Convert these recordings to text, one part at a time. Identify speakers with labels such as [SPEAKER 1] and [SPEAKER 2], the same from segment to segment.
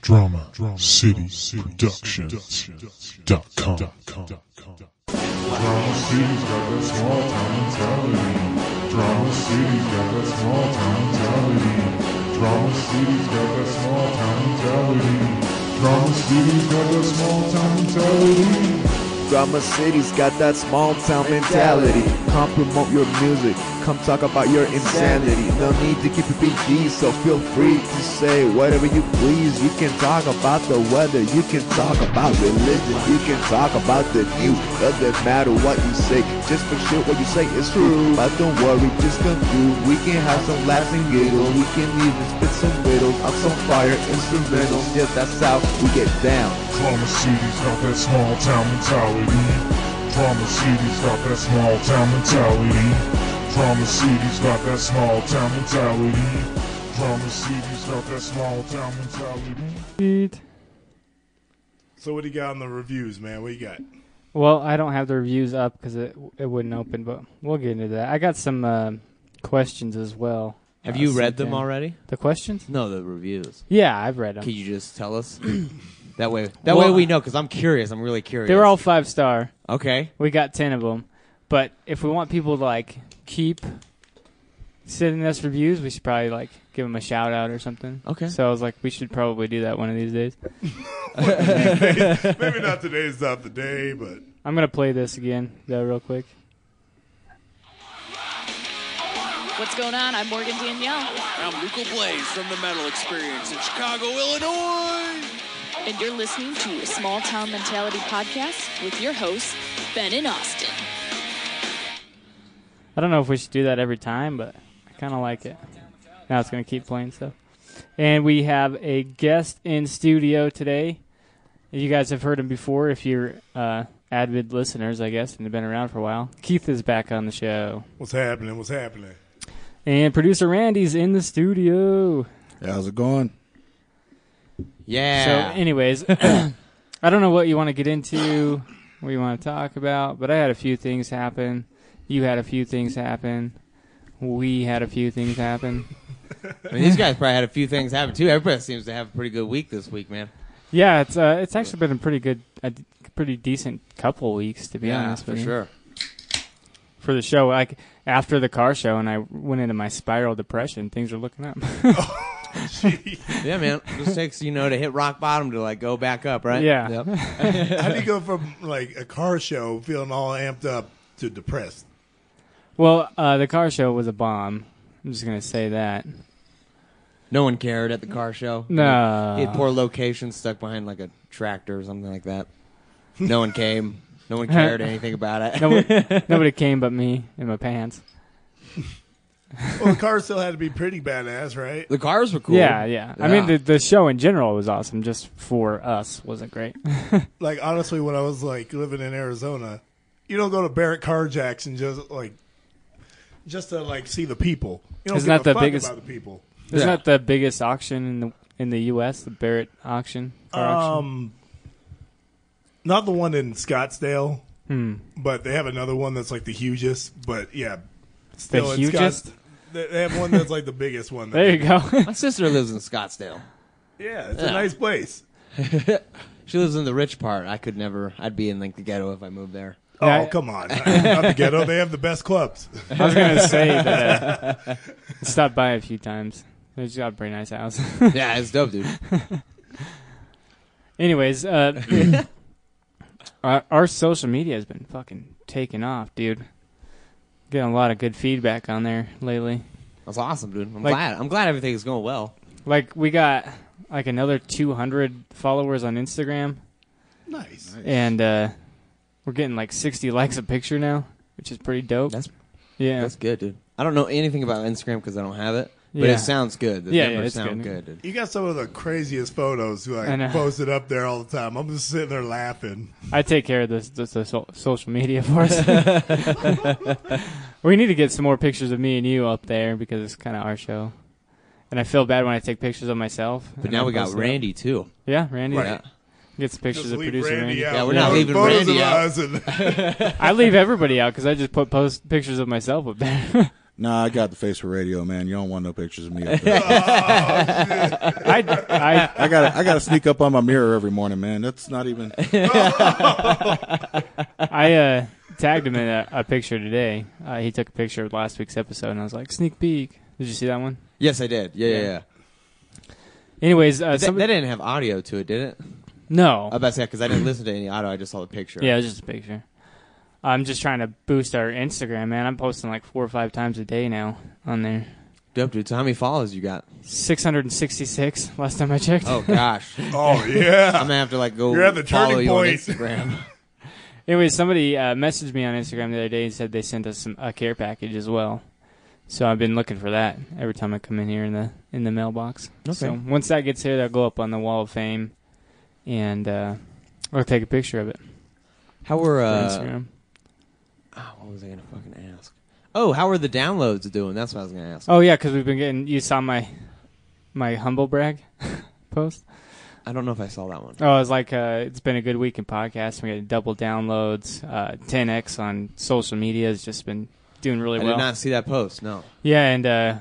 [SPEAKER 1] Drama, City, Productions dot com. Drama City's got that small town mentality. Drama City's got that small town mentality. Drama City's got that small town mentality. Drama City's got that small town mentality.
[SPEAKER 2] Drama City's got that small town mentality. Come promote your music, come talk about your insanity. No need to keep it PG, so feel free to say whatever you please. You can talk about the weather, you can talk about religion, you can talk about the news. Doesn't matter what you say, just make sure what you say is true. But don't worry, just come through. We can have some laughs and giggles, we can even spit some riddles. I'm some fire instrumentals, yes, that's how we get down.
[SPEAKER 1] Drama City's got that small town mentality. Drama City's got that small town mentality. Drama City's got that small town mentality. Drama City's got that small town mentality.
[SPEAKER 3] So what do you got on the reviews, man? What you got?
[SPEAKER 4] Well, I don't have the reviews up because it it wouldn't open, but we'll get into that. I got some uh, questions as well.
[SPEAKER 5] Have
[SPEAKER 4] Uh,
[SPEAKER 5] you
[SPEAKER 4] sent
[SPEAKER 5] read them
[SPEAKER 4] in.
[SPEAKER 5] already?
[SPEAKER 4] The questions?
[SPEAKER 5] No, the reviews.
[SPEAKER 4] Yeah, I've read them.
[SPEAKER 5] Can you just tell us? that way, that
[SPEAKER 4] Well,
[SPEAKER 5] way we know because I'm curious. I'm really curious.
[SPEAKER 4] They were all five star.
[SPEAKER 5] okay.
[SPEAKER 4] We got ten of them, but if we want people to like keep sending us reviews, we should probably like give them a shout out or something.
[SPEAKER 5] Okay.
[SPEAKER 4] So I was like, we should probably do that one of these days.
[SPEAKER 3] Maybe not today's not the day, but
[SPEAKER 4] I'm gonna play this again though, real quick.
[SPEAKER 6] What's going on? I'm Morgan Danielle,
[SPEAKER 7] I'm Michael Blaze from the Metal Experience in Chicago, Illinois.
[SPEAKER 6] and you're listening to Small Town Mentality Podcast with your hosts, Ben and Austin.
[SPEAKER 4] I don't know if we should do that every time, but I kind of like it. Now it's going to keep playing stuff. And we have a guest in studio today. You guys have heard him before if you're uh, avid listeners, I guess, and have been around for a while. Keith is back on the show.
[SPEAKER 3] what's happening? What's happening?
[SPEAKER 4] And producer Randy's in the studio.
[SPEAKER 8] How's it going?
[SPEAKER 5] Yeah.
[SPEAKER 4] So, anyways, I don't know what you want to get into, what you want to talk about, but I had a few things happen. You had a few things happen. We had a few things happen.
[SPEAKER 5] I mean, these guys probably had a few things happen too. Everybody seems to have a pretty good week this week, man.
[SPEAKER 4] Yeah, it's uh, it's actually been a pretty good, a d- pretty decent couple weeks to be honest.
[SPEAKER 5] for
[SPEAKER 4] with you.
[SPEAKER 5] sure.
[SPEAKER 4] For the show, like after the car show, and I went into my spiral depression. Things are looking up.
[SPEAKER 5] Yeah, man. It just takes you know to hit rock bottom to like go back up, right?
[SPEAKER 4] Yeah.
[SPEAKER 3] How do you go from like a car show feeling all amped up to depressed?
[SPEAKER 4] well, uh, the car show was a bomb. I'm just gonna say that.
[SPEAKER 5] No one cared at the car show.
[SPEAKER 4] No.
[SPEAKER 5] He had poor location stuck behind like a tractor or something like that. No one came. No one cared anything about it.
[SPEAKER 4] Nobody, nobody came but me in my pants.
[SPEAKER 3] Well, the car still had to be pretty badass, right?
[SPEAKER 5] the cars were cool.
[SPEAKER 4] Yeah, yeah, I mean, the
[SPEAKER 5] Yeah.
[SPEAKER 4] the show in general was awesome. Just for us, wasn't great.
[SPEAKER 3] Like honestly, when I was like living in Arizona, you don't go to Barrett Carjacks and just like just to like see the people. You don't
[SPEAKER 4] Isn't
[SPEAKER 3] give
[SPEAKER 4] that
[SPEAKER 3] a
[SPEAKER 4] the
[SPEAKER 3] fuck
[SPEAKER 4] biggest-
[SPEAKER 3] about the people.
[SPEAKER 4] Isn't
[SPEAKER 5] Yeah.
[SPEAKER 4] that the biggest auction in the in the U.S. The Barrett auction? Car auction?
[SPEAKER 3] Um, not the one in Scottsdale,
[SPEAKER 4] Hmm.
[SPEAKER 3] but they have another one that's like the hugest. But yeah, still in
[SPEAKER 4] hugest?
[SPEAKER 3] Scotts- they they have one that's like the biggest one.
[SPEAKER 4] There you go.
[SPEAKER 5] My sister lives in Scottsdale.
[SPEAKER 3] yeah, it's a nice place.
[SPEAKER 5] She lives in the rich part. I could never. I'd be in like the ghetto if I moved there.
[SPEAKER 4] Yeah, I-
[SPEAKER 3] Oh come on, not the ghetto. They have the best clubs.
[SPEAKER 4] I was gonna say that uh, I stopped by a few times. It's got a pretty nice house.
[SPEAKER 5] Yeah, it's dope, dude.
[SPEAKER 4] Anyways, uh, our, our social media has been fucking taking off, dude. Getting a lot of good feedback on there lately.
[SPEAKER 5] That's awesome, dude. I'm
[SPEAKER 4] Like-
[SPEAKER 5] glad. I'm glad everything's going well.
[SPEAKER 4] Like we got like another 200 followers on Instagram,
[SPEAKER 3] Nice.
[SPEAKER 4] and uh, we're getting like 60 likes a picture now, which is pretty dope.
[SPEAKER 5] That's
[SPEAKER 4] yeah,
[SPEAKER 5] that's good, dude. I don't know anything about Instagram because I don't have it, but
[SPEAKER 4] Yeah.
[SPEAKER 5] it sounds good. The
[SPEAKER 4] Yeah,
[SPEAKER 5] numbers
[SPEAKER 4] yeah, it's
[SPEAKER 5] sound
[SPEAKER 4] good.
[SPEAKER 5] good, dude.
[SPEAKER 3] You got some of the craziest photos
[SPEAKER 4] I know.
[SPEAKER 3] like posted up there all the time. I'm just sitting there laughing.
[SPEAKER 4] I take care of this, this, this so- social media for us. we need to get some more pictures of me and you up there because it's kind of our show. And I feel bad when I take pictures of myself.
[SPEAKER 5] But
[SPEAKER 4] and
[SPEAKER 5] now
[SPEAKER 4] I
[SPEAKER 5] we got
[SPEAKER 4] post it up.
[SPEAKER 5] Randy too.
[SPEAKER 4] Yeah, Randy.
[SPEAKER 5] Yeah.
[SPEAKER 4] Gets pictures
[SPEAKER 3] Just
[SPEAKER 4] of
[SPEAKER 3] leave
[SPEAKER 4] producer Randy.
[SPEAKER 3] Randy out.
[SPEAKER 5] Yeah, we're not
[SPEAKER 3] Photos-
[SPEAKER 5] leaving
[SPEAKER 3] photos
[SPEAKER 5] Randy
[SPEAKER 3] of
[SPEAKER 5] out.
[SPEAKER 3] us and-
[SPEAKER 4] I leave everybody out because I just put post pictures of myself up there.
[SPEAKER 8] Nah, I got the face for radio, man. You don't want no pictures of me up there.
[SPEAKER 4] I, I,
[SPEAKER 8] I got I got to sneak up on my mirror every morning, man. That's not even.
[SPEAKER 4] I uh, tagged him in a, a picture today. Uh, he took a picture of last week's episode, and I was like, sneak peek. Did you see that one?
[SPEAKER 5] Yes, I did. Yeah, yeah, yeah.
[SPEAKER 4] Anyways, uh,
[SPEAKER 5] That,
[SPEAKER 4] some,
[SPEAKER 5] that didn't have audio to it, did it?
[SPEAKER 4] no,
[SPEAKER 5] I was about to say because I didn't listen to any audio. I just saw the picture.
[SPEAKER 4] yeah, it was just a picture. I'm just trying to boost our Instagram, man. I'm posting like four or five times a day now on there.
[SPEAKER 5] Dope, dude. So how many follows you got?
[SPEAKER 4] 666 last time I checked.
[SPEAKER 5] Oh gosh, I'm
[SPEAKER 3] Oh yeah.
[SPEAKER 5] gonna have to like go
[SPEAKER 3] You're at the turning
[SPEAKER 5] follow you on
[SPEAKER 3] point.
[SPEAKER 5] Instagram.
[SPEAKER 4] Anyway, somebody uh, messaged me on Instagram the other day and said they sent us some, a care package as well. So I've been looking for that every time I come in here in the in the mailbox. So once that gets here, that'll go up on the Wall of Fame, and uh, I'll take a picture of it
[SPEAKER 5] How were
[SPEAKER 4] for
[SPEAKER 5] uh,
[SPEAKER 4] Instagram.
[SPEAKER 5] oh, what was I gonna fucking ask? Oh, how are the downloads doing? That's what I was gonna ask.
[SPEAKER 4] Oh yeah, because we've been getting. You saw my my humble brag post.
[SPEAKER 5] I don't know if I saw that one.
[SPEAKER 4] Oh, I was like, uh, it's been a good week in podcasts. We got double downloads, uh, 10x on social media has just been doing really
[SPEAKER 5] I
[SPEAKER 4] well.
[SPEAKER 5] did not see that post. No.
[SPEAKER 4] Yeah, and uh,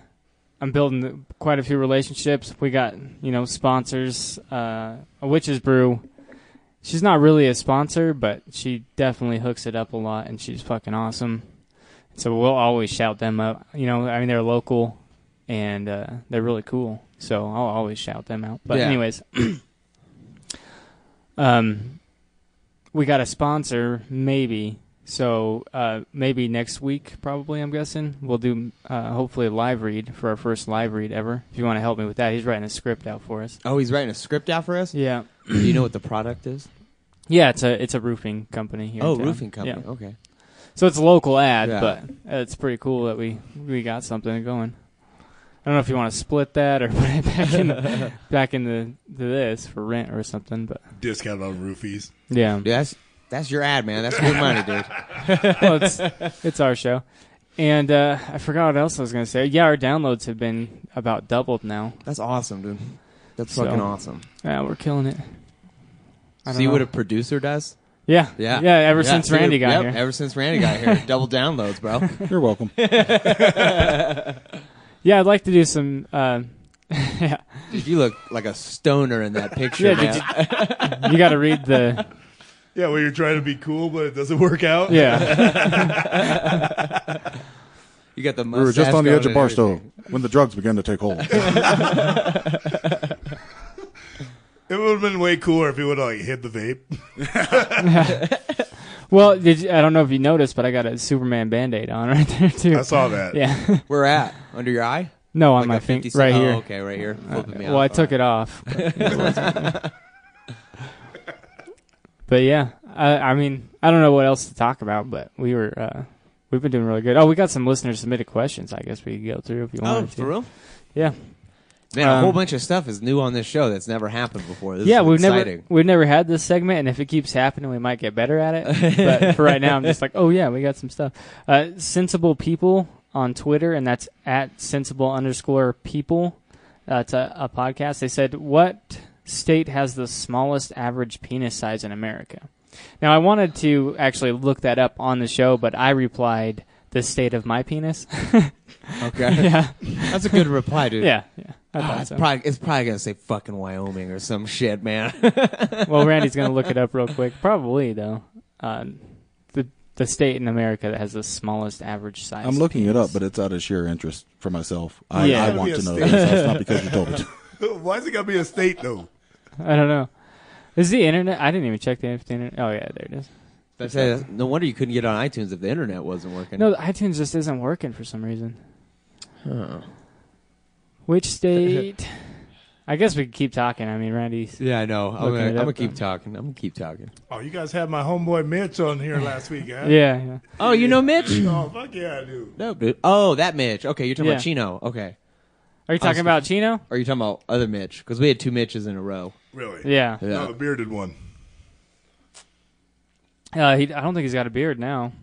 [SPEAKER 4] I'm building quite a few relationships. We got you know sponsors. Uh, a witch's brew. She's not really a sponsor, but she definitely hooks it up a lot, and she's fucking awesome. So we'll always shout them up. You know, I mean they're local, and uh, they're really cool. So I'll always shout them out. But
[SPEAKER 5] Yeah.
[SPEAKER 4] anyways, um, we got a sponsor maybe. So uh, maybe next week, probably I'm guessing we'll do uh, hopefully a live read for our first live read ever. If you want to help me with that, he's writing a script out for us.
[SPEAKER 5] Oh, he's writing a script out for us.
[SPEAKER 4] Yeah,
[SPEAKER 5] Do you know what the product is?
[SPEAKER 4] yeah, it's a it's a roofing company here. in
[SPEAKER 5] Oh,
[SPEAKER 4] town.
[SPEAKER 5] roofing company.
[SPEAKER 4] Yeah.
[SPEAKER 5] Okay.
[SPEAKER 4] So it's a local ad,
[SPEAKER 5] Yeah.
[SPEAKER 4] but uh, it's pretty cool that we we got something going. I don't know if you want to split that or put it back in the, back in the to this for rent or something, but
[SPEAKER 3] Discount on roofies.
[SPEAKER 4] yeah,
[SPEAKER 5] Dude, that's that's your ad, man. That's good money, dude.
[SPEAKER 4] well, it's it's our show. And uh, I forgot what else I was gonna say. Yeah, our downloads have been about doubled now.
[SPEAKER 5] That's awesome, dude. That's
[SPEAKER 4] So-
[SPEAKER 5] fucking awesome.
[SPEAKER 4] Yeah, we're killing it. I don't
[SPEAKER 5] See
[SPEAKER 4] know.
[SPEAKER 5] what a producer does?
[SPEAKER 4] Yeah,
[SPEAKER 5] Yeah.
[SPEAKER 4] yeah. Ever
[SPEAKER 5] Yeah,
[SPEAKER 4] since
[SPEAKER 5] dude.
[SPEAKER 4] Randy got
[SPEAKER 5] Yep,
[SPEAKER 4] here,
[SPEAKER 5] Ever since Randy got here. Double downloads, bro.
[SPEAKER 8] You're welcome.
[SPEAKER 4] yeah, I'd like to do some. Uh, yeah,
[SPEAKER 5] Dude, you look like a stoner in that picture,
[SPEAKER 4] Yeah,
[SPEAKER 5] man.
[SPEAKER 4] did you got to read the.
[SPEAKER 3] Yeah, well, you're trying to be cool, but it doesn't work out.
[SPEAKER 4] Yeah,
[SPEAKER 5] You got the
[SPEAKER 8] We were just
[SPEAKER 5] mustache
[SPEAKER 8] on the
[SPEAKER 5] going
[SPEAKER 8] edge of
[SPEAKER 5] and
[SPEAKER 8] Barstow
[SPEAKER 5] everything.
[SPEAKER 8] when the drugs began to take hold.
[SPEAKER 3] It would have been way cooler if he would have like hit the vape.
[SPEAKER 4] well, did you, I don't know if you noticed, but I got a Superman Band-Aid on right there too.
[SPEAKER 3] I saw that.
[SPEAKER 4] Yeah,
[SPEAKER 5] Where at? Under your eye?
[SPEAKER 4] no, on
[SPEAKER 5] Like
[SPEAKER 4] my
[SPEAKER 5] a 50
[SPEAKER 4] finger, right
[SPEAKER 5] cent-
[SPEAKER 4] here. Uh,
[SPEAKER 5] Oh, okay, right here. Flipping me
[SPEAKER 4] Well, I
[SPEAKER 5] off.
[SPEAKER 4] took it off. but yeah, I, I mean, I don't know what else to talk about, but we were uh, we've been doing really good. Oh, we got some listener submitted questions. I guess we could go through if you
[SPEAKER 5] Oh,
[SPEAKER 4] want to.
[SPEAKER 5] for real?
[SPEAKER 4] Yeah,
[SPEAKER 5] Man, a
[SPEAKER 4] Um,
[SPEAKER 5] whole bunch of stuff is new on this show that's never happened before. This
[SPEAKER 4] yeah.
[SPEAKER 5] is
[SPEAKER 4] We've
[SPEAKER 5] exciting.
[SPEAKER 4] never we've never had this segment, and if it keeps happening, we might get better at it. but for right now, I'm just like, oh yeah, we got some stuff. Uh, sensible people on Twitter, and that's at sensible underscore people. That's a, a podcast. They said, "What state has the smallest average penis size in America?" Now, I wanted to actually look that up on the show, but I replied the state of my penis.
[SPEAKER 5] Okay.
[SPEAKER 4] yeah,
[SPEAKER 5] That's a good reply, dude.
[SPEAKER 4] yeah, yeah. I
[SPEAKER 5] Ah,
[SPEAKER 4] thought
[SPEAKER 5] it's,
[SPEAKER 4] so.
[SPEAKER 5] probably, it's probably gonna say fucking Wyoming or some shit, man.
[SPEAKER 4] well, Randy's gonna look it up real quick. Probably though, um, the the state in America that has the smallest average size.
[SPEAKER 8] I'm looking it up, but it's out of sheer interest for myself. I,
[SPEAKER 4] Yeah.
[SPEAKER 8] I
[SPEAKER 4] Gotta
[SPEAKER 8] want
[SPEAKER 3] be a
[SPEAKER 8] to know
[SPEAKER 3] state.
[SPEAKER 8] this. That's not because you told me. to.
[SPEAKER 3] Why's it gotta be a state though?
[SPEAKER 4] I don't know. Is the internet? I didn't even check the internet. Oh yeah, there it is.
[SPEAKER 5] That's it. no wonder you couldn't get on iTunes if the internet wasn't working.
[SPEAKER 4] No, the iTunes just isn't working for some reason. Which state? I guess we could keep talking. I mean, Randy's.
[SPEAKER 5] Yeah, I know. I'm
[SPEAKER 4] Looking
[SPEAKER 5] gonna,
[SPEAKER 4] it
[SPEAKER 5] I'm
[SPEAKER 4] up,
[SPEAKER 5] gonna keep
[SPEAKER 4] then.
[SPEAKER 5] talking. I'm gonna keep talking.
[SPEAKER 3] Oh, you guys had my homeboy Mitch on here last week, huh?
[SPEAKER 4] Yeah, yeah.
[SPEAKER 5] Oh, you know Mitch?
[SPEAKER 3] Oh fuck yeah, I do.
[SPEAKER 5] no, dude. Oh, that Mitch. Okay, you're talking
[SPEAKER 4] Yeah.
[SPEAKER 5] about Chino. Okay.
[SPEAKER 4] Are you talking about Chino?
[SPEAKER 5] Or are you talking about other Mitch? Because we had two Mitches in a row.
[SPEAKER 3] Really?
[SPEAKER 4] Yeah.
[SPEAKER 5] Yeah.
[SPEAKER 3] No, the bearded one.
[SPEAKER 4] Uh, he, I don't think he's got a beard now.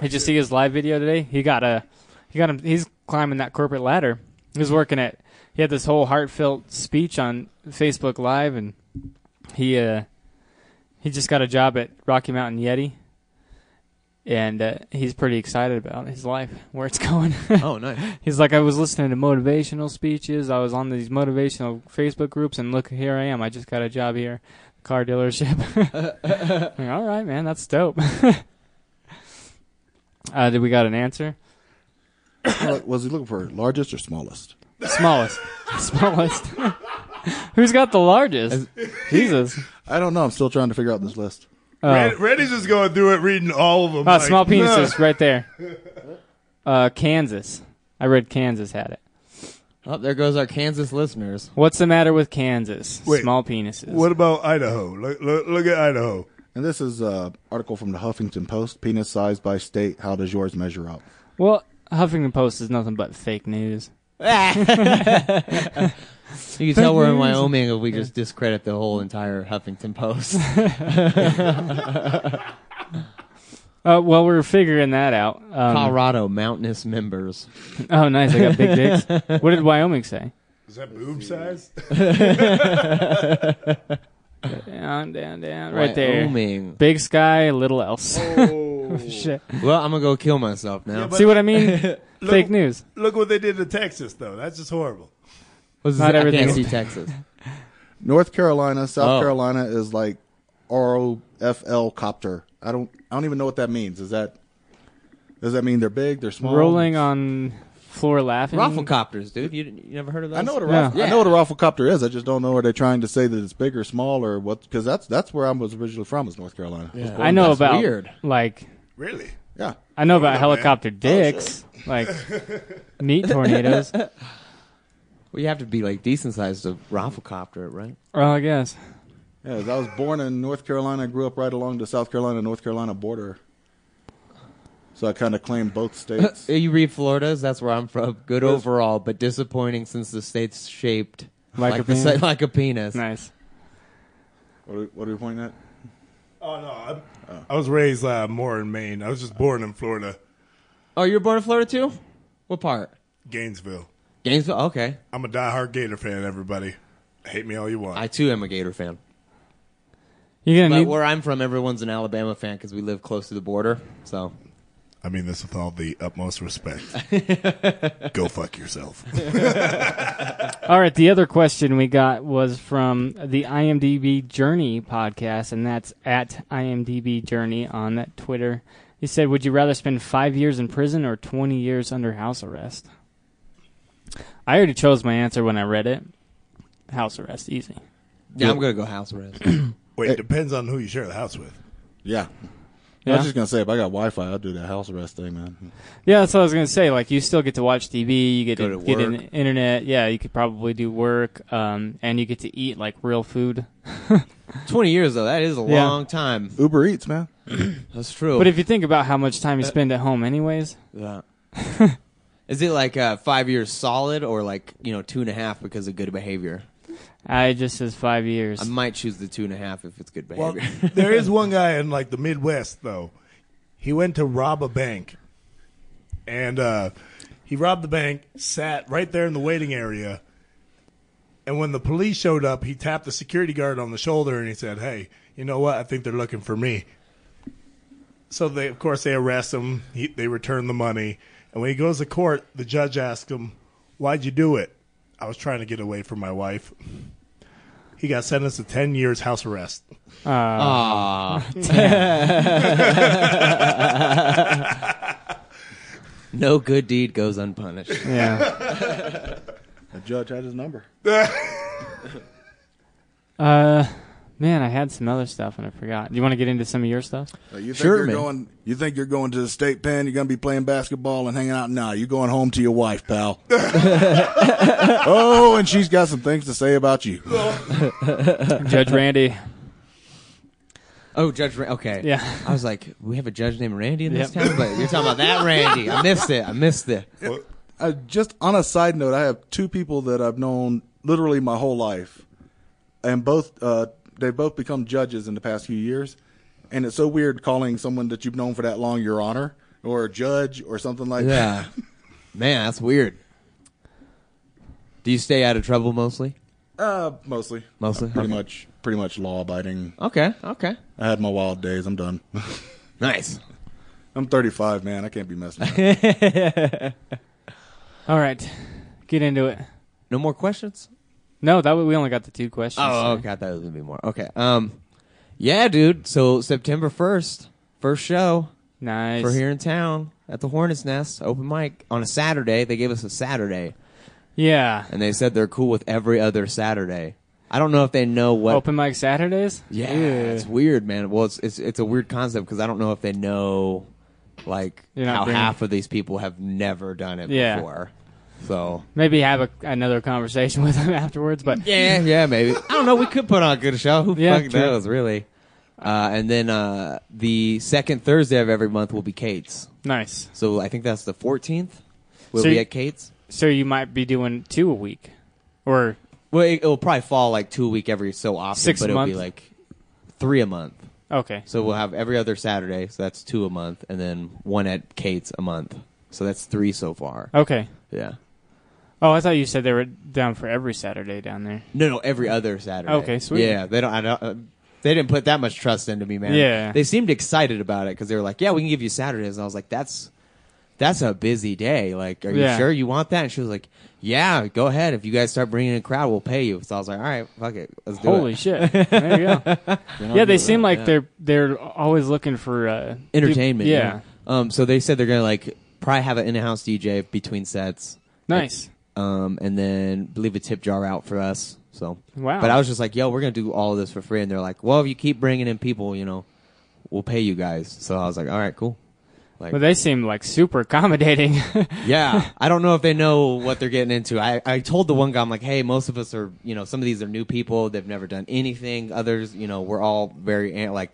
[SPEAKER 4] Did you see his live video today? He got a, he got him. He's climbing that corporate ladder. He was working at. He had this whole heartfelt speech on Facebook Live, and he uh, he just got a job at Rocky Mountain Yeti, and uh, he's pretty excited about his life, where it's going.
[SPEAKER 5] Oh, nice.
[SPEAKER 4] he's like, I was listening to motivational speeches. I was on these motivational Facebook groups, and look, here I am. I just got a job here, car dealership. Like, All right, man, that's dope. uh, did we got an answer?
[SPEAKER 8] was he looking for largest or smallest?
[SPEAKER 4] Smallest, smallest. Who's got the largest? Jesus.
[SPEAKER 8] I don't know. I'm still trying to figure out this list.
[SPEAKER 4] Oh.
[SPEAKER 3] Red, Reddy's just going through it, reading all of them.
[SPEAKER 4] Ah,
[SPEAKER 3] like,
[SPEAKER 4] small penises
[SPEAKER 3] "Nah."
[SPEAKER 4] right there. Uh, Kansas. I read Kansas had it.
[SPEAKER 5] Oh, there goes our Kansas listeners.
[SPEAKER 4] What's the matter with Kansas?
[SPEAKER 3] Wait,
[SPEAKER 4] small penises.
[SPEAKER 3] What about Idaho? Look, look, look at Idaho.
[SPEAKER 8] And this is a article from the Huffington Post. Penis size by state. How does yours measure up?
[SPEAKER 4] well, Huffington Post is nothing but fake news.
[SPEAKER 5] You can tell we're in Wyoming if we just discredit the whole entire Huffington Post.
[SPEAKER 4] Uh, well, we're figuring that out. Um,
[SPEAKER 5] Colorado mountainous members.
[SPEAKER 4] oh, nice. I got big dicks. what did Wyoming say?
[SPEAKER 3] Is that boob size?
[SPEAKER 4] Down, down, down. Right there.
[SPEAKER 5] Wyoming.
[SPEAKER 4] Big sky, little else. Shit.
[SPEAKER 5] Well, I'm gonna go kill myself now.
[SPEAKER 3] but-
[SPEAKER 4] See what I mean? fake news.
[SPEAKER 3] Look what they did to Texas, though. That's just horrible.
[SPEAKER 5] What's
[SPEAKER 4] Not
[SPEAKER 5] this- I
[SPEAKER 4] everything
[SPEAKER 5] can't
[SPEAKER 4] is-
[SPEAKER 5] see Texas.
[SPEAKER 8] North Carolina,
[SPEAKER 5] Oh.
[SPEAKER 8] South Carolina is like R O F L copter. I don't. I don't even know what that means. Is that? Does that mean they're big? They're small?
[SPEAKER 4] Rolling on floor laughing.
[SPEAKER 5] Rafflecopters, dude. You, you never heard of those?
[SPEAKER 8] I know what a
[SPEAKER 4] Yeah.
[SPEAKER 8] raffle, I know what a rafflecopter is. I just don't know. Are they trying to say that it's big or small or what? Because that's that's where I was originally from, is North Carolina. Yeah.
[SPEAKER 4] I know
[SPEAKER 5] That's
[SPEAKER 4] about
[SPEAKER 5] weird.
[SPEAKER 4] like
[SPEAKER 3] Really?
[SPEAKER 4] I know about helicopter dicks, like meat tornadoes. Oh,
[SPEAKER 5] Well, you have to be like decent sized to rafflecopter it, right?
[SPEAKER 4] Oh, I guess.
[SPEAKER 8] Yes, I was born in North Carolina. Grew up right along the South Carolina North Carolina border. So I kind of claim both states.
[SPEAKER 5] You read Florida's. That's where I'm from. Good overall, but disappointing since the state's shaped
[SPEAKER 4] Like a
[SPEAKER 5] the
[SPEAKER 4] penis?
[SPEAKER 5] sa- like a penis.
[SPEAKER 4] Nice.
[SPEAKER 8] what, are, what are we pointing at?
[SPEAKER 3] Oh no, I, I was raised uh, more in Maine. I was just born in Florida,
[SPEAKER 5] Oh, you were born in Florida too? What part?
[SPEAKER 3] Gainesville.
[SPEAKER 5] Gainesville. Okay,
[SPEAKER 3] I'm a diehard Gator fan. Everybody, hate me all you want.
[SPEAKER 5] I too am a Gator fan.
[SPEAKER 4] You're gonna
[SPEAKER 5] But
[SPEAKER 4] need.
[SPEAKER 5] where I'm from, everyone's an Alabama fan because we live close to the border. So
[SPEAKER 3] I mean this with all the utmost respect. Go fuck yourself.
[SPEAKER 4] All right. The other question we got was from the IMDb Journey podcast, and that's at IMDb Journey on Twitter. He said, "Would you rather spend five years in prison or twenty years under house arrest?" I already chose my answer when I read it. House arrest, easy.
[SPEAKER 5] yeah, I'm gonna go house arrest.
[SPEAKER 3] Wait, depends on who you share the house with.
[SPEAKER 8] Yeah. I
[SPEAKER 4] Yeah,
[SPEAKER 8] was just gonna say if I got Wi-Fi, I'll do that house arrest thing, man.
[SPEAKER 4] yeah. That's what I was gonna say. Like, you still get to watch TV, you get
[SPEAKER 5] Go
[SPEAKER 4] to,
[SPEAKER 5] to
[SPEAKER 4] get in
[SPEAKER 5] work.
[SPEAKER 4] internet. Yeah, you could probably do work, um, and you get to eat like real food.
[SPEAKER 5] Twenty years though, that is a
[SPEAKER 4] Yeah.
[SPEAKER 5] long time.
[SPEAKER 8] Uber Eats, man.
[SPEAKER 5] That's true.
[SPEAKER 4] But if you think about how much
[SPEAKER 5] Uh,
[SPEAKER 4] time you spend at home, anyways,
[SPEAKER 5] Yeah. Is it like uh, five years solid or like, you know, two and a half because of good behavior?
[SPEAKER 4] I just says five years.
[SPEAKER 5] I might choose the two and a half if it's good
[SPEAKER 3] Well,
[SPEAKER 5] behavior.
[SPEAKER 3] there is one guy in like the Midwest though. He went to rob a bank, and uh, he robbed the bank. Sat right there in the waiting area, and when the police showed up, he tapped the security guard on the shoulder and he said, "Hey, you know what? I think they're looking for me." So they, of course, they arrest him. He, they return the money, and when he goes to court, the judge asks him, "Why'd you do it?" I was trying to get away from my wife. He got sentenced to ten years house arrest.
[SPEAKER 5] Ah. no good deed goes unpunished.
[SPEAKER 4] yeah.
[SPEAKER 8] The judge had his number.
[SPEAKER 4] uh, man, I had some other stuff and I forgot. Do you want to get into some of your stuff?
[SPEAKER 8] you think
[SPEAKER 5] Sure,
[SPEAKER 8] you're
[SPEAKER 5] man.
[SPEAKER 8] going? You think you're going to the state pen? You're going to be playing basketball and hanging out? Nah, you're going home to your wife, pal. oh, and she's got some things to say about you.
[SPEAKER 4] Judge Randy.
[SPEAKER 5] Oh, Judge Randy. Okay.
[SPEAKER 4] Yeah.
[SPEAKER 5] I was like, we have a judge named Randy in this
[SPEAKER 4] Yep.
[SPEAKER 5] town, but you're talking about that Randy. I missed it. I missed it.
[SPEAKER 8] I, Uh, just on a side note, I have two people that I've known literally my whole life, and both uh, they both become judges in the past few years, and it's so weird calling someone that you've known for that long your honor or a judge or something like that.
[SPEAKER 5] Yeah. Man, that's weird. Do you stay out of trouble mostly?
[SPEAKER 8] Uh, mostly,
[SPEAKER 5] Mostly?
[SPEAKER 8] pretty
[SPEAKER 5] Okay.
[SPEAKER 8] much, pretty much law abiding.
[SPEAKER 5] Okay. Okay.
[SPEAKER 8] I had my wild days. I'm done.
[SPEAKER 5] Nice.
[SPEAKER 8] I'm 35, man. I can't be messing. Up.
[SPEAKER 4] All right, get into it.
[SPEAKER 5] No more questions?
[SPEAKER 4] No, that way we only got the two questions.
[SPEAKER 5] Oh, okay. I thought it would be more. Okay. Um, yeah, dude. So September first, first show.
[SPEAKER 4] Nice.
[SPEAKER 5] We're here in town at the Hornet's Nest open mic on a Saturday. They gave us a Saturday,
[SPEAKER 4] Yeah.
[SPEAKER 5] and they said they're cool with every other Saturday. I don't know if they know what.
[SPEAKER 4] Open mic Saturdays.
[SPEAKER 5] yeah, it's weird, man. Well, it's it's it's a weird concept because I don't know if they know, like
[SPEAKER 4] You're not
[SPEAKER 5] how
[SPEAKER 4] bringing-
[SPEAKER 5] half of these people have never done it
[SPEAKER 4] Yeah.
[SPEAKER 5] before. So
[SPEAKER 4] Maybe have a, another conversation with them afterwards. But
[SPEAKER 5] Yeah, yeah, maybe. I don't know. We could put on a good show. Who
[SPEAKER 4] Yeah,
[SPEAKER 5] fucking
[SPEAKER 4] true.
[SPEAKER 5] knows, really? Uh, and then uh, the second Thursday of every month will be Kate's.
[SPEAKER 4] nice.
[SPEAKER 5] So I think that's the 14th. We'll
[SPEAKER 4] So
[SPEAKER 5] be
[SPEAKER 4] you-
[SPEAKER 5] at Kate's.
[SPEAKER 4] So you might be doing two a week, or
[SPEAKER 5] Well, it, it'll probably fall like two a week every so often,
[SPEAKER 4] Six
[SPEAKER 5] but
[SPEAKER 4] a
[SPEAKER 5] it'll be
[SPEAKER 4] month?
[SPEAKER 5] like three a month.
[SPEAKER 4] okay.
[SPEAKER 5] So we'll have every other Saturday. So that's two a month, and then one at Kate's a month. So that's three so far.
[SPEAKER 4] Okay.
[SPEAKER 5] Yeah.
[SPEAKER 4] Oh, I thought you said they were down for every Saturday down there.
[SPEAKER 5] No, no, every other Saturday.
[SPEAKER 4] Okay, sweet.
[SPEAKER 5] Yeah, they don't. I don't. Uh, they didn't put that much trust into me, man.
[SPEAKER 4] Yeah.
[SPEAKER 5] they seemed excited about it because they were like, "Yeah, we can give you Saturdays." And I was like, "That's that's a busy day. Like, are you
[SPEAKER 4] Yeah.
[SPEAKER 5] sure you want that?" And she was like, "Yeah, go ahead. If you guys start bringing in a crowd, we'll pay you." So I was like, "All right, fuck it, let's do
[SPEAKER 4] Holy
[SPEAKER 5] it."
[SPEAKER 4] shit! There you go.
[SPEAKER 5] Holy,
[SPEAKER 4] yeah, they seem like they're they're always looking for uh,
[SPEAKER 5] entertainment.
[SPEAKER 4] peop- yeah.
[SPEAKER 5] yeah. Um. So they said they're gonna like probably have an in-house DJ between sets.
[SPEAKER 4] Nice.
[SPEAKER 5] um, and then leave a tip jar out for us. So
[SPEAKER 4] Wow.
[SPEAKER 5] But I was just like, yo, we're gonna do all of this for free, and they're like, well, if you keep bringing in people, you know, we'll pay you guys. So I was like, all right, cool.
[SPEAKER 4] But they seem like super accommodating.
[SPEAKER 5] Yeah, I don't know if they know what they're getting into. I, I told the one guy, I'm like, hey, most of us are, you know, some of these are new people. They've never done anything. Others, you know, we're all very, eh, like,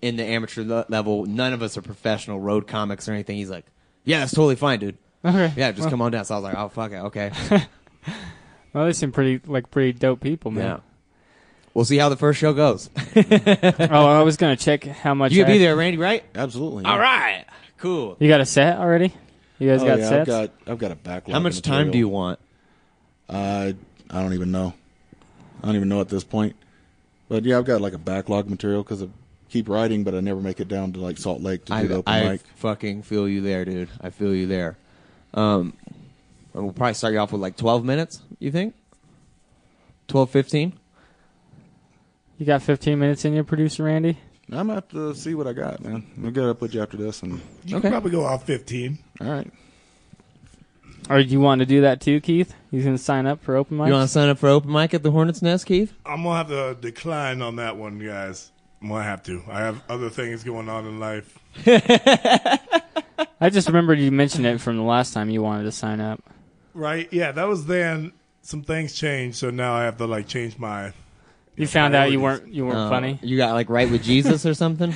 [SPEAKER 5] in the amateur le- level. None of us are professional road comics or anything. He's like, yeah, that's totally fine, dude.
[SPEAKER 4] okay.
[SPEAKER 5] Yeah, just come on down. So I was like, oh, fuck it. Okay.
[SPEAKER 4] Well, they seem pretty like pretty dope people,
[SPEAKER 5] Yeah.
[SPEAKER 4] man.
[SPEAKER 5] We'll see how the first show goes.
[SPEAKER 4] oh, I was gonna check how much
[SPEAKER 5] You could
[SPEAKER 4] I-
[SPEAKER 5] be there, Randy, right?
[SPEAKER 8] Absolutely.
[SPEAKER 5] All right. Cool.
[SPEAKER 4] You got a set already? You guys
[SPEAKER 8] Oh,
[SPEAKER 4] got
[SPEAKER 8] yeah, I've
[SPEAKER 4] sets?
[SPEAKER 8] got I've got a backlog.
[SPEAKER 5] How much time do you want?
[SPEAKER 8] Uh, I don't even know. I don't even know at this point. But yeah, I've got like a backlog of material because I keep writing, but I never make it down to like Salt Lake to do
[SPEAKER 5] I,
[SPEAKER 8] the open
[SPEAKER 5] I
[SPEAKER 8] mic.
[SPEAKER 5] fucking feel you there, dude. I feel you there. Um, and we'll probably start you off with like 12 minutes, you think? 12, 15?
[SPEAKER 4] You got 15 minutes in your producer, Randy?
[SPEAKER 8] I'm gonna have to see what I got, man. I'll get up with you after this, and
[SPEAKER 3] You
[SPEAKER 5] Okay.
[SPEAKER 3] can probably go off 15.
[SPEAKER 8] all right.
[SPEAKER 4] Or do you want to do that too, Keith? You can sign up for open mics?
[SPEAKER 5] You want to sign up for open mic at the Hornet's Nest, Keith?
[SPEAKER 3] I'm going to have to decline on that one, guys. I'm going to have to. I have other things going on in life.
[SPEAKER 4] I just remembered you mentioned it from the last time you wanted to sign up.
[SPEAKER 3] Right? Yeah, that was then. Some things changed, so now I have to like change my.
[SPEAKER 4] You found out you
[SPEAKER 3] priorities.
[SPEAKER 4] weren't you weren't
[SPEAKER 5] Uh,
[SPEAKER 4] funny.
[SPEAKER 5] You got like right with Jesus or something?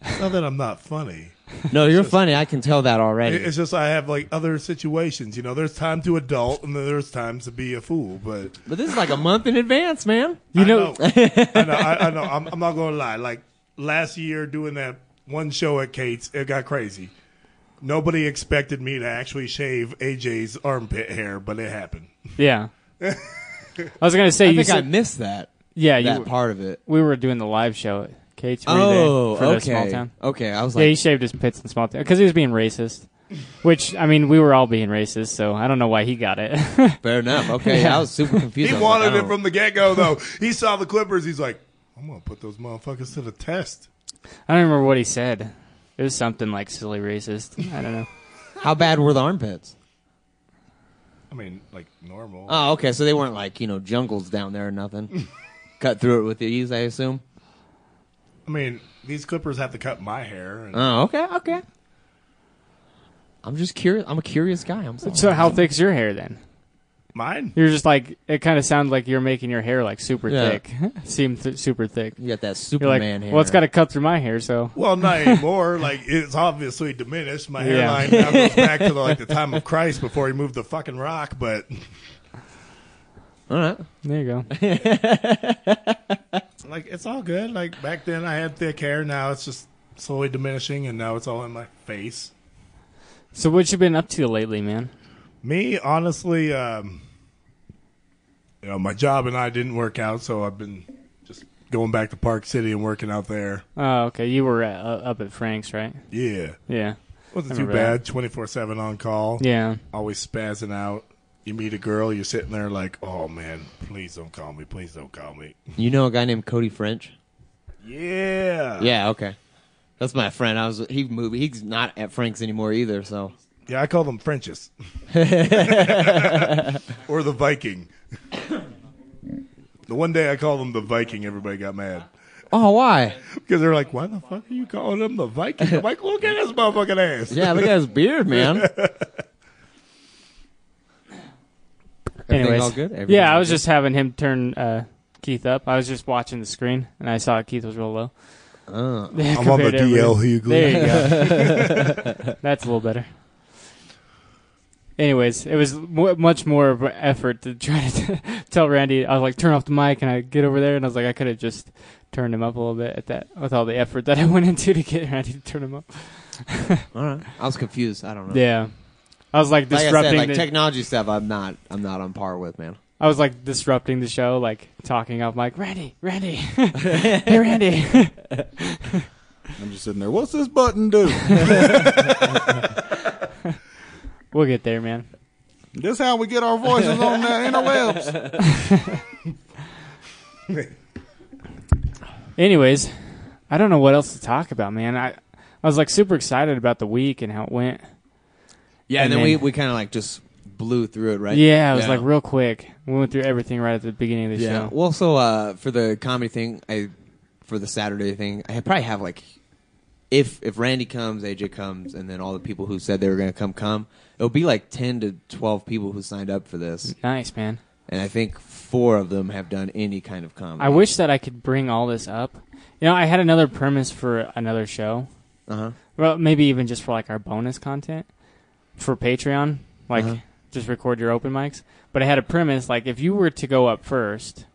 [SPEAKER 3] It's not that I'm not funny.
[SPEAKER 5] No, you're funny. I can tell that already.
[SPEAKER 3] It- It's just I have like other situations. You know, there's time to adult and then there's times to be a fool. But
[SPEAKER 5] but this is like a month in advance, man.
[SPEAKER 4] You
[SPEAKER 3] I
[SPEAKER 4] know,
[SPEAKER 3] I know, I, I know. I'm, I'm not gonna lie. Like last year, doing that one show at Kate's, it got crazy. Nobody expected me to actually shave AJ's armpit hair, but it happened.
[SPEAKER 4] yeah. I was gonna say
[SPEAKER 5] I
[SPEAKER 4] you
[SPEAKER 5] think I
[SPEAKER 4] said
[SPEAKER 5] missed that,
[SPEAKER 4] yeah. You
[SPEAKER 5] that part of it.
[SPEAKER 4] we were doing the live show at Kate's were you there
[SPEAKER 5] Oh,
[SPEAKER 4] for the small
[SPEAKER 5] okay.
[SPEAKER 4] town.
[SPEAKER 5] Okay, I was
[SPEAKER 4] Yeah, he
[SPEAKER 5] like,
[SPEAKER 4] shaved his pits in small town because he was being racist. Which I mean, we were all being racist, so I don't know why he got it.
[SPEAKER 5] fair enough. Okay, I was super confused.
[SPEAKER 3] He
[SPEAKER 5] I was like, oh.
[SPEAKER 3] wanted
[SPEAKER 5] I
[SPEAKER 3] it
[SPEAKER 5] don't-
[SPEAKER 3] from the get go, though. He saw the Clippers. He's like, I'm gonna put those motherfuckers to the test.
[SPEAKER 4] I don't remember what he said. It was something like silly racist. I don't know.
[SPEAKER 5] How bad were the armpits?
[SPEAKER 3] I mean, like normal.
[SPEAKER 5] Oh, okay. So they weren't like you know jungles down there or nothing. Cut through it with ease, I assume.
[SPEAKER 3] I mean, these Clippers have to cut my hair. And
[SPEAKER 5] Oh, okay, okay. I'm just curious. I'm a curious guy. I'm sorry.
[SPEAKER 4] So how thick's your hair then?
[SPEAKER 3] mine.
[SPEAKER 4] You're just like it kind of sounds like you're making your hair like super
[SPEAKER 5] Yeah.
[SPEAKER 4] thick, seem th- super thick.
[SPEAKER 5] you got that
[SPEAKER 4] You're like,
[SPEAKER 5] Superman hair.
[SPEAKER 4] well, it's got to cut through my hair, so
[SPEAKER 3] Well, not anymore. like it's obviously diminished. My
[SPEAKER 4] Yeah.
[SPEAKER 3] hairline now goes back to the, like the time of Christ before he moved the fucking rock. But
[SPEAKER 5] All right.
[SPEAKER 4] there you go.
[SPEAKER 3] like it's all good. Like back then I had thick hair. Now it's just slowly diminishing, and now it's all in my face.
[SPEAKER 4] So what you been up to lately, man?
[SPEAKER 3] Me, honestly, um, you know, my job and I didn't work out, so I've been just going back to Park City and working out there.
[SPEAKER 4] Oh, okay. You were at, uh, up at Frank's, right?
[SPEAKER 3] Yeah.
[SPEAKER 4] Yeah.
[SPEAKER 3] Wasn't
[SPEAKER 4] I
[SPEAKER 3] too
[SPEAKER 4] remember that.
[SPEAKER 3] bad. 24 7 on call.
[SPEAKER 4] Yeah.
[SPEAKER 3] Always spazzing out. You meet a girl, you're sitting there like, oh man, please don't call me. Please don't call me.
[SPEAKER 5] You know a guy named Cody French?
[SPEAKER 3] Yeah.
[SPEAKER 5] Yeah, okay. That's my friend. I was he moved. He's not at Frank's anymore either. So
[SPEAKER 3] Yeah, I call them Frenches. or the Viking. the one day I called them the Viking, everybody got mad.
[SPEAKER 5] oh, why?
[SPEAKER 3] Because they're like, why the fuck are you calling them the Viking? I'm like, look at his motherfucking ass.
[SPEAKER 5] Yeah, look at his beard, man. Everything
[SPEAKER 4] Anyways,
[SPEAKER 5] all good? Everything
[SPEAKER 4] yeah, I
[SPEAKER 5] all
[SPEAKER 4] was
[SPEAKER 5] good?
[SPEAKER 4] just having him turn uh, Keith up. I was just watching the screen, and I saw Keith was real low.
[SPEAKER 5] Oh.
[SPEAKER 3] I'm on the
[SPEAKER 4] Compared to everyone.
[SPEAKER 3] DL Hughley.
[SPEAKER 4] There you go. That's a little better. Anyways, it was mu much more of an effort to try to tell Randy. I was like, turn off the mic, and I get over there, and I was like, I could have just turned him up a little bit at that with all the effort that I went into to get Randy to turn him up.
[SPEAKER 5] All right. I was confused. I don't know.
[SPEAKER 4] Yeah, I was like
[SPEAKER 5] Like
[SPEAKER 4] disrupting.
[SPEAKER 5] I said, like
[SPEAKER 4] the-
[SPEAKER 5] technology stuff, I'm not. I'm not on par with, man.
[SPEAKER 4] I was like disrupting the show, like talking off mic. Randy, Randy, hey Randy.
[SPEAKER 8] I'm just sitting there. What's this button do?
[SPEAKER 4] we'll get there, man.
[SPEAKER 8] this how we get our voices on the interwebs.
[SPEAKER 4] Anyways, I don't know what else to talk about, man. I I was like super excited about the week and how it went.
[SPEAKER 5] Yeah, and,
[SPEAKER 4] And
[SPEAKER 5] then,
[SPEAKER 4] then-
[SPEAKER 5] we we kind of like just blew through it, right?
[SPEAKER 4] Yeah, it was like real quick. We went through everything right at the beginning of the show.
[SPEAKER 5] Yeah. Well, so uh, for the comedy thing, I for the Saturday thing, I probably have like if if Randy comes, AJ comes, and then all the people who said they were going to come come, it'll be like ten to twelve people who signed up for this,
[SPEAKER 4] Nice, man.
[SPEAKER 5] and I think four of them have done any kind of comedy.
[SPEAKER 4] I wish that I could bring all this up. You know, I had another premise for another show.
[SPEAKER 5] Uh huh.
[SPEAKER 4] Well, maybe even just for like our bonus content for Patreon, like
[SPEAKER 5] Uh-huh.
[SPEAKER 4] just record your open mics. But I had a premise like if you were to go up first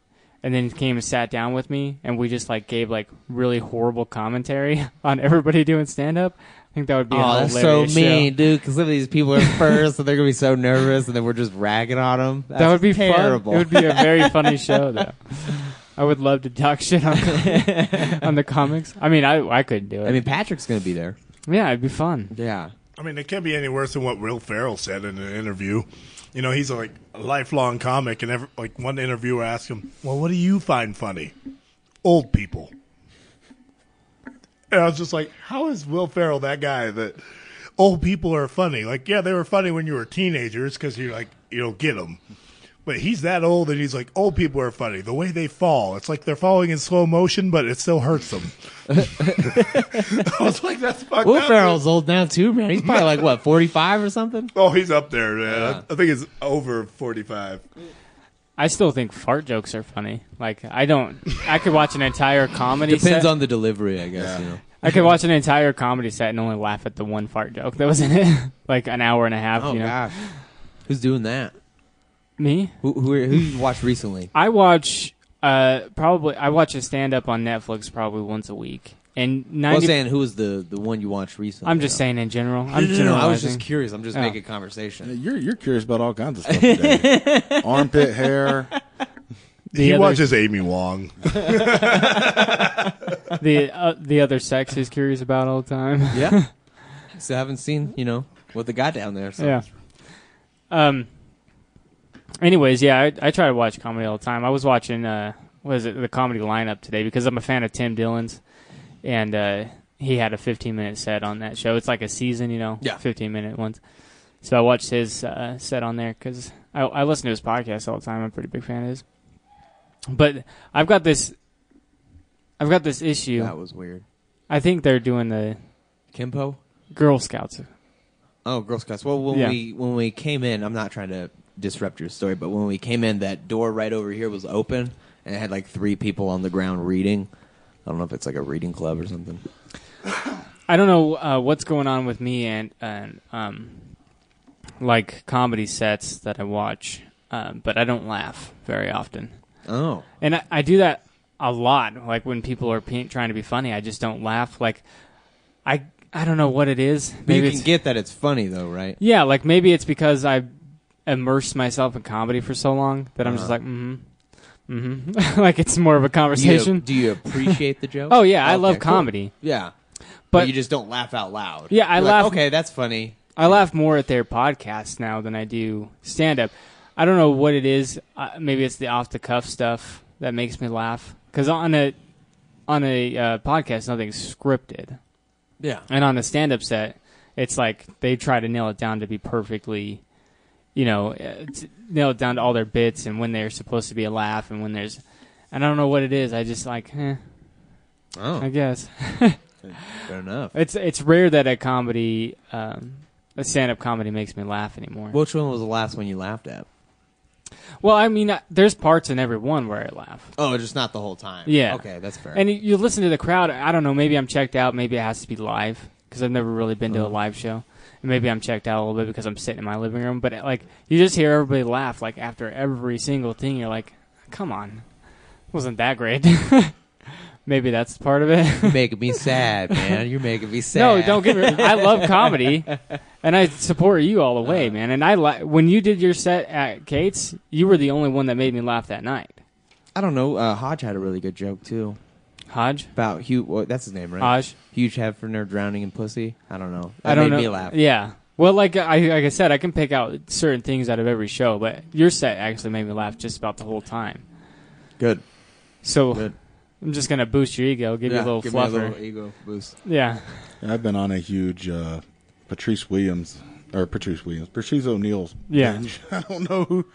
[SPEAKER 4] and then came and sat down with me and we just like gave like really horrible commentary on everybody doing stand up, I think that would be a
[SPEAKER 5] oh, that's so
[SPEAKER 4] hilarious
[SPEAKER 5] mean,
[SPEAKER 4] show.
[SPEAKER 5] dude. Because some of these people are first, and they're gonna be so nervous, and then we're just ragging on them.
[SPEAKER 4] That would be
[SPEAKER 5] terrible.
[SPEAKER 4] fun. It would be a very funny show though. I would love to talk shit on on the comics. I mean, I I could do it.
[SPEAKER 5] I mean, Patrick's gonna be there.
[SPEAKER 4] yeah, it'd be fun.
[SPEAKER 5] Yeah.
[SPEAKER 3] I mean, it can't be any worse than what Will Ferrell said in an interview. You know, he's like a lifelong comic, and every, like one interviewer asked him, "Well, what do you find funny?" Old people. And I was just like, "How is Will Ferrell that guy that old people are funny? Like, yeah, they were funny when you were teenagers because you're like you don't get them." But he's that old, and he's like, old people are funny. The way they fall, it's like they're falling in slow motion, but it still hurts them. I was like, that's fucked
[SPEAKER 5] Will
[SPEAKER 3] up.
[SPEAKER 5] Ferrell's old now too, man. He's probably like what forty five or something.
[SPEAKER 3] Oh, he's up there, man. I, I think it's over 45.
[SPEAKER 4] I still think fart jokes are funny. Like I don't. I could watch an entire comedy.
[SPEAKER 5] Depends
[SPEAKER 4] set.
[SPEAKER 5] on the delivery, I guess. You know.
[SPEAKER 4] I could watch an entire comedy set and only laugh at the one fart joke that was in it, like an hour and a half.
[SPEAKER 5] Oh,
[SPEAKER 4] you know?
[SPEAKER 5] who's doing that?
[SPEAKER 4] Me,
[SPEAKER 5] Who who who you watched recently?
[SPEAKER 4] I watch uh probably I watch a stand up on Netflix probably once a week, and
[SPEAKER 5] I was
[SPEAKER 4] ninety.
[SPEAKER 5] saying who was the the one you watched recently.
[SPEAKER 4] I'm just
[SPEAKER 5] though?
[SPEAKER 4] saying in general.
[SPEAKER 5] No,
[SPEAKER 4] I'm
[SPEAKER 5] no, no, I was
[SPEAKER 4] generalizing.
[SPEAKER 5] just curious. I'm just
[SPEAKER 4] Yeah.
[SPEAKER 5] making conversation.
[SPEAKER 8] You're you're curious about all kinds of stuff today. Armpit hair.
[SPEAKER 4] The
[SPEAKER 3] he
[SPEAKER 4] other-
[SPEAKER 3] watches Amy Wong.
[SPEAKER 4] the uh, the other sex is curious about all the time.
[SPEAKER 5] Yeah. so I haven't seen you know what they got down there. So.
[SPEAKER 4] Yeah. Um. Anyways, yeah, I, I try to watch comedy all the time. I was watching uh, what is it, the comedy lineup today because I'm a fan of Tim Dillon's, and uh, he had a 15 minute set on that show. It's like a season, you know,
[SPEAKER 5] Yeah.
[SPEAKER 4] 15 minute ones. So I watched his uh, set on there because I, I listen to his podcast all the time. I'm a pretty big fan of his. But I've got this, I've got this issue.
[SPEAKER 5] That was weird.
[SPEAKER 4] I think they're doing the
[SPEAKER 5] Kimpo.
[SPEAKER 4] Girl Scouts.
[SPEAKER 5] Oh, Girl Scouts. Well, when
[SPEAKER 4] Yeah.
[SPEAKER 5] we when we came in, I'm not trying to disrupt your story, but when we came in, that door right over here was open, and it had like three people on the ground reading. I don't know if it's like a reading club or something.
[SPEAKER 4] I don't know uh, what's going on with me and and um, like comedy sets that I watch, um, but I don't laugh very often,
[SPEAKER 5] Oh,
[SPEAKER 4] and I, I do that a lot. Like when people are pe- trying to be funny, I just don't laugh. Like I I don't know what it is.
[SPEAKER 5] but you
[SPEAKER 4] Maybe
[SPEAKER 5] can
[SPEAKER 4] it's,
[SPEAKER 5] get that it's funny though, right?
[SPEAKER 4] yeah, like maybe it's because I immersed myself in comedy for so long that I'm just like mm-hmm. like it's more of a
[SPEAKER 5] Do Uh-huh. you-
[SPEAKER 4] conversation.
[SPEAKER 5] Do you appreciate the joke?
[SPEAKER 4] oh yeah, I
[SPEAKER 5] Okay,
[SPEAKER 4] love
[SPEAKER 5] cool.
[SPEAKER 4] comedy.
[SPEAKER 5] Yeah, but,
[SPEAKER 4] But-
[SPEAKER 5] you just don't laugh out loud.
[SPEAKER 4] Yeah, I
[SPEAKER 5] You're
[SPEAKER 4] laugh-
[SPEAKER 5] Like, okay, that's funny.
[SPEAKER 4] I laugh more at their podcasts now than I do stand up. I don't know what it is. Uh, maybe it's the off the cuff stuff that makes me laugh. Because on a on a uh, podcast, nothing's scripted,
[SPEAKER 5] Yeah,
[SPEAKER 4] and on a stand up set, it's like they try to nail it down to be perfectly, you know, uh, t- nail it down to all their bits and when there's supposed to be a laugh and when there's. And I don't know what it is. I just like, eh, I
[SPEAKER 5] oh,
[SPEAKER 4] guess.
[SPEAKER 5] fair enough.
[SPEAKER 4] It's it's rare that a comedy, um, a stand up comedy, makes me laugh anymore.
[SPEAKER 5] Which one was the last one you laughed at?
[SPEAKER 4] Well, I mean, I- there's parts in every one where I laugh.
[SPEAKER 5] Oh, just not the whole time.
[SPEAKER 4] Yeah.
[SPEAKER 5] Okay, that's fair.
[SPEAKER 4] And you- you listen to the crowd. I don't know. Maybe I'm checked out. Maybe it has to be live because I've never really been to a live show. And maybe I'm checked out a little bit because I'm sitting in my living room. But uh, like, you just hear everybody laugh like after every single thing. You're like, come on, wasn't that great? maybe that's part of it.
[SPEAKER 5] You're making me sad, man. You're making me sad.
[SPEAKER 4] No, don't get me. I love comedy, and I support you all the way, man. And I li- when you did your set at Kate's, you were the only one that made me laugh that night.
[SPEAKER 5] I don't know. Uh, Hodge had a really good joke too
[SPEAKER 4] Hodge,
[SPEAKER 5] about Hugh. Well, that's his name, right?
[SPEAKER 4] Hodge.
[SPEAKER 5] Huge Hefner drowning in pussy. I don't know. That
[SPEAKER 4] I don't
[SPEAKER 5] made
[SPEAKER 4] know.
[SPEAKER 5] me laugh.
[SPEAKER 4] Yeah. Well, like I like I said, I can pick out certain things out of every show, but your set actually made me laugh just about the whole time.
[SPEAKER 5] Good.
[SPEAKER 4] So
[SPEAKER 5] Good.
[SPEAKER 4] I'm just gonna boost your ego, give you a little
[SPEAKER 5] give
[SPEAKER 4] fluffer.
[SPEAKER 5] me a little ego boost.
[SPEAKER 4] yeah.
[SPEAKER 8] I've been on a huge uh, Patrice Williams or Patrice Williams, Patrice O'Neill's.
[SPEAKER 4] Yeah.
[SPEAKER 8] binge. I don't know who.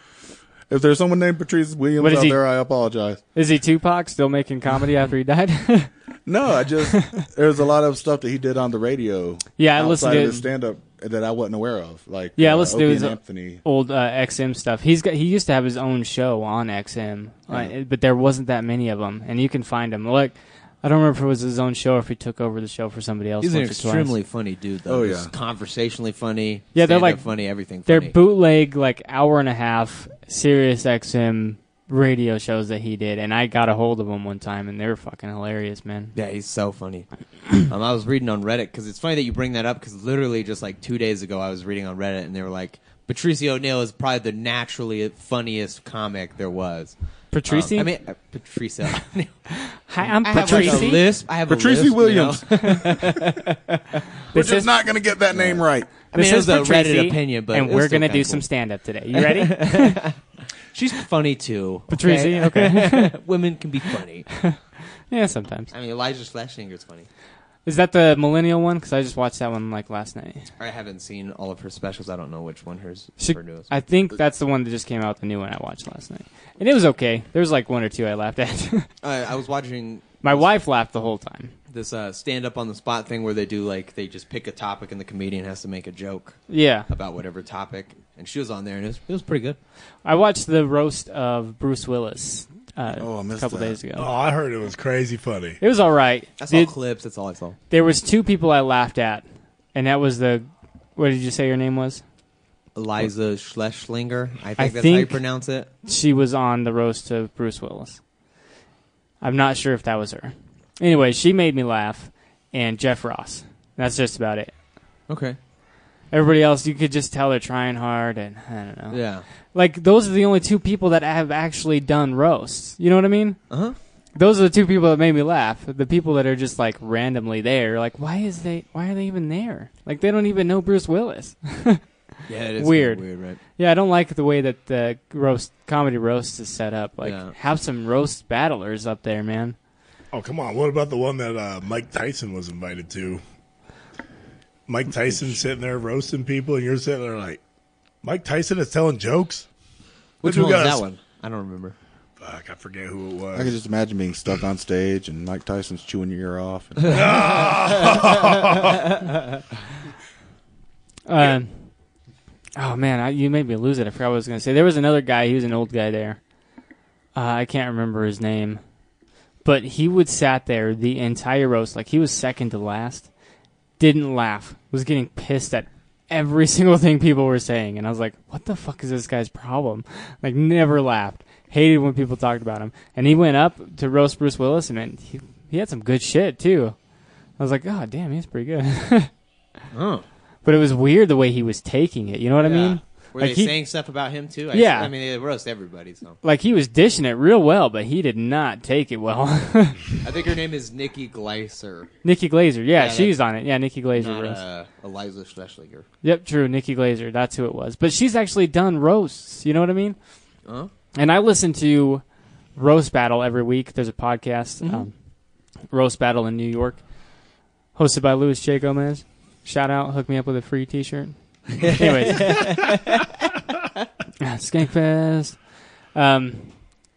[SPEAKER 8] If there's someone named Patrice Williams
[SPEAKER 4] What is
[SPEAKER 8] out
[SPEAKER 4] he-
[SPEAKER 8] there, I apologize.
[SPEAKER 4] Is he Tupac still making comedy after he died?
[SPEAKER 8] No, I just there's a lot of stuff that he did on the radio.
[SPEAKER 4] Yeah, I listened
[SPEAKER 8] outside
[SPEAKER 4] to
[SPEAKER 8] of
[SPEAKER 4] it.
[SPEAKER 8] his stand up that I wasn't aware of. Like
[SPEAKER 4] Yeah, I
[SPEAKER 8] uh,
[SPEAKER 4] listened to
[SPEAKER 8] Opie
[SPEAKER 4] his-
[SPEAKER 8] and Anthony.
[SPEAKER 4] Old uh, XM stuff. He's got. He used to have his own show on XM, uh, but there wasn't that many of them, and you can find them. Like, I don't remember if it was his own show or if he took over the show for somebody else.
[SPEAKER 5] He's an
[SPEAKER 4] once or twice.
[SPEAKER 5] extremely funny dude, though.
[SPEAKER 8] Oh,
[SPEAKER 5] He's
[SPEAKER 8] yeah.
[SPEAKER 5] conversationally funny.
[SPEAKER 4] Yeah, they're
[SPEAKER 5] stand-up
[SPEAKER 4] like-
[SPEAKER 5] funny. Everything.
[SPEAKER 4] They're
[SPEAKER 5] funny.
[SPEAKER 4] bootleg, like hour and a half Sirius XM radio shows that he did, and I got a hold of them one time, and they were fucking hilarious, man.
[SPEAKER 5] Yeah, he's so funny. um, I was reading on Reddit because it's funny that you bring that up because literally just like two days ago I was reading on Reddit and they were like, Patrice O'Neill is probably the naturally funniest comic there was. Um,
[SPEAKER 4] Patrice,
[SPEAKER 5] I mean, uh, Patrice O'Neill.
[SPEAKER 4] hi, I'm
[SPEAKER 5] I have like
[SPEAKER 4] Patrice.
[SPEAKER 5] a lisp. I have
[SPEAKER 8] Patrice
[SPEAKER 5] a lisp,
[SPEAKER 8] Williams.
[SPEAKER 5] You know?
[SPEAKER 8] We're
[SPEAKER 4] this
[SPEAKER 8] just
[SPEAKER 4] is,
[SPEAKER 8] not going to get that name right.
[SPEAKER 5] I mean,
[SPEAKER 4] this
[SPEAKER 5] it
[SPEAKER 4] is
[SPEAKER 5] was a
[SPEAKER 4] Patrice,
[SPEAKER 5] Reddit opinion, but
[SPEAKER 4] and
[SPEAKER 5] it was
[SPEAKER 4] we're
[SPEAKER 5] still
[SPEAKER 4] gonna
[SPEAKER 5] kinda
[SPEAKER 4] do
[SPEAKER 5] cool.
[SPEAKER 4] some stand up today. You ready,
[SPEAKER 5] She's funny too.
[SPEAKER 4] Patrice?
[SPEAKER 5] okay?
[SPEAKER 4] Okay.
[SPEAKER 5] Women can be funny.
[SPEAKER 4] yeah, sometimes.
[SPEAKER 5] I mean, Elijah Schlesinger's funny.
[SPEAKER 4] Is that the millennial one? Because I just watched that one like last night.
[SPEAKER 5] I haven't seen all of her specials. I don't know which one hers
[SPEAKER 4] She-
[SPEAKER 5] her newest.
[SPEAKER 4] I think that's the one that just came out, the new one I watched last night. And it was okay. There was like one or two I laughed at.
[SPEAKER 5] I, I was watching
[SPEAKER 4] My wife laughed the whole time.
[SPEAKER 5] this uh, stand up on the spot thing where they do like they just pick a topic and the comedian has to make a joke
[SPEAKER 4] Yeah.
[SPEAKER 5] about whatever topic. And she was on there and it was, it was pretty good.
[SPEAKER 4] I watched the roast of Bruce Willis uh,
[SPEAKER 8] Oh, I
[SPEAKER 4] a
[SPEAKER 8] missed
[SPEAKER 4] couple
[SPEAKER 8] that.
[SPEAKER 4] days ago.
[SPEAKER 3] Oh, I heard it was crazy funny.
[SPEAKER 4] It was all right.
[SPEAKER 5] I saw
[SPEAKER 4] Did-
[SPEAKER 5] clips. That's all I saw.
[SPEAKER 4] there was two people I laughed at, and that was the what did you say your name was?
[SPEAKER 5] Eliza Schlesinger. I think
[SPEAKER 4] I
[SPEAKER 5] that's how you
[SPEAKER 4] think-
[SPEAKER 5] pronounce it.
[SPEAKER 4] She was on the roast of Bruce Willis. I'm not sure if that was her. Anyway, she made me laugh, and Jeff Ross. That's just about it.
[SPEAKER 5] Okay.
[SPEAKER 4] Everybody else, you could just tell they're trying hard, and I don't know.
[SPEAKER 5] Yeah.
[SPEAKER 4] Like those are the only two people that have actually done roasts. You know what I mean?
[SPEAKER 5] Uh huh.
[SPEAKER 4] Those are the two people that made me laugh. The people that are just like randomly there, like why is they why are they even there? Like they don't even know Bruce Willis.
[SPEAKER 5] Yeah, it is kinda
[SPEAKER 4] Weird.
[SPEAKER 5] Weird, right?
[SPEAKER 4] yeah, I don't like the way that the roast comedy roast is set up. Like
[SPEAKER 5] Yeah.
[SPEAKER 4] have some roast battlers up there, man.
[SPEAKER 3] Oh, come on. What about the one that uh, Mike Tyson was invited to? Mike Tyson sitting there roasting people, and you're sitting there like, Mike Tyson is telling jokes?
[SPEAKER 5] Which
[SPEAKER 3] But
[SPEAKER 5] one
[SPEAKER 3] we
[SPEAKER 5] was
[SPEAKER 3] got
[SPEAKER 5] that
[SPEAKER 3] a-
[SPEAKER 5] one? I don't remember.
[SPEAKER 3] Fuck, I forget who it
[SPEAKER 8] I can
[SPEAKER 3] was.
[SPEAKER 8] just imagine being stuck on stage and Mike Tyson's chewing your ear off. And,
[SPEAKER 4] Um, oh man, I, you made me lose it. I forgot what I was gonna say. There was another guy. He was an old guy there. Uh, I can't remember his name, but he would sat there the entire roast. Like he was second to last. Didn't laugh. Was getting pissed at every single thing people were saying, and I was like, "What the fuck is this guy's problem?" Like never laughed. Hated when people talked about him. And he went up to roast Bruce Willis, and man, he he had some good shit too. I was like, "Oh damn, he's pretty good."
[SPEAKER 5] Oh.
[SPEAKER 4] But it was weird the way he was taking it. You know what I
[SPEAKER 5] Yeah.
[SPEAKER 4] mean?
[SPEAKER 5] Were
[SPEAKER 4] Like
[SPEAKER 5] they
[SPEAKER 4] he-
[SPEAKER 5] saying stuff about him too? I,
[SPEAKER 4] Yeah.
[SPEAKER 5] I mean, they roast everybody. So
[SPEAKER 4] Like he was dishing it real well, but he did not take it well.
[SPEAKER 5] I think her name is Nikki Gleiser,
[SPEAKER 4] Nikki Glazer, yeah,
[SPEAKER 5] Yeah,
[SPEAKER 4] she's on it. Yeah, Nikki Glazer
[SPEAKER 5] not
[SPEAKER 4] roast.
[SPEAKER 5] uh, Eliza Schlesinger.
[SPEAKER 4] Yep, true. Nikki Glazer. That's who it was. But she's actually done roasts. You know what I mean?
[SPEAKER 5] Huh?
[SPEAKER 4] And I listen to Roast Battle every week. There's a podcast, um, Roast Battle in New York, hosted by Luis J. Gomez. Shout out. Hook me up with a free t shirt. Anyways, Skankfest. Um,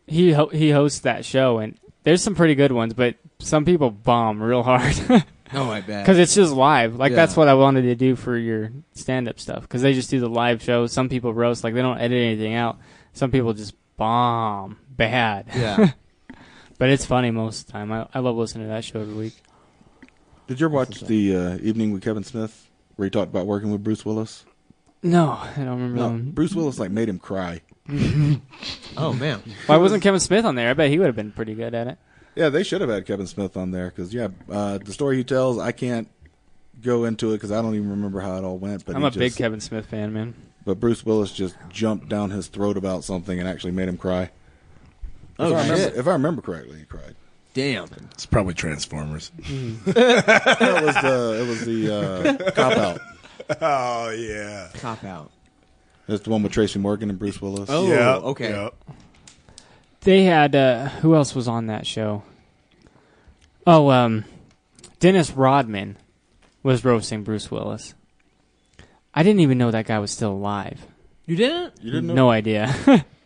[SPEAKER 4] he, ho- he hosts that show, and there's some pretty good ones, but some people bomb real hard.
[SPEAKER 5] Oh, I bet.
[SPEAKER 4] Because it's just live. Like
[SPEAKER 5] Yeah.
[SPEAKER 4] that's what I wanted to do for your stand-up stuff. Because they just do the live show. Some people roast, like they don't edit anything out. Some people just bomb bad.
[SPEAKER 5] yeah.
[SPEAKER 4] but it's funny most of the time. I, I love listening to that show every week.
[SPEAKER 8] Did you ever watch the uh, evening with Kevin Smith where he talked about working with Bruce Willis?
[SPEAKER 4] No, I don't remember.
[SPEAKER 8] No,
[SPEAKER 4] that one.
[SPEAKER 8] Bruce Willis like made him cry.
[SPEAKER 5] Oh man.
[SPEAKER 4] Why wasn't Kevin Smith on there? I bet he would have been pretty good at it.
[SPEAKER 8] Yeah, they should have had Kevin Smith on there because yeah, uh, the story he tells, I can't go into it because I don't even remember how it all went. But
[SPEAKER 4] I'm
[SPEAKER 8] he
[SPEAKER 4] a big
[SPEAKER 8] just-
[SPEAKER 4] Kevin Smith fan, man.
[SPEAKER 8] But Bruce Willis just jumped down his throat about something and actually made him cry.
[SPEAKER 5] Oh
[SPEAKER 8] if, I
[SPEAKER 5] shit.
[SPEAKER 8] remember, if I remember correctly, he cried.
[SPEAKER 5] Damn.
[SPEAKER 3] It's probably Transformers.
[SPEAKER 8] That was the it was the uh, cop out.
[SPEAKER 3] Oh yeah.
[SPEAKER 5] Cop out.
[SPEAKER 8] That's the one with Tracy Morgan and Bruce Willis.
[SPEAKER 5] Oh,
[SPEAKER 3] yeah.
[SPEAKER 5] okay.
[SPEAKER 3] yeah.
[SPEAKER 4] They had uh, who else was on that show? Oh, um, Dennis Rodman was roasting Bruce Willis. I didn't even know that guy was still alive.
[SPEAKER 5] You didn't?
[SPEAKER 8] you didn't know?
[SPEAKER 4] No idea.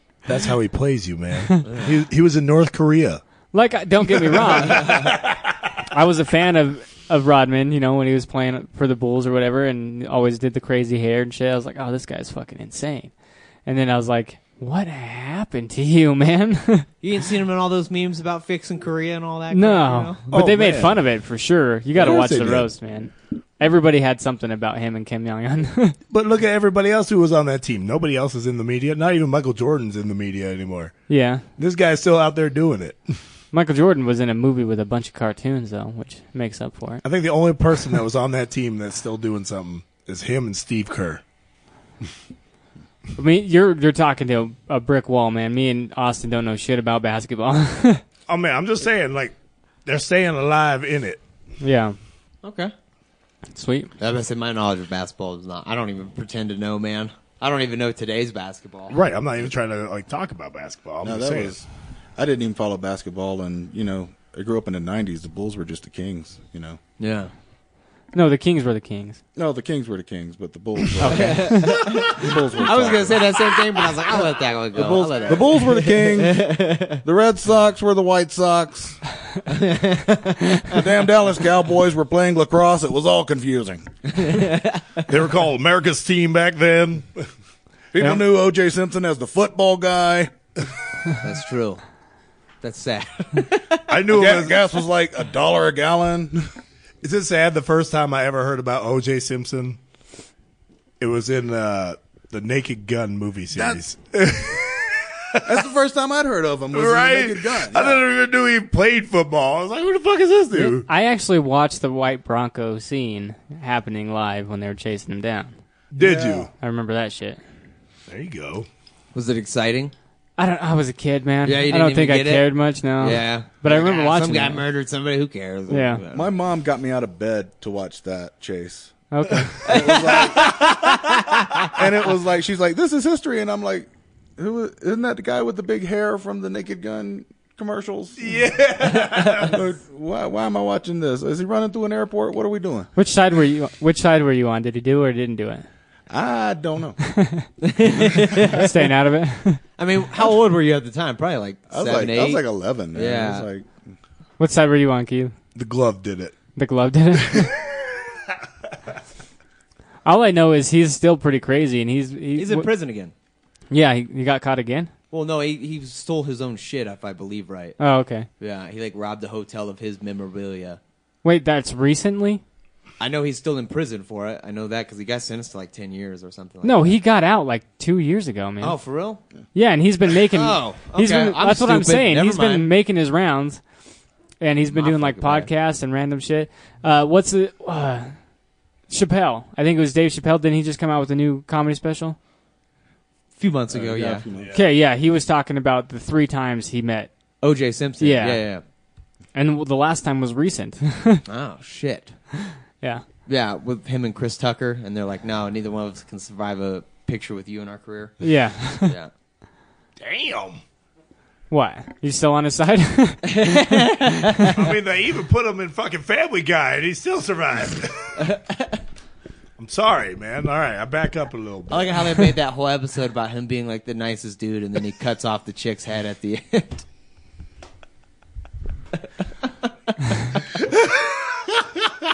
[SPEAKER 3] That's how he plays you, man. he, he was in North Korea.
[SPEAKER 4] Like, I- don't get me wrong. I was a fan of, of Rodman, you know, when he was playing for the Bulls or whatever, and always did the crazy hair and shit. I was like, oh, this guy's fucking insane. And then I was like, what happened to you, man?
[SPEAKER 5] You ain't seen him in all those memes about fixing Korea and all that. crap, you
[SPEAKER 4] no.
[SPEAKER 5] know?
[SPEAKER 4] But they
[SPEAKER 3] Oh,
[SPEAKER 4] made
[SPEAKER 3] man.
[SPEAKER 4] fun of it for sure. You got to
[SPEAKER 8] Of course
[SPEAKER 4] watch
[SPEAKER 8] they
[SPEAKER 4] the
[SPEAKER 8] did.
[SPEAKER 4] roast, man. Everybody had something about him and Kim Jong un.
[SPEAKER 3] But look at everybody else who was on that team. Nobody else is in the media. Not even Michael Jordan's in the media anymore.
[SPEAKER 4] yeah.
[SPEAKER 3] This guy's still out there doing it.
[SPEAKER 4] Michael Jordan was in a movie with a bunch of cartoons, though, which makes up for it.
[SPEAKER 3] I think the only person that was on that team that's still doing something is him and Steve Kerr.
[SPEAKER 4] I mean, you're you're talking to a, a brick wall, man. Me and Austin don't know shit about basketball.
[SPEAKER 3] Oh man, I'm just saying, like they're staying alive in it.
[SPEAKER 4] yeah.
[SPEAKER 5] Okay.
[SPEAKER 4] Sweet.
[SPEAKER 5] I must say my knowledge of basketball is not. I don't even pretend to know, man. I don't even know today's basketball.
[SPEAKER 3] Right. I'm not even trying to like talk about basketball. I'm
[SPEAKER 8] No,
[SPEAKER 3] just
[SPEAKER 8] that
[SPEAKER 3] saying.
[SPEAKER 8] was. I didn't even follow basketball, and you know, I grew up in the '90s. The Bulls were just the Kings, you know.
[SPEAKER 5] Yeah.
[SPEAKER 4] No, the Kings were the Kings.
[SPEAKER 8] No, the Kings were the Kings, but the Bulls. Were, the Bulls were.
[SPEAKER 5] I was
[SPEAKER 8] top.
[SPEAKER 5] gonna say that same thing, but I was like, I'll let that one go.
[SPEAKER 8] The Bulls,
[SPEAKER 5] I'll let that
[SPEAKER 8] the Bulls were the Kings. The Red Sox were the White Sox. the damn Dallas Cowboys were playing lacrosse. It was all confusing.
[SPEAKER 3] They were called America's team back then.
[SPEAKER 8] People knew O.J. Simpson as the football guy.
[SPEAKER 5] That's true. That's sad.
[SPEAKER 3] I knew it
[SPEAKER 8] Gas,
[SPEAKER 3] was.
[SPEAKER 8] gas was like a dollar a gallon.
[SPEAKER 3] Is it sad the first time I ever heard about O.J. Simpson? It was in uh, the Naked Gun movie series.
[SPEAKER 8] That's the first time I'd heard of him. Was
[SPEAKER 3] right?
[SPEAKER 8] right? Naked Gun.
[SPEAKER 3] I didn't even know he played football. I was like, who the fuck is this dude?
[SPEAKER 4] I actually watched the White Bronco scene happening live when they were chasing him down.
[SPEAKER 3] Did you?
[SPEAKER 4] I remember that shit.
[SPEAKER 3] There you go.
[SPEAKER 5] Was it exciting?
[SPEAKER 4] I don't. I was a kid, man.
[SPEAKER 5] Yeah, you
[SPEAKER 4] I
[SPEAKER 5] didn't
[SPEAKER 4] don't
[SPEAKER 5] even
[SPEAKER 4] think I
[SPEAKER 5] get it?
[SPEAKER 4] cared much. No.
[SPEAKER 5] yeah.
[SPEAKER 4] Um, But I remember
[SPEAKER 5] Yeah,
[SPEAKER 4] watching
[SPEAKER 5] Some guy
[SPEAKER 4] that.
[SPEAKER 5] murdered somebody. Who cares?
[SPEAKER 4] Yeah.
[SPEAKER 8] My mom got me out of bed to watch that chase.
[SPEAKER 4] Okay.
[SPEAKER 8] It was like, and it was like she's like, "This is history," and I'm like, "Who isn't that the guy with the big hair from the Naked Gun commercials?" Yeah. why Why am I watching this? Is he running through an airport? What are we doing?
[SPEAKER 4] which side were you? Which side were you on? Did he do or didn't do it?
[SPEAKER 8] I don't know.
[SPEAKER 4] Staying out of it.
[SPEAKER 5] I mean, how old were you at the time? Probably like
[SPEAKER 8] I was
[SPEAKER 5] seven,
[SPEAKER 8] like,
[SPEAKER 5] eight.
[SPEAKER 8] I was like 11. Man.
[SPEAKER 5] Yeah.
[SPEAKER 8] I was like,
[SPEAKER 4] what side were you on, Keith?
[SPEAKER 3] The glove did it.
[SPEAKER 4] The glove did it. All I know is he's still pretty crazy, and he's he,
[SPEAKER 5] He's in
[SPEAKER 4] wh-
[SPEAKER 5] prison again.
[SPEAKER 4] Yeah, he, he got caught again.
[SPEAKER 5] Well, no, he, he stole his own shit, if I believe right.
[SPEAKER 4] Oh, okay.
[SPEAKER 5] Yeah, he like robbed a hotel of his memorabilia.
[SPEAKER 4] Wait, that's recently.
[SPEAKER 5] I know he's still in prison for it. I know that because he got sentenced to like ten years or something. Like
[SPEAKER 4] No,
[SPEAKER 5] that.
[SPEAKER 4] he got out like two years ago, man.
[SPEAKER 5] Oh, for real?
[SPEAKER 4] Yeah, and he's been making.
[SPEAKER 5] Oh,
[SPEAKER 4] he's
[SPEAKER 5] okay.
[SPEAKER 4] been,
[SPEAKER 5] I'm
[SPEAKER 4] that's what I'm
[SPEAKER 5] stupid.
[SPEAKER 4] saying. He's
[SPEAKER 5] Never
[SPEAKER 4] been
[SPEAKER 5] mind.
[SPEAKER 4] making his rounds, and he's been
[SPEAKER 5] Not
[SPEAKER 4] doing like
[SPEAKER 5] fucking
[SPEAKER 4] podcasts and random shit. Uh, what's the uh, Chappelle? I think it was Dave Chappelle. Didn't he just come out with a new comedy special?
[SPEAKER 5] few months ago,
[SPEAKER 8] Yeah,
[SPEAKER 5] yeah.
[SPEAKER 8] a few months.
[SPEAKER 4] Okay, yeah, he was talking about the three times he met,
[SPEAKER 5] O.J. Simpson.
[SPEAKER 4] Yeah.
[SPEAKER 5] yeah, yeah.
[SPEAKER 4] and the last time was recent.
[SPEAKER 5] Oh shit.
[SPEAKER 4] yeah,
[SPEAKER 5] Yeah, with him and Chris Tucker, and they're like, no, neither one of us can survive a picture with you in our career.
[SPEAKER 4] yeah.
[SPEAKER 5] yeah.
[SPEAKER 3] Damn.
[SPEAKER 4] what? You still on his side?
[SPEAKER 3] I mean, they even put him in fucking Family Guy, and he still survived. I'm sorry, man. All right, I back up a little
[SPEAKER 5] I
[SPEAKER 3] bit.
[SPEAKER 5] like how they made that whole episode about him being like the nicest dude, and then he cuts off the chick's head at the end.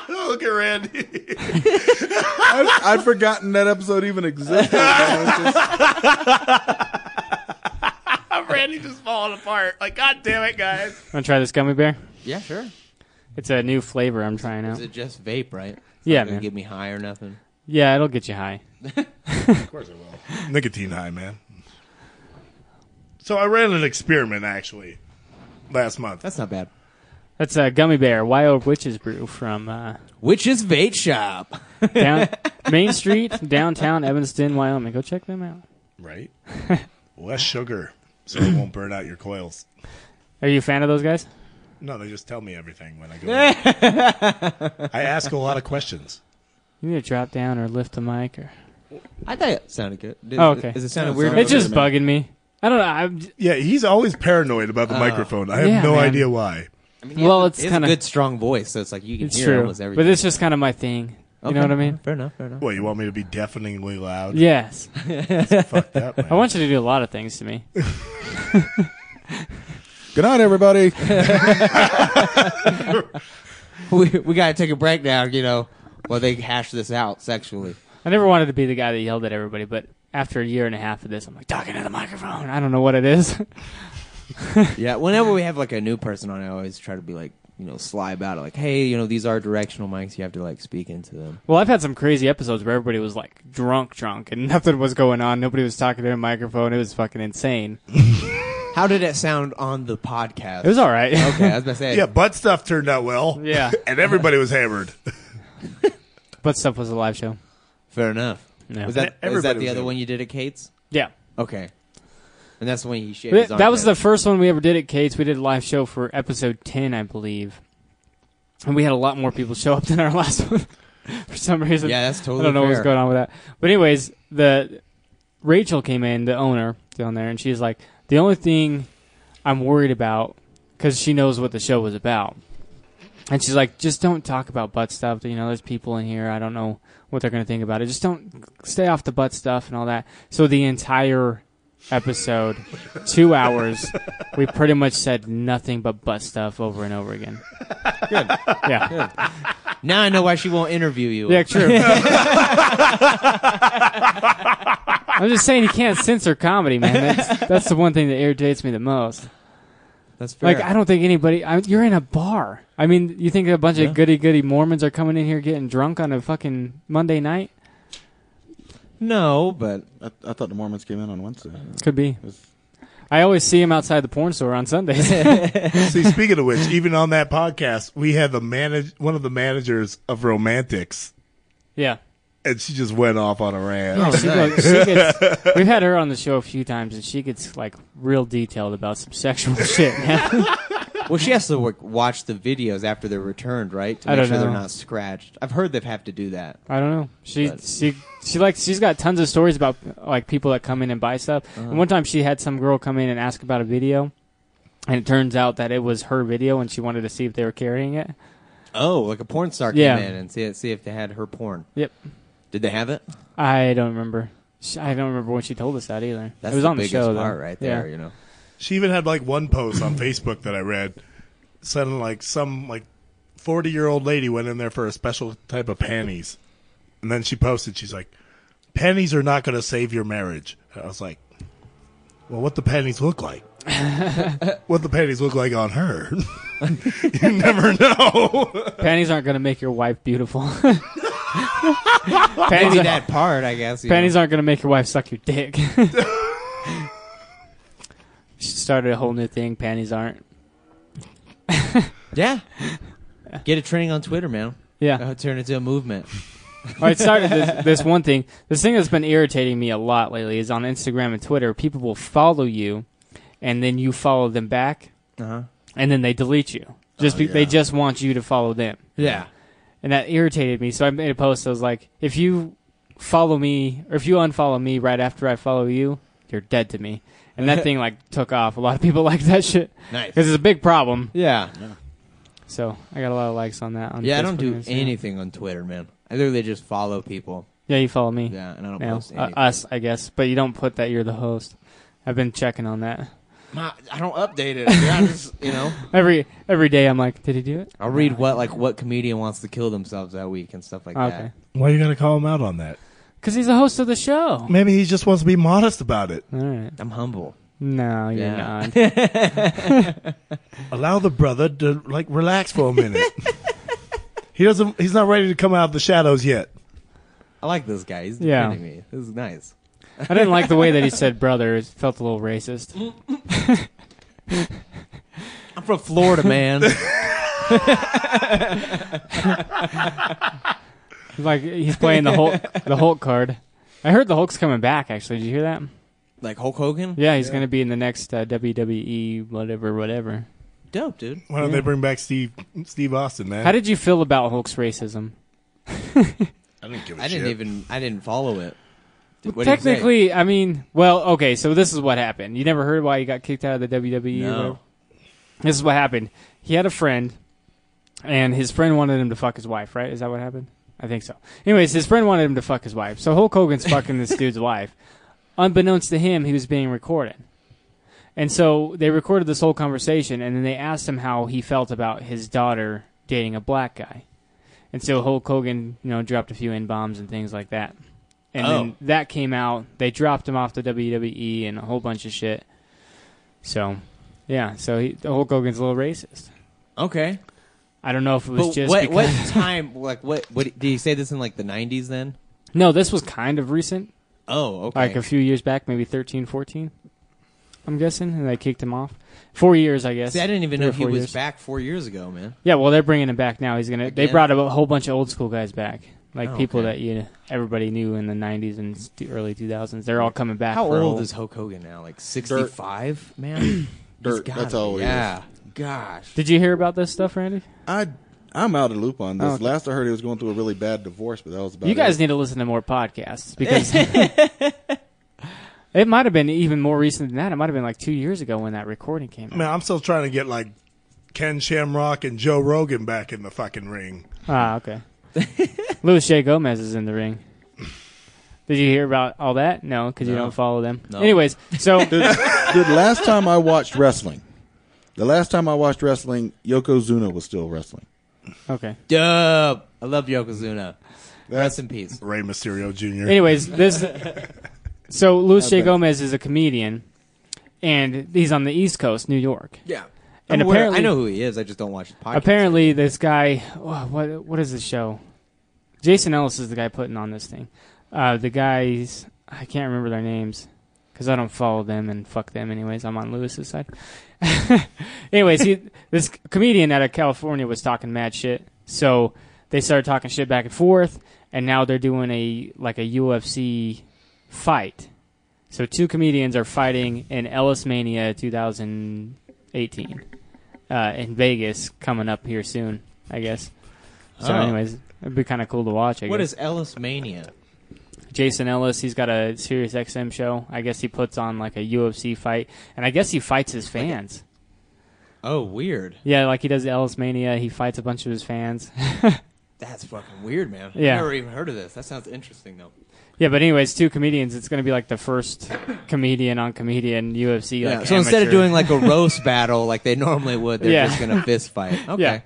[SPEAKER 3] Look at Randy.
[SPEAKER 8] I'd, I'd forgotten that episode even existed. I was just-
[SPEAKER 3] Randy just falling apart. Like, god damn it, guys.
[SPEAKER 4] Want to try this gummy bear?
[SPEAKER 5] Yeah, sure.
[SPEAKER 4] It's a new flavor I'm trying out.
[SPEAKER 5] Is it just vape, right? It's
[SPEAKER 4] Yeah,
[SPEAKER 5] not gonna
[SPEAKER 4] man.
[SPEAKER 5] Get me high or nothing.
[SPEAKER 4] Yeah, it'll get you high.
[SPEAKER 3] Nicotine high, man. So I ran an experiment actually last month.
[SPEAKER 5] That's not bad.
[SPEAKER 4] That's a gummy bear, Wild Witches Brew from uh,
[SPEAKER 5] Witch's Vape Shop.
[SPEAKER 4] down Main Street, downtown Evanston, Wyoming. Go check them out.
[SPEAKER 3] Right? Less sugar, so it won't burn out your coils.
[SPEAKER 4] Are you a fan of those guys?
[SPEAKER 3] No, they just tell me everything when I go. in. I ask a lot of questions.
[SPEAKER 4] You need to drop down or lift the mic or.
[SPEAKER 5] I thought it sounded good. Did,
[SPEAKER 4] Oh, okay.
[SPEAKER 5] Is it sounded weird?
[SPEAKER 4] It's just bugging me. I don't know. I'm,
[SPEAKER 3] Yeah, he's always paranoid about the microphone. I have
[SPEAKER 4] Uh, yeah,
[SPEAKER 3] no
[SPEAKER 4] man.
[SPEAKER 3] idea why.
[SPEAKER 5] I mean,
[SPEAKER 4] well,
[SPEAKER 5] yeah,
[SPEAKER 4] it's
[SPEAKER 5] he has
[SPEAKER 4] kinda-
[SPEAKER 5] a good, strong voice, so it's like you can
[SPEAKER 4] it's
[SPEAKER 5] hear
[SPEAKER 4] true,
[SPEAKER 5] almost everything.
[SPEAKER 4] but it's just kind of my thing. You know
[SPEAKER 5] Okay.
[SPEAKER 4] what I mean?
[SPEAKER 5] Fair enough. Fair enough.
[SPEAKER 3] Well, you want me to be deafeningly loud?
[SPEAKER 4] Yes,
[SPEAKER 3] Fuck that. Man.
[SPEAKER 4] I want you to do a lot of things to me.
[SPEAKER 8] Good night, everybody.
[SPEAKER 5] we we gotta take a break now. You know, while they hash this out sexually.
[SPEAKER 4] I never wanted to be the guy that yelled at everybody, but after a year and a half of this, I'm like talking to the microphone. I don't know what it is.
[SPEAKER 5] Yeah, whenever we have like a new person on, I always try to be like, you know, sly about it. Like, hey, you know, these are directional mics. You have to like speak into them.
[SPEAKER 4] well, I've had some crazy episodes where everybody was like drunk, drunk, and nothing was going on. Nobody was talking to a microphone. It was fucking insane.
[SPEAKER 5] How did it sound on the podcast?
[SPEAKER 4] It was all right.
[SPEAKER 5] okay. I was about to say,
[SPEAKER 3] Yeah, butt stuff turned out well.
[SPEAKER 4] Yeah.
[SPEAKER 3] and everybody was hammered.
[SPEAKER 4] but stuff was a live show.
[SPEAKER 5] fair enough.
[SPEAKER 4] Yeah.
[SPEAKER 5] Was that was
[SPEAKER 3] Everybody
[SPEAKER 5] that
[SPEAKER 3] was
[SPEAKER 5] the other
[SPEAKER 3] in.
[SPEAKER 5] one you did at Kate's?
[SPEAKER 4] Yeah.
[SPEAKER 5] Okay, and that's when he shaved.
[SPEAKER 4] That,
[SPEAKER 5] His
[SPEAKER 4] that was the
[SPEAKER 5] armpit.
[SPEAKER 4] first one we ever did at Kate's. We did a live show for episode 10, I believe. And we had a lot more people show up than our last one for some reason.
[SPEAKER 5] Yeah, that's totally.
[SPEAKER 4] I don't know
[SPEAKER 5] fair.
[SPEAKER 4] what was going on with that. But anyways, the Rachel came in, the owner down there, and she's like, "The only thing I'm worried about, because she knows what the show was about, and she's like, just don't talk about butt stuff. You know, there's people in here. I don't know what they're gonna think about it. Just don't stay off the butt stuff and all that." So the entire episode, two hours, we pretty much said nothing but butt stuff over and over again. Good. Yeah.
[SPEAKER 5] Now I know why she won't interview you.
[SPEAKER 4] Yeah, true. I'm just saying you can't censor comedy, man. That's, that's the one thing that irritates me the most.
[SPEAKER 5] that's fair.
[SPEAKER 4] Like, I don't think anybody. I, you're in a bar. I mean, you think a bunch of goody goody Mormons are coming in here getting drunk on a fucking Monday night?
[SPEAKER 5] no, but
[SPEAKER 8] I, I thought the Mormons came in on Wednesday.
[SPEAKER 4] Could be.
[SPEAKER 8] It's-
[SPEAKER 4] I always see him outside the porn store on Sundays.
[SPEAKER 3] See, speaking of which, even on that podcast, we had the manage one of the managers of Romantics,
[SPEAKER 4] yeah.
[SPEAKER 3] and she just went off on a rant.
[SPEAKER 4] No, she goes, she gets, we've had her on the show a few times, and she gets like real detailed about some sexual shit. Man.
[SPEAKER 5] well, she has to wa- watch the videos after they're returned, right? To
[SPEAKER 4] I
[SPEAKER 5] make
[SPEAKER 4] don't
[SPEAKER 5] sure they're
[SPEAKER 4] know.
[SPEAKER 5] not scratched. I've heard they have to do that.
[SPEAKER 4] I don't know. She
[SPEAKER 5] But-
[SPEAKER 4] she she likes she's got tons of stories about like people that come in and buy stuff.
[SPEAKER 5] Uh-huh.
[SPEAKER 4] And one time she had some girl come in and ask about a video, and it turns out that it was her video, and she wanted to see if they were carrying it.
[SPEAKER 5] Oh, like a porn star
[SPEAKER 4] Yeah.
[SPEAKER 5] came in and see see if they had her porn.
[SPEAKER 4] Yep.
[SPEAKER 5] Did they have it?
[SPEAKER 4] I don't remember. Sh I don't remember when she told us that either.
[SPEAKER 5] That's
[SPEAKER 4] it was
[SPEAKER 5] the
[SPEAKER 4] on the
[SPEAKER 5] biggest
[SPEAKER 4] show though.
[SPEAKER 5] part right there.
[SPEAKER 4] Yeah.
[SPEAKER 5] You know.
[SPEAKER 3] She even had like one post on Facebook that I read, saying like some like forty year old lady went in there for a special type of panties, and then she posted, she's like, "Panties are not going to save your marriage." And I was like, "Well, what the panties look like?" what the panties look like on her? you never know.
[SPEAKER 4] Panties aren't going to make your wife beautiful. panties,
[SPEAKER 5] Maybe
[SPEAKER 4] are,
[SPEAKER 5] that part, I guess. you
[SPEAKER 4] panties
[SPEAKER 5] know.
[SPEAKER 4] aren't going to make your wife suck your dick. she started a whole new thing. Panties aren't.
[SPEAKER 5] Yeah. Get a training on Twitter,
[SPEAKER 4] Yeah.
[SPEAKER 5] man. Uh, turn it into a movement.
[SPEAKER 4] All right, started this, this one thing. This thing that's been irritating me a lot lately is on Instagram and Twitter. People will follow you, and then you follow them back,
[SPEAKER 5] Uh-huh.
[SPEAKER 4] and then they delete you.
[SPEAKER 5] Oh,
[SPEAKER 4] Just be, they just want you to follow them,
[SPEAKER 5] Yeah.
[SPEAKER 4] and that irritated me. So I made a post. I was like, if you follow me or if you unfollow me right after I follow you, you're dead to me. And that thing like took off. A lot of people like that shit
[SPEAKER 5] Nice.
[SPEAKER 4] because it's a big problem.
[SPEAKER 5] Yeah.
[SPEAKER 4] So I got a lot of likes on that. On
[SPEAKER 5] Yeah, I don't
[SPEAKER 4] Facebook
[SPEAKER 5] do
[SPEAKER 4] and Instagram.
[SPEAKER 5] anything on Twitter, man. I literally just follow people.
[SPEAKER 4] Yeah, you follow me.
[SPEAKER 5] Yeah, and I don't
[SPEAKER 4] now.
[SPEAKER 5] post
[SPEAKER 4] Uh,
[SPEAKER 5] anything.
[SPEAKER 4] us, I guess, but you don't put that you're the host. I've been checking on that
[SPEAKER 5] My- I don't update it. I just, you know,
[SPEAKER 4] every every day. I'm like, did he do it?
[SPEAKER 5] I'll read what like what comedian wants to kill themselves that week and stuff like
[SPEAKER 4] Okay,
[SPEAKER 3] Why are you gonna call him out on that?
[SPEAKER 4] because he's the host of the show. All
[SPEAKER 3] Maybe he just wants to be modest about it.
[SPEAKER 4] right,
[SPEAKER 5] that. I'm humble.
[SPEAKER 4] no, you're
[SPEAKER 5] Yeah.
[SPEAKER 4] not.
[SPEAKER 3] Allow the brother to like relax for a minute. he doesn't. He's not ready to come out of the shadows yet.
[SPEAKER 5] I like this guy. He's
[SPEAKER 4] Yeah.
[SPEAKER 5] defending me. This is nice.
[SPEAKER 4] I didn't like the way that he said brother. It felt a little racist.
[SPEAKER 5] I'm from Florida, man.
[SPEAKER 4] Like he's playing the Hulk, the Hulk card. I heard the Hulk's coming back. Actually, did you hear that?
[SPEAKER 5] like Hulk Hogan.
[SPEAKER 4] Yeah, he's going to be in the next uh, WWE whatever whatever.
[SPEAKER 5] Dope, dude.
[SPEAKER 3] Why don't they bring back Steve Steve Austin, man?
[SPEAKER 4] How did you feel about Hulk's racism?
[SPEAKER 3] I didn't give a
[SPEAKER 5] I didn't
[SPEAKER 3] shit.
[SPEAKER 5] even. I didn't follow it. What did he say?
[SPEAKER 4] Technically, I mean, well, okay, so this is what happened. You never heard why he got kicked out of the WWE? or
[SPEAKER 5] No.
[SPEAKER 4] whatever? This is what happened. He had a friend, and his friend wanted him to fuck his wife, right? Is that what happened? I think so. Anyways, his friend wanted him to fuck his wife. So Hulk Hogan's fucking this dude's wife. Unbeknownst to him, he was being recorded. And so they recorded this whole conversation, and then they asked him how he felt about his daughter dating a black guy. And so Hulk Hogan, you know, dropped a few N bombs and things like that. And then
[SPEAKER 5] Oh.
[SPEAKER 4] that came out. They dropped him off to WWE E and a whole bunch of shit. So, yeah. So he, Hulk Hogan's a little racist.
[SPEAKER 5] okay.
[SPEAKER 4] I don't know if it was
[SPEAKER 5] But
[SPEAKER 4] just
[SPEAKER 5] what
[SPEAKER 4] because.
[SPEAKER 5] what time? Like what? What did he say this in like the 90s then?
[SPEAKER 4] No, this was kind of recent,
[SPEAKER 5] Oh, okay.
[SPEAKER 4] like a few years back, maybe 13, 14, I'm guessing. And they kicked him off. Four years, I guess.
[SPEAKER 5] See, I didn't even
[SPEAKER 4] Three
[SPEAKER 5] know
[SPEAKER 4] or
[SPEAKER 5] he
[SPEAKER 4] four
[SPEAKER 5] was
[SPEAKER 4] years.
[SPEAKER 5] back four years ago, man.
[SPEAKER 4] Yeah, well, they're bringing him back now. He's gonna. They
[SPEAKER 5] Again?
[SPEAKER 4] brought a whole bunch of old school guys back, like
[SPEAKER 5] Oh,
[SPEAKER 4] people
[SPEAKER 5] okay.
[SPEAKER 4] that you everybody knew in the '90s and s- the early 2000s. They're all coming back.
[SPEAKER 5] How
[SPEAKER 4] for a
[SPEAKER 5] old
[SPEAKER 4] whole-
[SPEAKER 5] is Hulk Hogan now? Like 65, man.
[SPEAKER 8] Dirt. That's all he is.
[SPEAKER 5] Yeah. Gosh.
[SPEAKER 4] Did you hear about this stuff, Randy?
[SPEAKER 8] I I'm out of the loop on
[SPEAKER 5] Oh,
[SPEAKER 8] this. Last I heard, he was going through a really bad divorce, but that was about.
[SPEAKER 4] You guys
[SPEAKER 8] it.
[SPEAKER 4] need to listen to more podcasts because it might have been even more recent than that. It might have been like two years ago when that recording came out.
[SPEAKER 3] Man, I'm still trying to get like Ken Shamrock and Joe Rogan back in the fucking ring.
[SPEAKER 4] Ah, okay. Luis J. Gomez is in the ring. Did you hear about all that? No, because you don't follow them.
[SPEAKER 5] No.
[SPEAKER 4] Anyways, so
[SPEAKER 8] Dude, last time I watched wrestling, the last time I watched wrestling, Yokozuna was still wrestling.
[SPEAKER 4] okay.
[SPEAKER 5] Dub. I love Yokozuna.
[SPEAKER 8] That's-
[SPEAKER 5] Rest in peace.
[SPEAKER 3] Ray Mysterio Jr.
[SPEAKER 4] Anyways, this so Luis J. Gomez is a comedian, and he's on the East Coast, New York.
[SPEAKER 5] Yeah.
[SPEAKER 4] And
[SPEAKER 5] And apparently,
[SPEAKER 4] apparently-
[SPEAKER 5] I know who he is. I just don't watch his podcast.
[SPEAKER 4] Apparently, this guy, oh, what what is this show? Jason Ellis is the guy putting on this thing. Uh, the guys, I can't remember their names because I don't follow them and fuck them anyways. I'm on Lewis's side. anyways, he, this comedian out of California was talking mad shit, so they started talking shit back and forth, and now they're doing a like a UFC fight. So two comedians are fighting in Ellis Mania 2018 uh, in Vegas coming up here soon, I guess. So,
[SPEAKER 5] Oh.
[SPEAKER 4] anyways, it'd be kind of cool to watch. I
[SPEAKER 5] What
[SPEAKER 4] guess.
[SPEAKER 5] is Ellis Mania?
[SPEAKER 4] Jason Ellis? He's got a Sirius XM show. I guess he puts on like a UFC fight, and I guess he fights his fans.
[SPEAKER 5] Oh, weird.
[SPEAKER 4] Yeah, like he does Ellis Mania. He fights a bunch of his fans.
[SPEAKER 5] That's fucking weird, man.
[SPEAKER 4] Yeah.
[SPEAKER 5] Never even heard of this. That sounds interesting, though.
[SPEAKER 4] yeah, but anyways, two comedians. It's gonna be like the first comedian on comedian UFC.
[SPEAKER 5] Yeah.
[SPEAKER 4] Like,
[SPEAKER 5] So instead of
[SPEAKER 4] amateur.
[SPEAKER 5] doing like a roast battle like they normally would, they're
[SPEAKER 4] Yeah.
[SPEAKER 5] just gonna fist fight. Okay.
[SPEAKER 4] Yeah,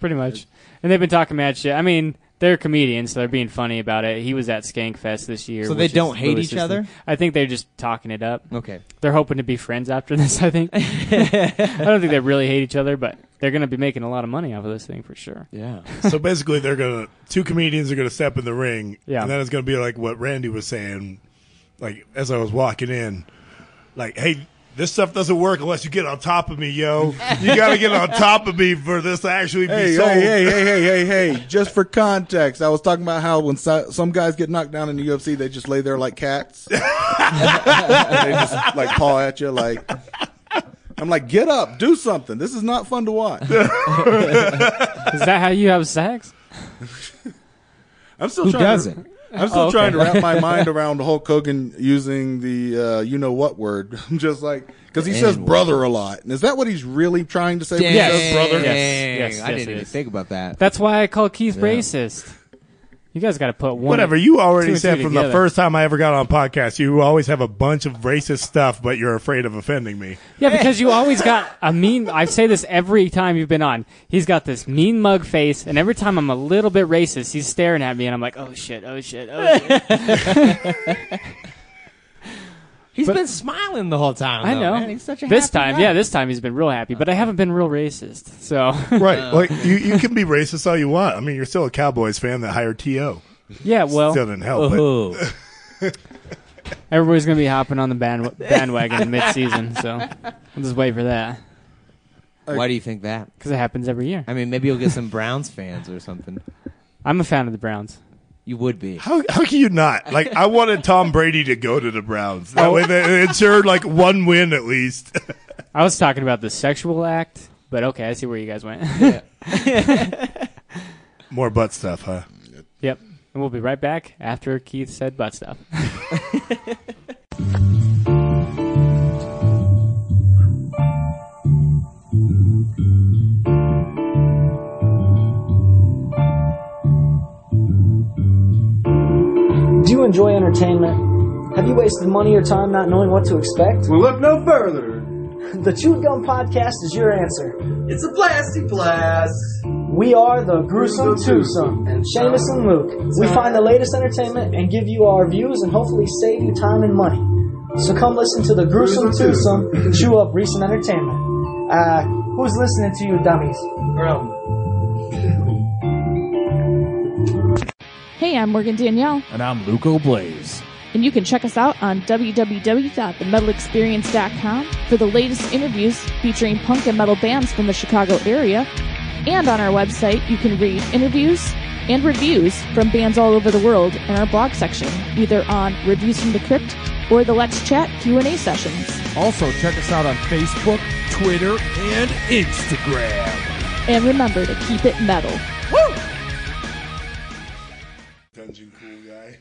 [SPEAKER 4] pretty much. And they've been talking mad shit. I mean, they're comedians, so they're being funny about it. He was at Skankfest this year.
[SPEAKER 5] So they
[SPEAKER 4] which is
[SPEAKER 5] don't hate
[SPEAKER 4] Lewis's
[SPEAKER 5] each
[SPEAKER 4] thing.
[SPEAKER 5] other?
[SPEAKER 4] I think they're just talking it up.
[SPEAKER 5] Okay.
[SPEAKER 4] They're hoping to be friends after this. I think. I don't think they really hate each other, but they're going to be making a lot of money off of this thing for sure.
[SPEAKER 5] Yeah.
[SPEAKER 3] so basically, they're gonna two comedians are gonna step in the ring,
[SPEAKER 4] Yeah.
[SPEAKER 3] and then it's gonna be like what Randy was saying, like as I was walking in, like, hey, This stuff doesn't work unless you get on top of me, yo. You got to get on top of me for this to actually be
[SPEAKER 8] Hey,
[SPEAKER 3] sold.
[SPEAKER 8] hey, hey, hey, hey, hey, hey. Just for context, I was talking about how when so- some guys get knocked down in the UFC, they just lay there like cats. they just like paw at you like I'm like, "Get up, do something. This is not fun to watch."
[SPEAKER 4] Is that how you have sex?
[SPEAKER 8] I'm still
[SPEAKER 9] Who
[SPEAKER 8] trying
[SPEAKER 9] doesn't?
[SPEAKER 8] To, I'm still
[SPEAKER 4] Oh, okay.
[SPEAKER 8] trying to wrap my mind around Hulk Hogan using the uh, you know what word. I'm just like because he says
[SPEAKER 5] N-word.
[SPEAKER 8] brother a lot. And is that what he's really trying to say? when he
[SPEAKER 4] Yes.
[SPEAKER 8] says brother.
[SPEAKER 4] Yes, yes,
[SPEAKER 5] I
[SPEAKER 4] yes,
[SPEAKER 5] didn't
[SPEAKER 4] it
[SPEAKER 5] even
[SPEAKER 4] is.
[SPEAKER 5] think about that.
[SPEAKER 4] That's why I call Keith racist. You guys got to put one.
[SPEAKER 3] Whatever you
[SPEAKER 4] two
[SPEAKER 3] already
[SPEAKER 4] and
[SPEAKER 3] said
[SPEAKER 4] two
[SPEAKER 3] from the
[SPEAKER 4] together.
[SPEAKER 3] first time I ever got on podcast, you always have a bunch of racist stuff, but you're afraid of offending me.
[SPEAKER 4] Yeah, because you always got a mean. I say this every time you've been on. He's got this mean mug face, and every time I'm a little bit racist, he's staring at me, and I'm like, oh shit, oh shit, oh shit.
[SPEAKER 5] He's been smiling the whole time.
[SPEAKER 4] I
[SPEAKER 5] though,
[SPEAKER 4] know.
[SPEAKER 5] man. He's such a
[SPEAKER 4] this
[SPEAKER 5] happy
[SPEAKER 4] time,
[SPEAKER 5] guy.
[SPEAKER 4] yeah, this time he's been real happy, but I haven't been real racist. So
[SPEAKER 3] Right.
[SPEAKER 4] Uh,
[SPEAKER 3] like you, you can be racist all you want. I mean, you're still a Cowboys fan that hired T.O.
[SPEAKER 4] yeah, well, oh,
[SPEAKER 3] Still didn't help. but-
[SPEAKER 5] Ooh.
[SPEAKER 4] everybody's gonna be hopping on the band- bandwagon mid-season, so I'll just wait for that
[SPEAKER 5] Why do you think that?
[SPEAKER 4] because it happens every year.
[SPEAKER 5] I mean, maybe you'll get some Browns fans or something.
[SPEAKER 4] I'm a fan of the Browns.
[SPEAKER 5] You would be.
[SPEAKER 3] How, how can you not? Like, I wanted Tom Brady to go to the Browns.
[SPEAKER 4] Oh.
[SPEAKER 3] That way they ensured, like, one win at least.
[SPEAKER 4] I was talking about the sexual act, but okay, I see where you guys went.
[SPEAKER 3] More butt stuff, huh?
[SPEAKER 4] yep, and we'll be right back after Keith said butt stuff.
[SPEAKER 10] Do you enjoy entertainment? Have you wasted money or time not knowing what to expect?
[SPEAKER 11] Well, look no further.
[SPEAKER 10] The Chewed Gum Podcast is your answer.
[SPEAKER 11] It's a plastic blast.
[SPEAKER 10] We are the Gruesome Twosome, Seamus and Luke. We find the latest entertainment and give you our views and hopefully save you time and money. So come listen to the Gruesome Twosome chew up recent entertainment. Uh, who's listening to you, dummies?
[SPEAKER 6] Hey, I'm Morgan Danielle,
[SPEAKER 9] And I'm Luco Blaze.
[SPEAKER 6] and you can check us out on www.themetalexperience.com for the latest interviews featuring punk and metal bands from the Chicago area. And on our website, you can read interviews and reviews from bands all over the world in our blog section, either on Reviews from the Crypt or the Let's Chat Q&A sessions.
[SPEAKER 9] Also, check us out on Facebook, Twitter, and Instagram.
[SPEAKER 6] And remember to keep it metal.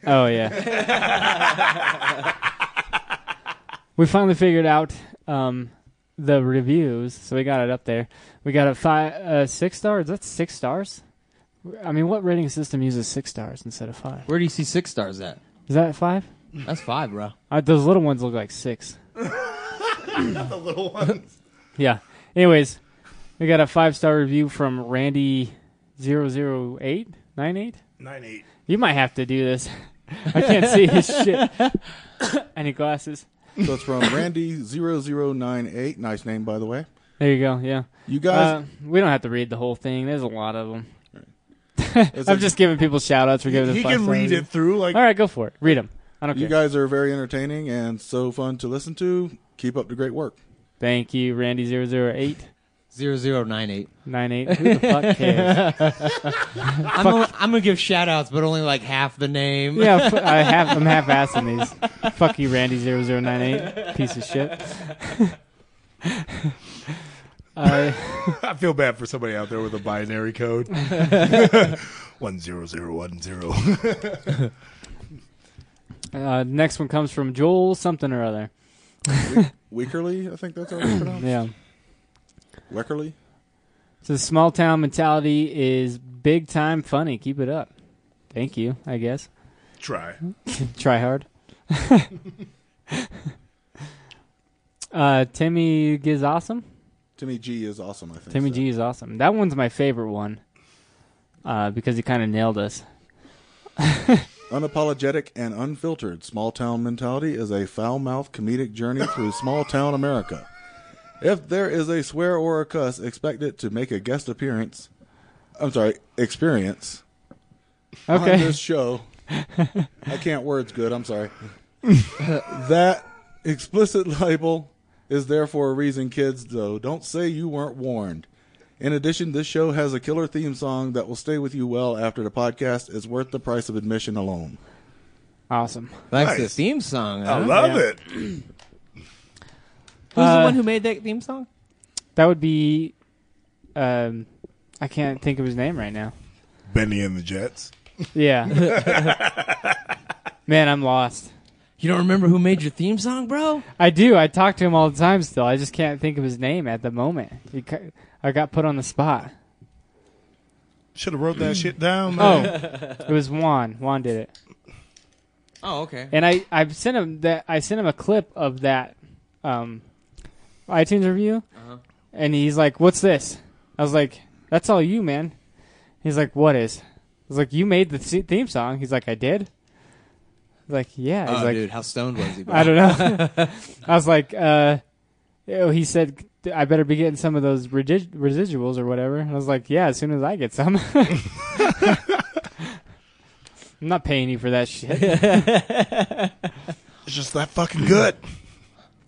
[SPEAKER 4] Oh yeah. we finally figured out um, the reviews, so we got it up there. We got a five, uh, six stars. That's six stars. I mean, what rating system uses six stars instead of five?
[SPEAKER 5] Where do you see six stars at?
[SPEAKER 4] Is that five?
[SPEAKER 5] That's five, bro.
[SPEAKER 4] Uh, those little ones look like six. the little ones. yeah. Anyways, we got a five star review from Randy 00898.
[SPEAKER 3] 9 8.
[SPEAKER 4] You might have to do this. I can't see his shit. I need glasses.
[SPEAKER 8] So it's from Randy0098. Nice name, by the way.
[SPEAKER 4] There you go. Yeah.
[SPEAKER 8] You
[SPEAKER 4] Uh,
[SPEAKER 8] guys,
[SPEAKER 4] we don't have to read the whole thing. There's a lot of them.
[SPEAKER 8] it's
[SPEAKER 4] Uh, I'm
[SPEAKER 8] a-
[SPEAKER 4] just giving people shout outs for giving us
[SPEAKER 3] He
[SPEAKER 4] five
[SPEAKER 3] can read
[SPEAKER 4] stars.
[SPEAKER 3] it through, like,
[SPEAKER 4] All right, go for it. Read them. I don't
[SPEAKER 8] you
[SPEAKER 4] care.
[SPEAKER 8] guys are very entertaining and so fun to listen to. Keep up the great work.
[SPEAKER 4] Thank you, Randy 898
[SPEAKER 5] Zero zero nine eight.
[SPEAKER 4] Who the fuck cares?
[SPEAKER 5] I'm gonna, I'm gonna give shout outs, but only like half the name.
[SPEAKER 4] yeah, f- I have, I'm half assing these. Fuck you, Randy 8 Piece of shit. uh,
[SPEAKER 3] I feel bad for somebody out there with a binary code 10010.
[SPEAKER 4] uh, next one comes from Joel something or other.
[SPEAKER 8] Weakerly, I think that's how it's pronounced.
[SPEAKER 4] Yeah.
[SPEAKER 8] Weckerly.
[SPEAKER 4] So small town mentality is big time funny. Keep it up. Thank you, I guess.
[SPEAKER 3] Try.
[SPEAKER 4] Try hard. uh, Timmy is awesome.
[SPEAKER 8] Timmy G is awesome. I think
[SPEAKER 4] Timmy
[SPEAKER 8] so.
[SPEAKER 4] G is awesome. That one's my favorite one uh, because he kind of nailed us.
[SPEAKER 8] Unapologetic and unfiltered, small town mentality is a foul mouthed comedic journey through small town America. If there is a swear or a cuss, expect it to make a guest appearance. I'm sorry, experience on
[SPEAKER 4] Okay.
[SPEAKER 8] this show. I can't words good. I'm sorry. that explicit label is there for a reason, kids, though. Don't say you weren't warned. In addition, this show has a killer theme song that will stay with you well after the podcast is worth the price of admission alone.
[SPEAKER 4] Awesome.
[SPEAKER 5] That's the theme song.
[SPEAKER 8] I
[SPEAKER 5] huh?
[SPEAKER 8] love
[SPEAKER 5] Yeah.
[SPEAKER 8] it.
[SPEAKER 5] Who's
[SPEAKER 4] Uh,
[SPEAKER 5] the one who made that theme song?
[SPEAKER 4] That would be, um, I can't think of his name right now.
[SPEAKER 3] Benny and the Jets.
[SPEAKER 4] Yeah. Man, I'm lost.
[SPEAKER 5] You don't remember who made your theme song, bro?
[SPEAKER 4] I do. I talk to him all the time still. I just can't think of his name at the moment. He, ca- I got put on the spot.
[SPEAKER 3] Should have wrote that shit down.
[SPEAKER 4] Oh,
[SPEAKER 3] man.
[SPEAKER 4] it was Juan. Juan did it.
[SPEAKER 5] Oh, okay.
[SPEAKER 4] And I, I sent him that. I sent him a clip of that um, iTunes review,
[SPEAKER 5] Uh-huh.
[SPEAKER 4] and he's like, "What's this?" I was like, "That's all you, man." He's like, "What is?" I was like, "You made the se- theme song." He's like, "I did." I was like, "Yeah." He's
[SPEAKER 5] Oh,
[SPEAKER 4] like,
[SPEAKER 5] dude, how stoned was he, bro?
[SPEAKER 4] I don't know. I was like, uh, oh, he said, "I better be getting some of those resi- residuals or whatever." And I was like, "Yeah, as soon as I get some." I'm not paying you for that shit.
[SPEAKER 3] It's just that fucking good.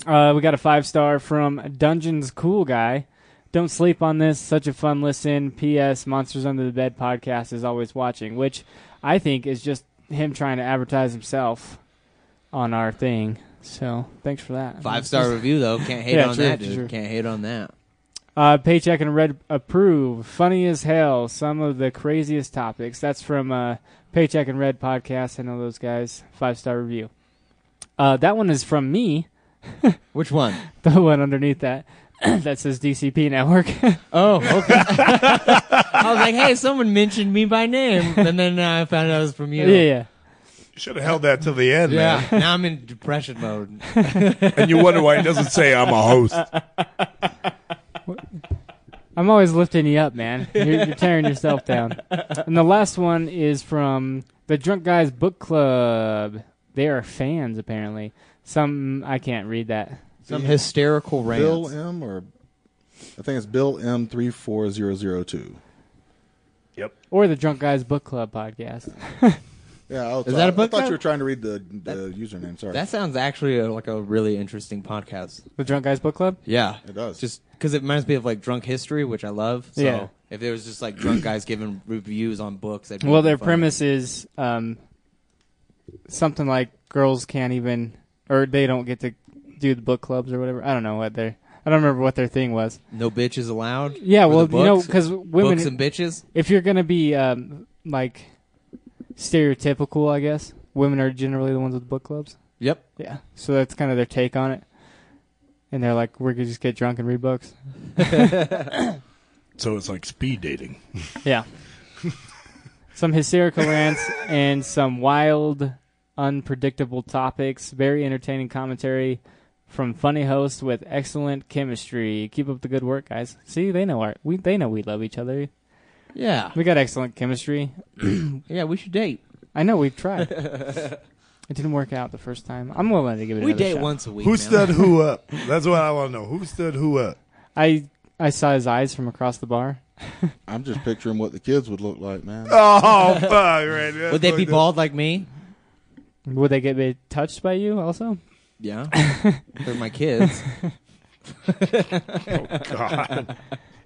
[SPEAKER 4] Uh, we got a five star from Dungeons Cool Guy. Don't sleep on this. Such a fun listen. P.S. Monsters Under the Bed podcast is always watching, which I think is just him trying to advertise himself on our thing. So thanks for that.
[SPEAKER 5] Five star review though. Can't hate
[SPEAKER 4] Yeah,
[SPEAKER 5] on
[SPEAKER 4] true,
[SPEAKER 5] that, dude.
[SPEAKER 4] true.
[SPEAKER 5] Can't hate on that.
[SPEAKER 4] Uh, paycheck and red approve. Funny as hell. Some of the craziest topics. That's from uh, Paycheck and Red podcast. I know those guys. Five star review. Uh, that one is from me.
[SPEAKER 5] Which one?
[SPEAKER 4] the one underneath that that says DCP Network.
[SPEAKER 5] oh, okay. I was like, hey, someone mentioned me by name, and then uh, I found out it was from you.
[SPEAKER 4] Yeah, yeah. Oh.
[SPEAKER 3] Should have held that till the end,
[SPEAKER 5] Yeah.
[SPEAKER 3] man.
[SPEAKER 5] now I'm in depression mode.
[SPEAKER 3] and you wonder why it doesn't say I'm a host.
[SPEAKER 4] I'm always lifting you up, man. You're, you're tearing yourself down. And the last one is from the Drunk Guys Book Club. They are fans, apparently. Some I can't read that.
[SPEAKER 5] Some hysterical rants.
[SPEAKER 8] Bill M or I think it's Bill M three four zero zero two.
[SPEAKER 4] or the Drunk Guys Book Club podcast.
[SPEAKER 8] Yeah, I was-
[SPEAKER 5] Is that a
[SPEAKER 8] I
[SPEAKER 5] book
[SPEAKER 8] thought
[SPEAKER 5] now?
[SPEAKER 8] you were trying to read the, the username. Sorry,
[SPEAKER 5] That sounds actually uh like a really interesting podcast.
[SPEAKER 4] the Drunk Guys Book Club.
[SPEAKER 5] Yeah,
[SPEAKER 8] It does.
[SPEAKER 5] Just because it reminds me of like drunk history, which I love. So
[SPEAKER 4] Yeah.
[SPEAKER 5] If there was just like drunk guys giving reviews on books, that'd be
[SPEAKER 4] Well, their
[SPEAKER 5] funny.
[SPEAKER 4] premise is um, something like girls can't even, or they don't get to do the book clubs or whatever. I don't know what their, I don't remember what their thing was.
[SPEAKER 5] no bitches allowed.
[SPEAKER 4] Yeah,
[SPEAKER 5] For the
[SPEAKER 4] well, you know,
[SPEAKER 5] books?
[SPEAKER 4] because women
[SPEAKER 5] books and bitches.
[SPEAKER 4] If you're gonna be um, like stereotypical, I guess women are generally the ones with book clubs.
[SPEAKER 5] Yep.
[SPEAKER 4] Yeah. So that's kind of their take on it, and they're like, "We're gonna just get drunk and read books." yeah.
[SPEAKER 3] So it's like speed dating.
[SPEAKER 4] Some hysterical rants and some wild, unpredictable topics. Very entertaining commentary from funny hosts with excellent chemistry. Keep up the good work, guys. See, they know our we they know we love each other.
[SPEAKER 5] Yeah.
[SPEAKER 4] We got excellent chemistry.
[SPEAKER 5] yeah, we should date.
[SPEAKER 4] I know we've tried. it didn't work out the first time. I'm willing to give it.
[SPEAKER 5] We
[SPEAKER 4] another
[SPEAKER 5] date
[SPEAKER 4] shot.
[SPEAKER 5] once a week.
[SPEAKER 3] Who
[SPEAKER 5] man.
[SPEAKER 3] stood who up? That's what I want to know. Who stood who up?
[SPEAKER 4] I I saw his eyes from across the bar.
[SPEAKER 8] I'm just picturing what the kids would look like, man.
[SPEAKER 3] Oh fuck! Right.
[SPEAKER 5] Would they be bald like me?
[SPEAKER 4] Would they get be- touched by you also?
[SPEAKER 5] Yeah. They're my kids.
[SPEAKER 3] Oh god!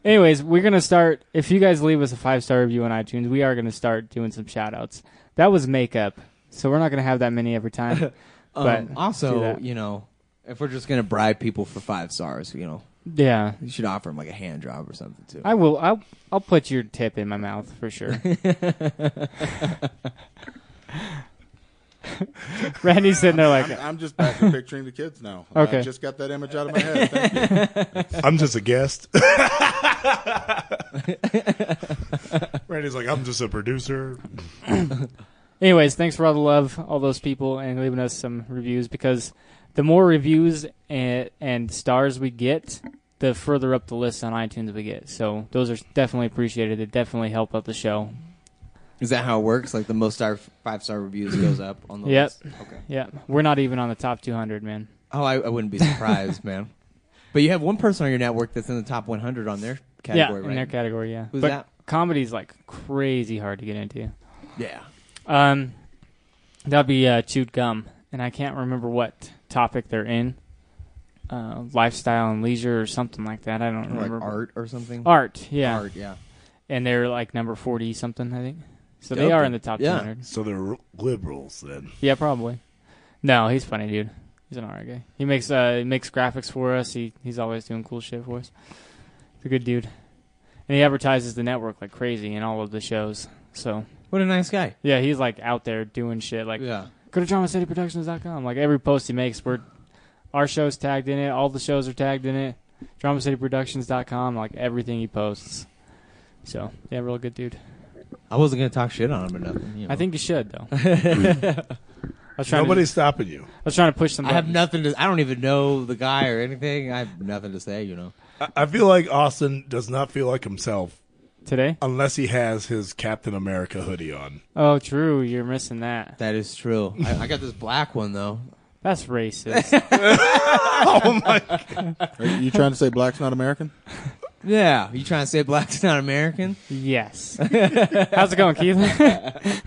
[SPEAKER 4] Anyways, we're gonna start. If you guys leave us a five star review on iTunes, we are gonna start doing some shout outs. That was makeup, so we're not gonna have that many every time. but
[SPEAKER 5] um,
[SPEAKER 4] do
[SPEAKER 5] also,
[SPEAKER 4] that.
[SPEAKER 5] you know, if we're just gonna bribe people for five stars, you know,
[SPEAKER 4] yeah,
[SPEAKER 5] you should offer them like a hand job or something too.
[SPEAKER 4] I will. I'll I'll put your tip in my mouth for sure. Randy's sitting there like,
[SPEAKER 8] I'm, I'm just back to picturing the kids now.
[SPEAKER 4] Okay.
[SPEAKER 8] I just got that image out of my head. Thank you.
[SPEAKER 3] I'm just a guest. Randy's like, I'm just a producer.
[SPEAKER 4] Anyways, thanks for all the love, all those people, and leaving us some reviews because the more reviews and, and stars we get, the further up the list on iTunes we get. So those are definitely appreciated. They definitely help out the show.
[SPEAKER 5] Is that how it works? Like the most star five star reviews goes up on the
[SPEAKER 4] Yep.
[SPEAKER 5] list. Okay.
[SPEAKER 4] Yep. We're not even on the top 200, man.
[SPEAKER 5] Oh, I, I wouldn't be surprised, man. But you have one person on your network that's in the top 100 on their category,
[SPEAKER 4] yeah,
[SPEAKER 5] right?
[SPEAKER 4] in their category, yeah.
[SPEAKER 5] Who's
[SPEAKER 4] but
[SPEAKER 5] that?
[SPEAKER 4] comedy's like crazy hard to get into.
[SPEAKER 5] Yeah.
[SPEAKER 4] Um, that'd be uh, chewed gum, and I can't remember what topic they're in. uh, lifestyle and leisure or something like that. I don't
[SPEAKER 5] Like
[SPEAKER 4] remember.
[SPEAKER 5] art or something?
[SPEAKER 4] Art, yeah.
[SPEAKER 5] Art, Oh, yeah.
[SPEAKER 4] And they're like number forty something, I think. So they
[SPEAKER 5] Dope.
[SPEAKER 4] are in the top
[SPEAKER 5] Yeah.
[SPEAKER 4] 200.
[SPEAKER 3] So they're liberals then.
[SPEAKER 4] Yeah, probably. No, he's funny, dude. He's an art guy. He makes uh he makes graphics for us. He he's always doing cool shit for us. He's a good dude, and he advertises the network like crazy in all of the shows. So
[SPEAKER 5] what a nice guy.
[SPEAKER 4] Yeah, he's like out there doing shit. Like
[SPEAKER 5] Yeah.
[SPEAKER 4] go to dramacityproductions.com. Like every post he makes, we're our show's tagged in it. All the shows are tagged in it. DramaCityProductions.com. Like everything he posts. So yeah, real good dude.
[SPEAKER 5] I wasn't gonna talk shit on him or nothing. you know.
[SPEAKER 4] I think you should though. I was trying to-
[SPEAKER 5] Nobody's stopping you.
[SPEAKER 4] I was trying to push some.
[SPEAKER 5] I have
[SPEAKER 4] buttons.
[SPEAKER 5] nothing to. I don't even know the guy or anything. I have nothing to say. You know.
[SPEAKER 3] I- I feel like Austin does not feel like himself
[SPEAKER 4] today,
[SPEAKER 3] unless he has his Captain America hoodie on.
[SPEAKER 4] Oh, true. You're missing that.
[SPEAKER 5] That is true. I, I got this black one though.
[SPEAKER 4] That's racist.
[SPEAKER 5] oh
[SPEAKER 3] my!
[SPEAKER 8] Are you trying to say black's not American?
[SPEAKER 5] Yeah. You trying to say black's not American?
[SPEAKER 4] Yes. How's it going, Keith?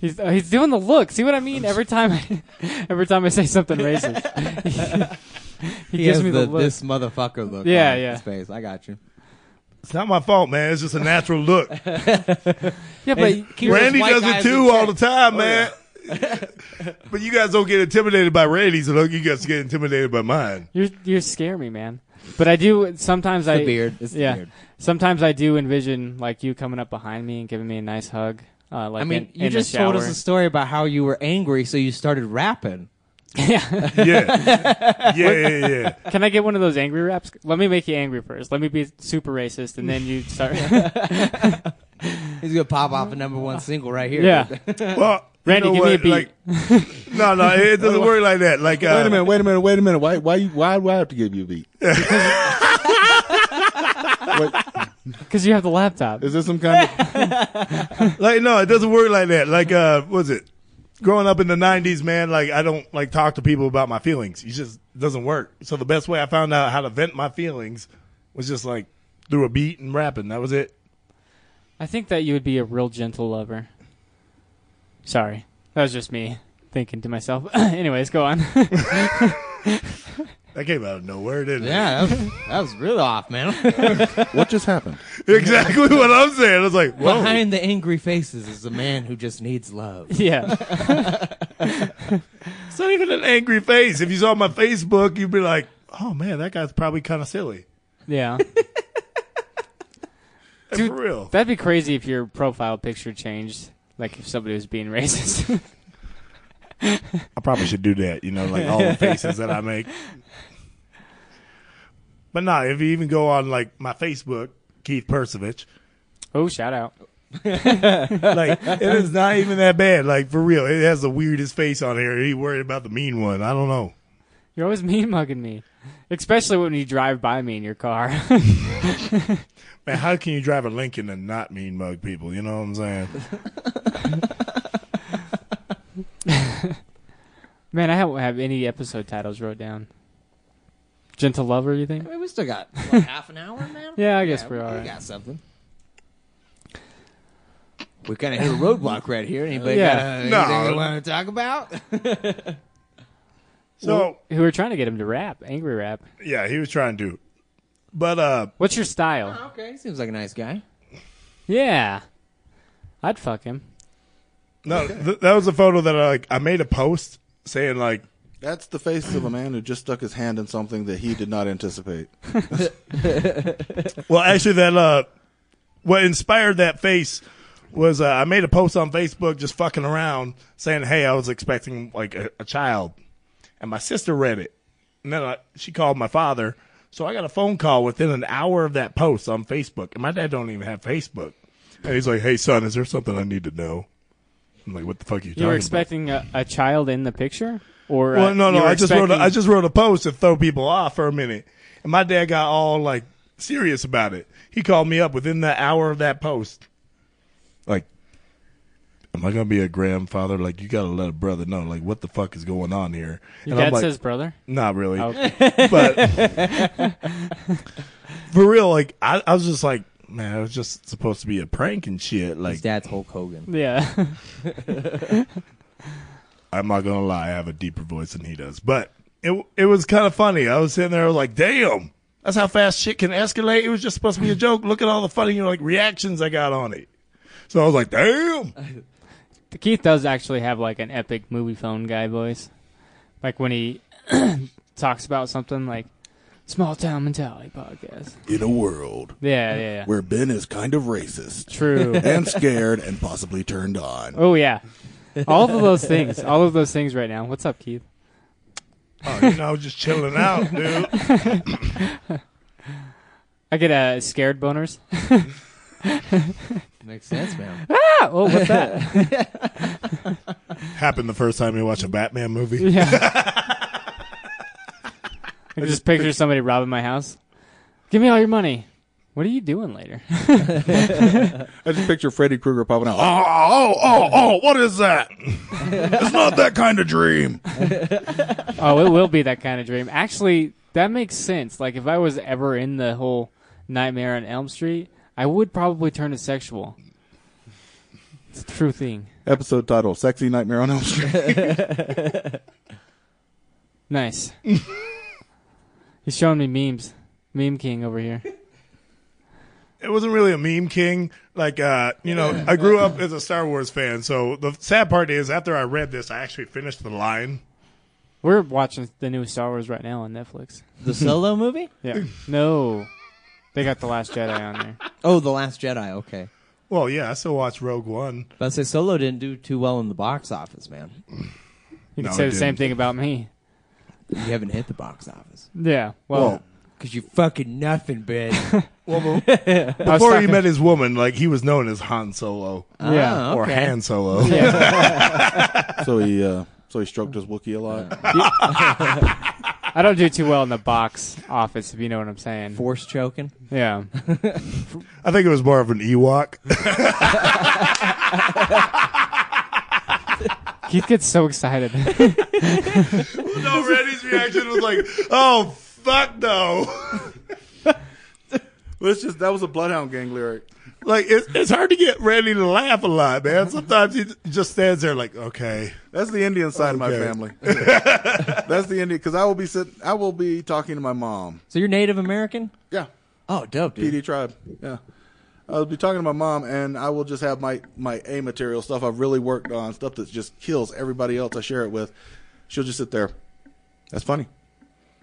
[SPEAKER 4] he's uh, he's doing the look. See what I mean? Every time, I, every time I say something racist, he,
[SPEAKER 5] He
[SPEAKER 4] gives
[SPEAKER 5] has
[SPEAKER 4] me the,
[SPEAKER 5] the
[SPEAKER 4] look.
[SPEAKER 5] this motherfucker look.
[SPEAKER 4] Yeah,
[SPEAKER 5] on
[SPEAKER 4] yeah.
[SPEAKER 5] His face. I got you.
[SPEAKER 3] It's not my fault, man. It's just a natural look.
[SPEAKER 4] yeah,
[SPEAKER 5] but keep
[SPEAKER 3] Randy
[SPEAKER 5] those white
[SPEAKER 3] does it
[SPEAKER 5] guys
[SPEAKER 3] too
[SPEAKER 5] in
[SPEAKER 3] all the
[SPEAKER 5] check.
[SPEAKER 3] time,
[SPEAKER 5] Oh,
[SPEAKER 3] man. but you guys don't get intimidated by Randy, so don't you guys get intimidated by mine.
[SPEAKER 4] You you scare me, man. But I do sometimes.
[SPEAKER 3] It's
[SPEAKER 4] I
[SPEAKER 3] the beard. It's the
[SPEAKER 4] yeah.
[SPEAKER 3] beard.
[SPEAKER 4] Sometimes I do envision like you coming up behind me and giving me a nice hug. Uh, like
[SPEAKER 5] I mean,
[SPEAKER 4] in-
[SPEAKER 5] you
[SPEAKER 4] in the
[SPEAKER 5] just told us
[SPEAKER 4] shower.
[SPEAKER 5] a story about how you were angry, so you started rapping.
[SPEAKER 4] Yeah.
[SPEAKER 5] yeah.
[SPEAKER 4] Can I get one of those angry raps? Let me make you angry first. Let me be super racist, and then you start.
[SPEAKER 5] He's gonna pop off a number one single right here.
[SPEAKER 4] Yeah.
[SPEAKER 3] Well,
[SPEAKER 4] Randy,
[SPEAKER 3] you know
[SPEAKER 4] give me a
[SPEAKER 3] what?
[SPEAKER 4] beat.
[SPEAKER 3] Like, no, no, it doesn't work like that. Like, uh,
[SPEAKER 8] wait a minute, wait a minute, wait a minute. Why, why, you- why do I have to give you a beat?
[SPEAKER 4] Because you have the laptop.
[SPEAKER 8] Is this some kind of?
[SPEAKER 3] like no, it doesn't work like that. Like uh was it? Growing up in the nineties, man, like I don't like talk to people about my feelings. It just doesn't work. So the best way I found out how to vent my feelings was just like through a beat and rapping. That was it.
[SPEAKER 4] I think that you would be a real gentle lover. Sorry. That was just me thinking to myself. Anyways, go on.
[SPEAKER 3] That came out of nowhere, didn't
[SPEAKER 5] Yeah,
[SPEAKER 3] it?
[SPEAKER 5] that was, that was real off, man.
[SPEAKER 8] what just happened?
[SPEAKER 3] Exactly what I'm saying. I was like, whoa.
[SPEAKER 5] Behind the angry faces is a man who just needs love.
[SPEAKER 3] it's not even an angry face. If you saw my Facebook, you'd be like, Oh man, that guy's probably kinda silly.
[SPEAKER 4] yeah.
[SPEAKER 3] for real.
[SPEAKER 4] That'd be crazy if your profile picture changed. Like if somebody was being racist.
[SPEAKER 3] I probably should do that, you know, like all the faces that I make. But nah, if you even go on like my Facebook, Keith Persovich.
[SPEAKER 4] Oh, shout out.
[SPEAKER 3] like it is not even that bad. Like for real, it has the weirdest face on here. He worried about the mean one. I don't know.
[SPEAKER 4] You're always mean mugging me. Especially when you drive by me in your car.
[SPEAKER 3] Man, how can you drive a Lincoln and not mean mug people? You know what I'm saying?
[SPEAKER 4] Man, I don't have any episode titles wrote down. Gentle lover, you think?
[SPEAKER 5] we still got what, half an hour, man.
[SPEAKER 4] Yeah, I guess
[SPEAKER 5] we
[SPEAKER 4] we're all
[SPEAKER 5] we
[SPEAKER 4] right.
[SPEAKER 5] got something. We kind of hit a roadblock right here. Anybody
[SPEAKER 4] Yeah.
[SPEAKER 5] got uh,
[SPEAKER 4] No.
[SPEAKER 5] anything they want to talk about?
[SPEAKER 3] So-
[SPEAKER 4] who were trying to get him to rap, angry rap.
[SPEAKER 3] Yeah, he was trying to. But uh
[SPEAKER 4] What's your style?
[SPEAKER 5] okay, he seems like a nice guy.
[SPEAKER 4] Yeah. I'd fuck him.
[SPEAKER 3] No, th- that was a photo that I like I made a post saying like
[SPEAKER 8] That's the face of a man who just stuck his hand in something that he did not anticipate.
[SPEAKER 3] well, actually, that uh, what inspired that face was uh, I made a post on Facebook just fucking around saying, "Hey, I was expecting like a, a child," and my sister read it, and then I, she called my father. So I got a phone call within an hour of that post on Facebook, and my dad don't even have Facebook. And he's like, "Hey, son, is there something I need to know?" I'm like, "What the fuck are you
[SPEAKER 4] You
[SPEAKER 3] talking about?"
[SPEAKER 4] were expecting a, a child in the picture, or uh,
[SPEAKER 3] Well, no,
[SPEAKER 4] you
[SPEAKER 3] no.
[SPEAKER 4] were
[SPEAKER 3] I just wrote. A,
[SPEAKER 4] expecting-
[SPEAKER 3] I just wrote a post to throw people off for a minute, and my dad got all like serious about it. He called me up within the hour of that post. Like, am I gonna be a grandfather? Like, you gotta let a brother know. Like, what the fuck is going on here? And
[SPEAKER 4] Your
[SPEAKER 3] I'm
[SPEAKER 4] dad's
[SPEAKER 3] like,
[SPEAKER 4] his brother?
[SPEAKER 3] Not really,
[SPEAKER 4] Okay.
[SPEAKER 3] but for real, like, I, I was just like, man, it was just supposed to be a prank and shit. Like,
[SPEAKER 5] His dad's Hulk Hogan.
[SPEAKER 4] Yeah.
[SPEAKER 3] I'm not gonna lie, I have a deeper voice than he does. But it it was kind of funny. I was sitting there like, damn, that's how fast shit can escalate. It was just supposed to be a joke. Look at all the funny you know, like reactions I got on it. So I was like, damn.
[SPEAKER 4] Keith does actually have like an epic movie phone guy voice. Like when he talks about something like small town mentality podcast.
[SPEAKER 8] In a world.
[SPEAKER 4] Yeah, yeah, yeah.
[SPEAKER 8] Where Ben is kind of racist.
[SPEAKER 4] True.
[SPEAKER 8] And scared and possibly turned on.
[SPEAKER 4] Oh yeah. All of those things. All of those things right now. What's up, Keith?
[SPEAKER 3] Oh, you know, I was just chilling out, dude.
[SPEAKER 4] I get uh, scared boners.
[SPEAKER 5] Makes sense, man.
[SPEAKER 4] Ah! Oh, what's that?
[SPEAKER 3] Happened the first time you watch a Batman movie.
[SPEAKER 4] Yeah. I just picture somebody robbing my house. Give me all your money. What are you doing later?
[SPEAKER 8] I just picture Freddy Krueger popping out. Ah,
[SPEAKER 3] Oh, oh, oh, oh, what is that? it's not that kind of dream.
[SPEAKER 4] oh, it will be that kind of dream. Actually, that makes sense. Like if I was ever in the whole Nightmare on Elm Street, I would probably turn to sexual. It's a true thing.
[SPEAKER 8] Episode title Sexy Nightmare on Elm Street.
[SPEAKER 4] Nice. He's showing me memes. Meme King over here.
[SPEAKER 3] It wasn't really a meme king. Like, uh, you know, I grew up as a Star Wars fan. So the sad part is, after I read this, I actually finished the line.
[SPEAKER 4] We're watching the new Star Wars right now on Netflix.
[SPEAKER 5] The Solo movie?
[SPEAKER 4] Yeah. No. They got The Last Jedi on there.
[SPEAKER 5] Oh, The Last Jedi. Okay.
[SPEAKER 3] Well, yeah, I still watch Rogue One.
[SPEAKER 5] But I say Solo didn't do too well in the box office, man.
[SPEAKER 3] No,
[SPEAKER 4] You can
[SPEAKER 3] it
[SPEAKER 4] say the same
[SPEAKER 3] didn't.
[SPEAKER 4] thing about me.
[SPEAKER 5] You haven't hit the box office.
[SPEAKER 4] Yeah. Well,
[SPEAKER 5] Because you fucking nothing, bitch.
[SPEAKER 4] I was
[SPEAKER 3] Before he
[SPEAKER 4] talking-
[SPEAKER 3] met his woman, like he was known as Han Solo
[SPEAKER 5] Ah,
[SPEAKER 4] Yeah.
[SPEAKER 3] or Han Solo.
[SPEAKER 4] yeah.
[SPEAKER 8] so he uh, so he stroked his Wookiee a lot.
[SPEAKER 4] I don't do too well in the box office, if you know what I'm saying.
[SPEAKER 5] Force choking.
[SPEAKER 4] Yeah.
[SPEAKER 3] I think it was more of an Ewok.
[SPEAKER 4] Keith gets so excited.
[SPEAKER 3] no, Randy's reaction was like, "Oh fuck no!"
[SPEAKER 8] Let's just that was a Bloodhound Gang lyric.
[SPEAKER 3] Like it's it's hard to get Randy to laugh a lot, man. Sometimes he just stands there like, "Okay."
[SPEAKER 8] That's the Indian side of my
[SPEAKER 3] Okay.
[SPEAKER 8] family. That's the Indian because I will be sitting. I will be talking to my mom.
[SPEAKER 5] So you're Native American?
[SPEAKER 8] Yeah,
[SPEAKER 5] Oh, dope, dude.
[SPEAKER 8] PD tribe. Yeah, I'll be talking to my mom, and I will just have my my A material stuff I've really worked on, stuff that just kills everybody else I share it with. She'll just sit there. That's funny.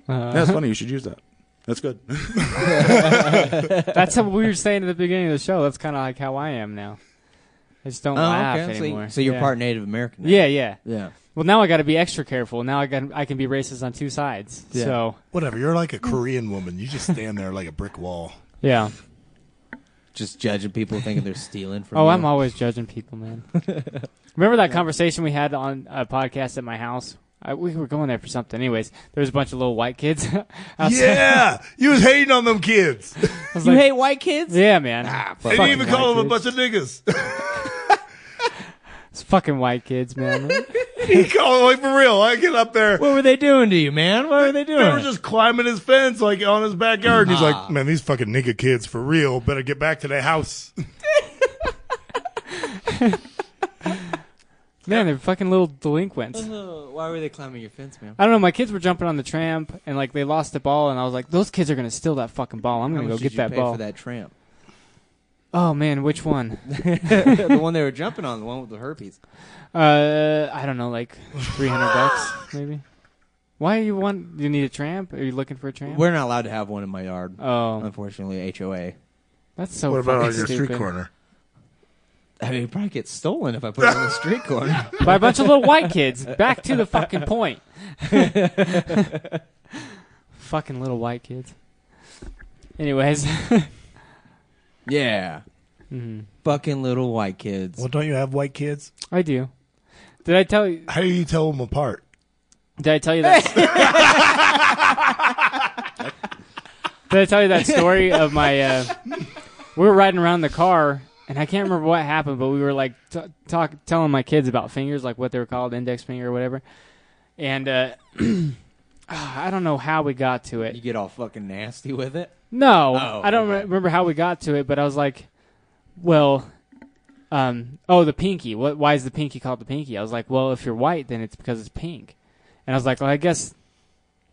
[SPEAKER 8] That's funny. You should use that. That's good.
[SPEAKER 4] That's what we were saying at the beginning of the show. That's kind of like how I am now. I just don't
[SPEAKER 5] Oh,
[SPEAKER 4] laugh
[SPEAKER 5] okay. So,
[SPEAKER 4] anymore.
[SPEAKER 5] you- so you're
[SPEAKER 4] yeah.
[SPEAKER 5] part Native American. now.
[SPEAKER 4] Yeah, yeah.
[SPEAKER 5] Yeah.
[SPEAKER 4] Well, now I got to be extra careful. Now I got I can be racist on two sides.
[SPEAKER 5] Yeah.
[SPEAKER 4] So
[SPEAKER 3] Whatever. You're like a Korean woman. You just stand there like a brick wall.
[SPEAKER 4] yeah.
[SPEAKER 5] Just judging people, thinking they're stealing from.
[SPEAKER 4] Oh,
[SPEAKER 5] you.
[SPEAKER 4] I'm always judging people, man. Remember that conversation we had on a podcast at my house? I, we were going there for something. Anyways, there was a bunch of little white kids. outside.
[SPEAKER 3] Yeah, you was hating on them kids. They
[SPEAKER 4] I was
[SPEAKER 5] You
[SPEAKER 4] like,
[SPEAKER 5] hate white kids?
[SPEAKER 4] yeah, man.
[SPEAKER 5] Fuck
[SPEAKER 3] didn't even
[SPEAKER 4] white
[SPEAKER 3] call them a
[SPEAKER 4] kids.
[SPEAKER 3] bunch of niggas.
[SPEAKER 4] It's fucking white kids, man.
[SPEAKER 3] he called like for real. I get up there.
[SPEAKER 5] What were they doing to you, man? What were they doing?
[SPEAKER 3] They were just climbing his fence, like on his backyard. And he's like, "Man, these fucking nigga kids for real. Better get back to their house."
[SPEAKER 4] man, they're fucking little delinquents.
[SPEAKER 5] Why were they climbing your fence, man?
[SPEAKER 4] I don't know. My kids were jumping on the tramp, and like they lost the ball, and I was like, "Those kids are gonna steal that fucking ball. I'm
[SPEAKER 5] How
[SPEAKER 4] gonna go
[SPEAKER 5] much did
[SPEAKER 4] get
[SPEAKER 5] you
[SPEAKER 4] that
[SPEAKER 5] pay
[SPEAKER 4] ball."
[SPEAKER 5] for that tramp.
[SPEAKER 4] Oh man, which one?
[SPEAKER 5] the one they were jumping on, the one with the herpes.
[SPEAKER 4] Uh, I don't know, like three hundred bucks, maybe. Why you want? You need a tramp? Are you looking for a tramp?
[SPEAKER 5] We're not allowed to have one in my yard,
[SPEAKER 4] Oh,
[SPEAKER 5] unfortunately. HOA.
[SPEAKER 4] that's so.
[SPEAKER 3] what about
[SPEAKER 4] fucking
[SPEAKER 3] on your
[SPEAKER 4] Oh, stupid.
[SPEAKER 3] street corner?
[SPEAKER 5] I mean, it'd probably get stolen if I put it on the street corner.
[SPEAKER 4] By a bunch of little white kids. Back to the fucking point. fucking little white kids. Anyways,
[SPEAKER 5] yeah.
[SPEAKER 4] Mhm.
[SPEAKER 5] Fucking little white kids.
[SPEAKER 3] Well, don't you have white kids?
[SPEAKER 4] I do. Did I tell you?
[SPEAKER 3] How do you tell them apart?
[SPEAKER 4] Did I tell you that? did I tell you that story of my? Uh, we were riding around in the car, and I can't remember what happened, but we were like t- talk telling my kids about fingers, like what they were called, index finger or whatever. And uh, I don't know how we got to
[SPEAKER 5] You
[SPEAKER 4] it.
[SPEAKER 5] get all fucking nasty with it.
[SPEAKER 4] No,
[SPEAKER 5] Oh,
[SPEAKER 4] I don't
[SPEAKER 5] okay.
[SPEAKER 4] re- remember how we got to it, but I was like, well. Um, oh, the pinky. What? Why is the pinky called the pinky? I was like, well, if you're white, then it's because it's pink. And I was like, well, I guess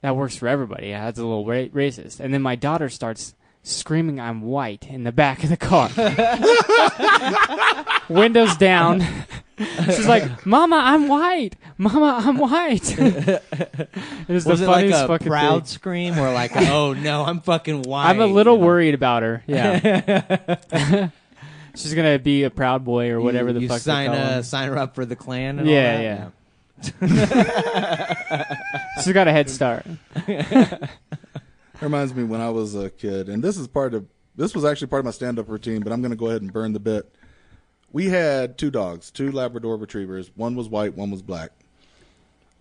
[SPEAKER 4] that works for everybody. Yeah, that's a little ra- racist. And then my daughter starts screaming, "I'm white" in the back of the car, windows down. She's like, "Mama, I'm white. Mama, I'm white." it was,
[SPEAKER 5] was
[SPEAKER 4] the
[SPEAKER 5] it like
[SPEAKER 4] funniest
[SPEAKER 5] a
[SPEAKER 4] fucking
[SPEAKER 5] proud
[SPEAKER 4] thing.
[SPEAKER 5] scream or like, a, oh no, I'm fucking white?
[SPEAKER 4] I'm a little worried about her. Yeah. She's gonna be a proud boy or whatever
[SPEAKER 5] You-
[SPEAKER 4] the
[SPEAKER 5] you
[SPEAKER 4] fuck. they
[SPEAKER 5] sign
[SPEAKER 4] call
[SPEAKER 5] uh,
[SPEAKER 4] 'em.
[SPEAKER 5] sign her up for the clan. And
[SPEAKER 4] Yeah,
[SPEAKER 5] all
[SPEAKER 4] yeah.
[SPEAKER 5] that?
[SPEAKER 4] She's got a head start.
[SPEAKER 8] It reminds me when I was a kid, and this is part of this was actually part of my stand up routine, but I'm going to go ahead and burn the bit. We had two dogs, two Labrador retrievers. One was white, one was black.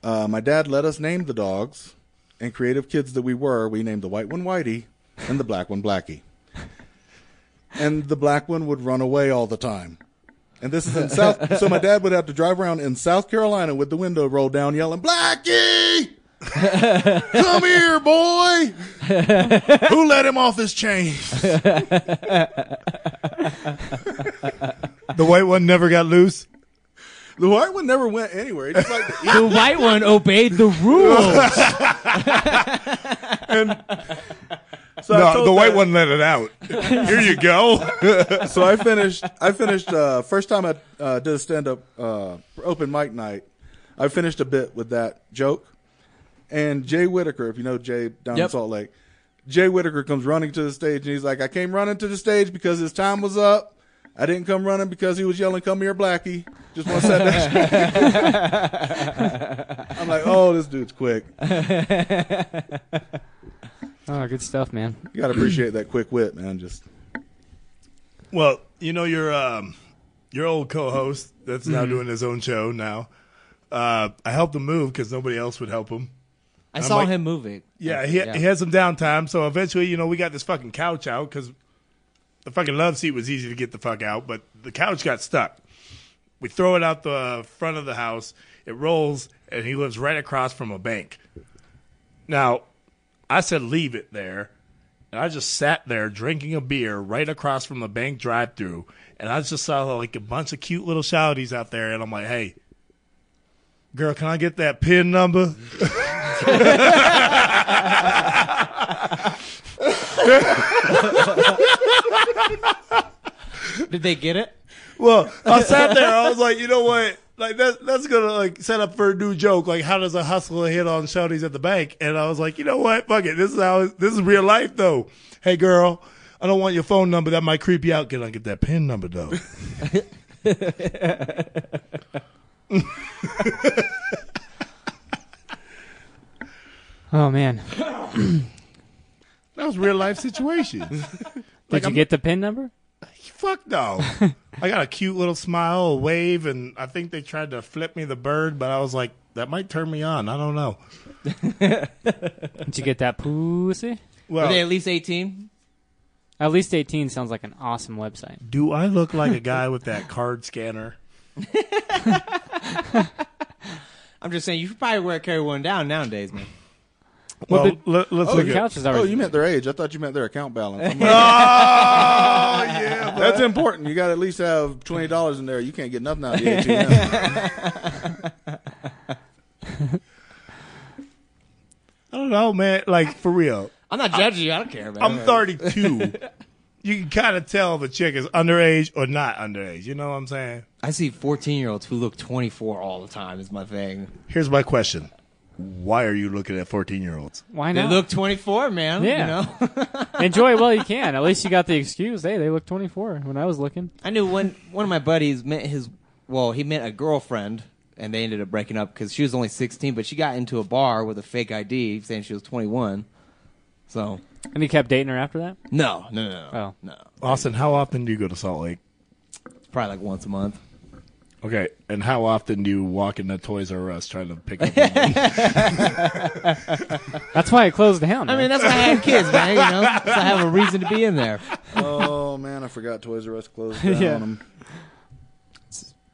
[SPEAKER 8] Uh, my dad let us name the dogs, and creative kids that we were, we named the white one Whitey and the black one Blackie. And the black one would run away all the time. And this is in South, so my dad would have to drive around in South Carolina with the window rolled down, yelling, Blackie! Come here, boy! Who let him off his chain?
[SPEAKER 3] The white one never got loose.
[SPEAKER 8] The white one never went anywhere. He just liked to eat.
[SPEAKER 5] The white one obeyed the rules.
[SPEAKER 8] So I
[SPEAKER 3] no,
[SPEAKER 8] told
[SPEAKER 3] the white
[SPEAKER 8] that-
[SPEAKER 3] one let it out. Here you go.
[SPEAKER 8] So I finished. I finished. Uh, first time I uh, did a stand up uh, open mic night. I finished a bit with that joke. And Jay Whitaker, if you know Jay down in
[SPEAKER 5] Yep.
[SPEAKER 8] Salt Lake, Jay Whitaker comes running to the stage and he's like, "I came running to the stage because his time was up. I didn't come running because he was yelling, "Come here, Blackie!" Just want to set that." straight." I'm like, "Oh, this dude's quick.
[SPEAKER 4] Oh, good stuff, man.
[SPEAKER 8] You gotta appreciate that quick wit, man. Just
[SPEAKER 3] Well, you know your um, your old co-host that's now doing his own show now. Uh, I helped him move because nobody else would help him.
[SPEAKER 5] I saw
[SPEAKER 3] like-
[SPEAKER 5] him moving.
[SPEAKER 3] Yeah, he, he had some downtime, so eventually, you know, we got this fucking couch out because the fucking love seat was easy to get the fuck out, but the couch got stuck. We throw it out the front of the house, it rolls, and he lives right across from a bank. Now, I said leave it there, and I just sat there drinking a beer right across from the bank drive through, and I just saw like a bunch of cute little shouties out there, and I'm like, hey, girl, can I get that pin number?
[SPEAKER 5] Did they get it?
[SPEAKER 3] Well, I sat there. I was like, you know what? Like that, that's gonna like set up for a new joke. Like, how does a hustler hit on shouties at the bank? And I was like, you know what? Fuck it. This is how. This is real life, though. Hey, girl, I don't want your phone number. That might creep you out. Can I get that pin number, though?
[SPEAKER 4] Oh man,
[SPEAKER 3] That was real life situation.
[SPEAKER 4] did you get the pin number?
[SPEAKER 3] Fuck no. I got a cute little smile, a wave, and I think they tried to flip me the bird, but I was like, that might turn me on. I don't know.
[SPEAKER 4] Did you get that pussy?
[SPEAKER 5] Were
[SPEAKER 3] Well,
[SPEAKER 5] they at least 18?
[SPEAKER 4] At least 18 sounds like an awesome website.
[SPEAKER 3] do I look like a guy with that card scanner?
[SPEAKER 5] I'm just saying, you should probably wear carry one down nowadays, man.
[SPEAKER 3] Well, let, us
[SPEAKER 4] The
[SPEAKER 3] look at.
[SPEAKER 4] couch is
[SPEAKER 8] oh,
[SPEAKER 4] already.
[SPEAKER 8] you meant their age. I thought you meant their account balance. I'm like,
[SPEAKER 3] Oh yeah,
[SPEAKER 8] That's important. You got to at least have twenty dollars in there. You can't get nothing out of the ATM.
[SPEAKER 3] I don't know, man. Like for real,
[SPEAKER 5] I'm not judging you. I don't care, man.
[SPEAKER 3] I'm 32. you can kind of tell if a chick is underage or not underage. You know what I'm saying?
[SPEAKER 5] I see 14 year olds who look 24 all the time, is my thing.
[SPEAKER 3] Here's my question: Why are you looking at 14 year olds?
[SPEAKER 4] Why
[SPEAKER 5] They
[SPEAKER 4] not?
[SPEAKER 5] look 24, man.
[SPEAKER 4] Yeah.
[SPEAKER 5] You know?
[SPEAKER 4] Enjoy it while you can. At least you got the excuse. Hey, they look 24 when I was looking.
[SPEAKER 5] I knew one, one of my buddies met his, well, he met a girlfriend, and they ended up breaking up because she was only 16, but she got into a bar with a fake ID saying she was 21. So,
[SPEAKER 4] And he kept dating her after that.
[SPEAKER 5] no, no, no, no.
[SPEAKER 4] Oh.
[SPEAKER 5] No.
[SPEAKER 3] Austin, how often do you go to Salt Lake?
[SPEAKER 5] It's probably like once a month.
[SPEAKER 3] Okay, and how often do you walk into Toys R Us trying to pick up?
[SPEAKER 4] That's why it closed down.
[SPEAKER 5] I mean, that's why I had kids, man. You know, so I have a reason to be in there.
[SPEAKER 8] oh man, I forgot Toys R Us closed down.
[SPEAKER 4] Yeah.
[SPEAKER 8] I'm-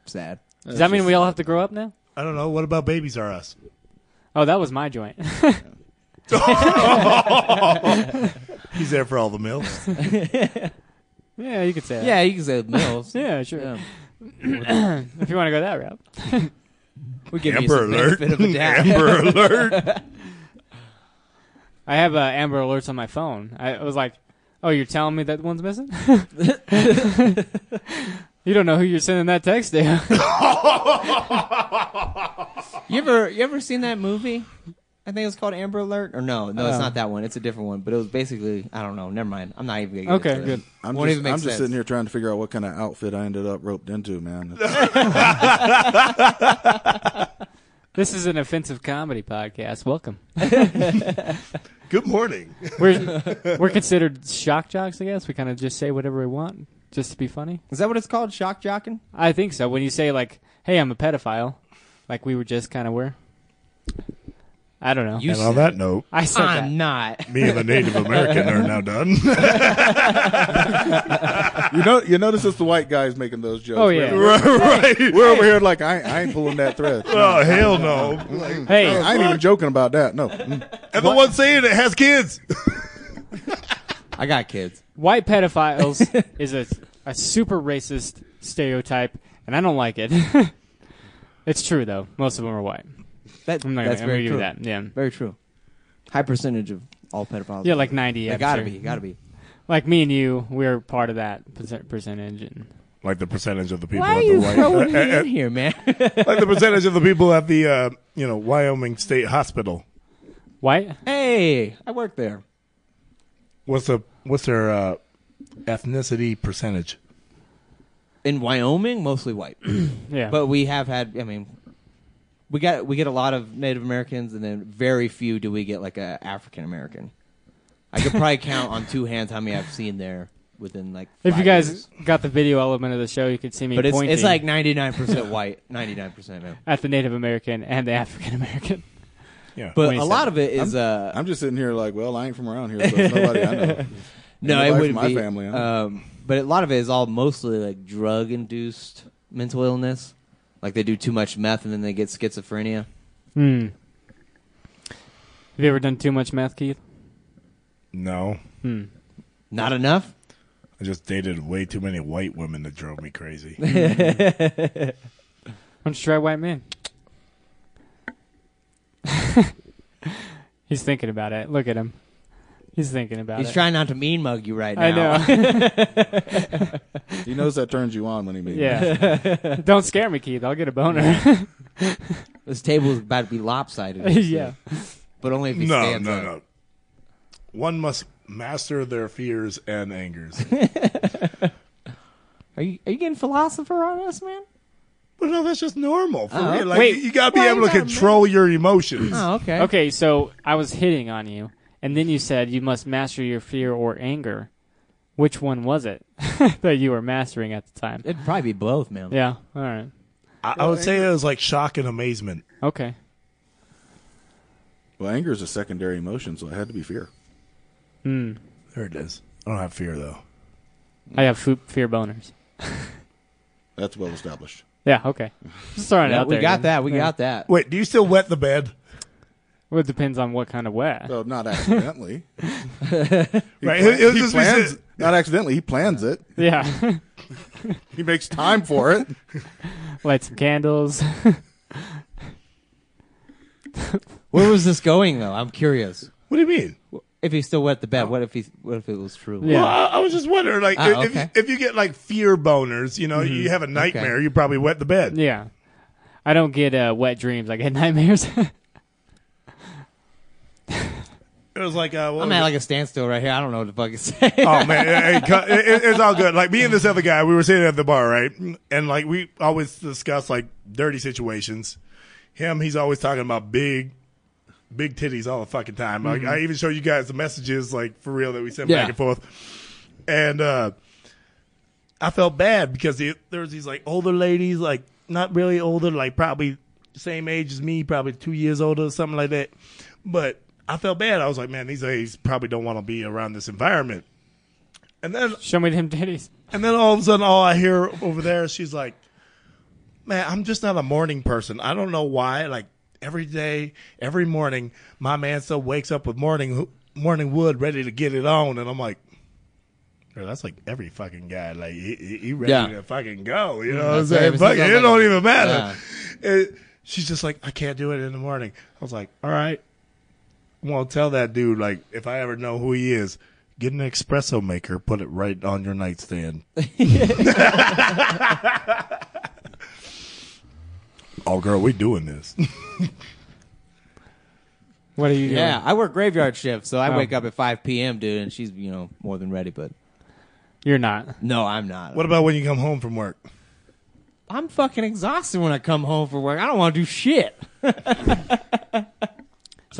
[SPEAKER 5] Sad.
[SPEAKER 4] does that mean we all have to grow up now?
[SPEAKER 3] I don't know. What about Babies R Us?
[SPEAKER 4] Oh, that was my joint.
[SPEAKER 3] He's there for all the meals.
[SPEAKER 4] yeah, you could say. That.
[SPEAKER 5] Yeah, you can say Mills.
[SPEAKER 4] Yeah, sure.
[SPEAKER 5] Yeah.
[SPEAKER 4] If you want to go that route.
[SPEAKER 5] We give you
[SPEAKER 3] Amber
[SPEAKER 5] some
[SPEAKER 3] alert!
[SPEAKER 5] benefit of the doubt.
[SPEAKER 3] Amber alert!
[SPEAKER 4] I have uh, Amber Alerts on my phone. I I was like, "Oh, you're telling me that one's missing? you don't know who you're sending that text to."
[SPEAKER 5] You ever you ever seen that movie? I think it was called Amber Alert, or no, no, it's
[SPEAKER 4] Oh.
[SPEAKER 5] not that one. It's a different one, but it was basically I don't know. Never mind. I'm not even. Gonna get
[SPEAKER 4] Okay,
[SPEAKER 5] into it.
[SPEAKER 4] good.
[SPEAKER 8] I'm,
[SPEAKER 5] Won't
[SPEAKER 8] just,
[SPEAKER 5] even make
[SPEAKER 8] I'm just
[SPEAKER 5] sense.
[SPEAKER 8] sitting here trying to figure out what kind of outfit I ended up roped into, man.
[SPEAKER 4] this is an offensive comedy podcast. Welcome.
[SPEAKER 3] Good morning.
[SPEAKER 4] We're we're considered shock jocks, I guess. We kind of just say whatever we want just to be funny.
[SPEAKER 5] Is that what it's called? Shock jocking?
[SPEAKER 4] I think so. When you say like, "Hey, I'm a pedophile," like we were just kind of were. I don't know.
[SPEAKER 5] You
[SPEAKER 3] And on that note,
[SPEAKER 4] I said that.
[SPEAKER 5] I'm not.
[SPEAKER 3] me and the Native American are now done.
[SPEAKER 8] you know, you notice it's the white guys making those jokes.
[SPEAKER 4] Oh,
[SPEAKER 8] We're-
[SPEAKER 4] yeah.
[SPEAKER 8] we're,
[SPEAKER 3] right.
[SPEAKER 8] we're over here like I, I ain't pulling that thread.
[SPEAKER 3] Oh, hell no. Like,
[SPEAKER 4] Hey,
[SPEAKER 8] I ain't even joking about that. No, Mm.
[SPEAKER 3] and the one saying it has kids.
[SPEAKER 5] I got kids.
[SPEAKER 4] white pedophiles is a a super racist stereotype, and I don't like it. it's true though. Most of them are white.
[SPEAKER 5] That,
[SPEAKER 4] I'm not gonna,
[SPEAKER 5] that's
[SPEAKER 4] I'm gonna
[SPEAKER 5] very
[SPEAKER 4] give
[SPEAKER 5] true.
[SPEAKER 4] you that. Yeah.
[SPEAKER 5] Very true. High percentage of all pedophiles.
[SPEAKER 4] Yeah, like 90.
[SPEAKER 5] They
[SPEAKER 4] I'm
[SPEAKER 5] gotta
[SPEAKER 4] sure.
[SPEAKER 5] be. Gotta be.
[SPEAKER 4] Like me and you, we're part of that percent- percentage. And
[SPEAKER 3] Like the percentage of the people
[SPEAKER 5] Why are
[SPEAKER 3] at the
[SPEAKER 5] you
[SPEAKER 3] white,
[SPEAKER 5] throwing me in here, man?
[SPEAKER 3] like the percentage of the people at the uh, you know Wyoming State Hospital.
[SPEAKER 4] white?
[SPEAKER 5] hey, I work there.
[SPEAKER 3] What's the what's their uh, ethnicity percentage?
[SPEAKER 5] In Wyoming, mostly white,
[SPEAKER 4] Yeah.
[SPEAKER 5] but we have had. I mean, we got we get a lot of Native Americans, and then very few do we get like a African American. I could probably count on two hands how many I've seen there within like.
[SPEAKER 4] if you
[SPEAKER 5] five
[SPEAKER 4] guys
[SPEAKER 5] years.
[SPEAKER 4] got the video element of the show, you could see me
[SPEAKER 5] but it's
[SPEAKER 4] pointing
[SPEAKER 5] it's like ninety nine percent white, ninety nine percent man.
[SPEAKER 4] at the Native American and the African American.
[SPEAKER 3] Yeah,
[SPEAKER 5] But
[SPEAKER 4] Twenty
[SPEAKER 5] a
[SPEAKER 4] seven.
[SPEAKER 5] lot of it is uh,
[SPEAKER 8] I'm just sitting here like, well, I ain't from around here, so it's nobody I know.
[SPEAKER 5] No,
[SPEAKER 8] Nobody
[SPEAKER 5] it
[SPEAKER 8] from
[SPEAKER 5] wouldn't
[SPEAKER 8] my
[SPEAKER 5] be.
[SPEAKER 8] family, huh?
[SPEAKER 5] Um, but a lot of it is all mostly like drug induced mental illness. Like they do too much meth and then they get schizophrenia.
[SPEAKER 4] Hmm. Have you ever done too much meth, Keith?
[SPEAKER 3] no,
[SPEAKER 4] Hmm.
[SPEAKER 5] Not enough.
[SPEAKER 3] I just dated way too many white women that drove me crazy.
[SPEAKER 4] Why don't you try white man? He's thinking about it. Look at him. He's thinking about
[SPEAKER 5] He's
[SPEAKER 4] it.
[SPEAKER 5] trying not to mean mug you right now.
[SPEAKER 4] I know.
[SPEAKER 8] He knows that turns you on when he meets.
[SPEAKER 4] yeah. Don't scare me, Keith. I'll get a boner.
[SPEAKER 5] this table is about to be lopsided.
[SPEAKER 4] yeah.
[SPEAKER 5] but only if he
[SPEAKER 3] no, no,
[SPEAKER 5] stands up.
[SPEAKER 3] no. One must master their fears and angers.
[SPEAKER 5] Are you are you getting philosopher on us, man?
[SPEAKER 3] But no, that's just normal. For
[SPEAKER 5] Oh,
[SPEAKER 3] real. Like,
[SPEAKER 4] wait.
[SPEAKER 3] Uh-huh. you gotta be
[SPEAKER 5] Why
[SPEAKER 3] able to
[SPEAKER 5] not, man?
[SPEAKER 3] control your emotions.
[SPEAKER 5] Oh, okay.
[SPEAKER 4] Okay, so I was hitting on you, and then you said you must master your fear or anger. Which one was it that you were mastering at the time?
[SPEAKER 5] It'd probably be both, man.
[SPEAKER 4] Yeah. All right.
[SPEAKER 3] I, I would say it was like shock and amazement.
[SPEAKER 4] Okay.
[SPEAKER 8] Well, anger is a secondary emotion, so it had to be fear.
[SPEAKER 4] Hmm.
[SPEAKER 3] There it is. I don't have fear though.
[SPEAKER 4] I have fo- fear boners.
[SPEAKER 8] That's well established.
[SPEAKER 4] Yeah. Okay. Just throwing it
[SPEAKER 5] Yeah,
[SPEAKER 4] out
[SPEAKER 5] we
[SPEAKER 4] there.
[SPEAKER 5] got
[SPEAKER 4] man.
[SPEAKER 5] that. We
[SPEAKER 4] Yeah.
[SPEAKER 5] got that.
[SPEAKER 3] Wait, do you still wet the bed?
[SPEAKER 4] Well, it depends on what kind of wet.
[SPEAKER 8] So not accidentally. He
[SPEAKER 3] Right,
[SPEAKER 8] pla-
[SPEAKER 3] it- it was
[SPEAKER 8] he
[SPEAKER 3] just-
[SPEAKER 8] plans, not accidentally. He plans it.
[SPEAKER 4] Yeah.
[SPEAKER 8] He makes time for it.
[SPEAKER 4] Light some candles.
[SPEAKER 5] Where was this going though? I'm curious.
[SPEAKER 3] What do you mean?
[SPEAKER 5] If he still wet the bed, what if he what if it was true?
[SPEAKER 4] Oh. Yeah.
[SPEAKER 3] Well, I, I was just wondering, like,
[SPEAKER 5] Oh,
[SPEAKER 3] if,
[SPEAKER 5] okay.
[SPEAKER 3] if, you get like fear boners, you know, you have a nightmare, you probably wet the bed.
[SPEAKER 4] yeah. I don't get uh, wet dreams. I get nightmares.
[SPEAKER 3] It was like, uh, what
[SPEAKER 5] I'm
[SPEAKER 3] was
[SPEAKER 5] at
[SPEAKER 3] it?
[SPEAKER 5] like a standstill right here. I don't know what the fuck to say.
[SPEAKER 3] oh man, it- it- cut- it- it's all good. Like me and this other guy, we were sitting at the bar, right? And like we always discuss like dirty situations. Him, he's always talking about big, big titties all the fucking time. Like I even show you guys the messages, like for real, that we send
[SPEAKER 5] Yeah.
[SPEAKER 3] back and forth. And uh I felt bad because the, there was these like older ladies, like not really older, like probably same age as me, probably two years older or something like that. But I felt bad. I was like, man, these ladies probably don't want to be around this environment. And then
[SPEAKER 4] Show me them titties.
[SPEAKER 3] and then all of a sudden, all I hear over there is she's like, "Man, I'm just not a morning person. I don't know why. Like every day, every morning, my man still wakes up with morning morning wood ready to get it on." And I'm like, "Bro, that's like every fucking guy. Like he, he, he ready
[SPEAKER 5] Yeah. Mm-hmm.
[SPEAKER 3] to fucking go. You know what I'm
[SPEAKER 5] That's every
[SPEAKER 3] saying? Fuck it,
[SPEAKER 5] single
[SPEAKER 3] it don't
[SPEAKER 5] fucking-
[SPEAKER 3] even matter." It- she's just like, "I can't do it in the morning." I was like, "All right." want to tell that dude, like, if I ever know who he is, get an espresso maker, put it right on your nightstand. oh, girl, we doing this.
[SPEAKER 4] What are you doing?
[SPEAKER 5] Yeah, I work graveyard shift, so I
[SPEAKER 4] Oh.
[SPEAKER 5] wake up at 5 p.m., dude, and she's, you know, more than ready, but.
[SPEAKER 4] You're not.
[SPEAKER 5] No, I'm not.
[SPEAKER 3] What about when you come home from work?
[SPEAKER 5] I'm fucking exhausted when I come home from work. I don't want to do shit.
[SPEAKER 4] So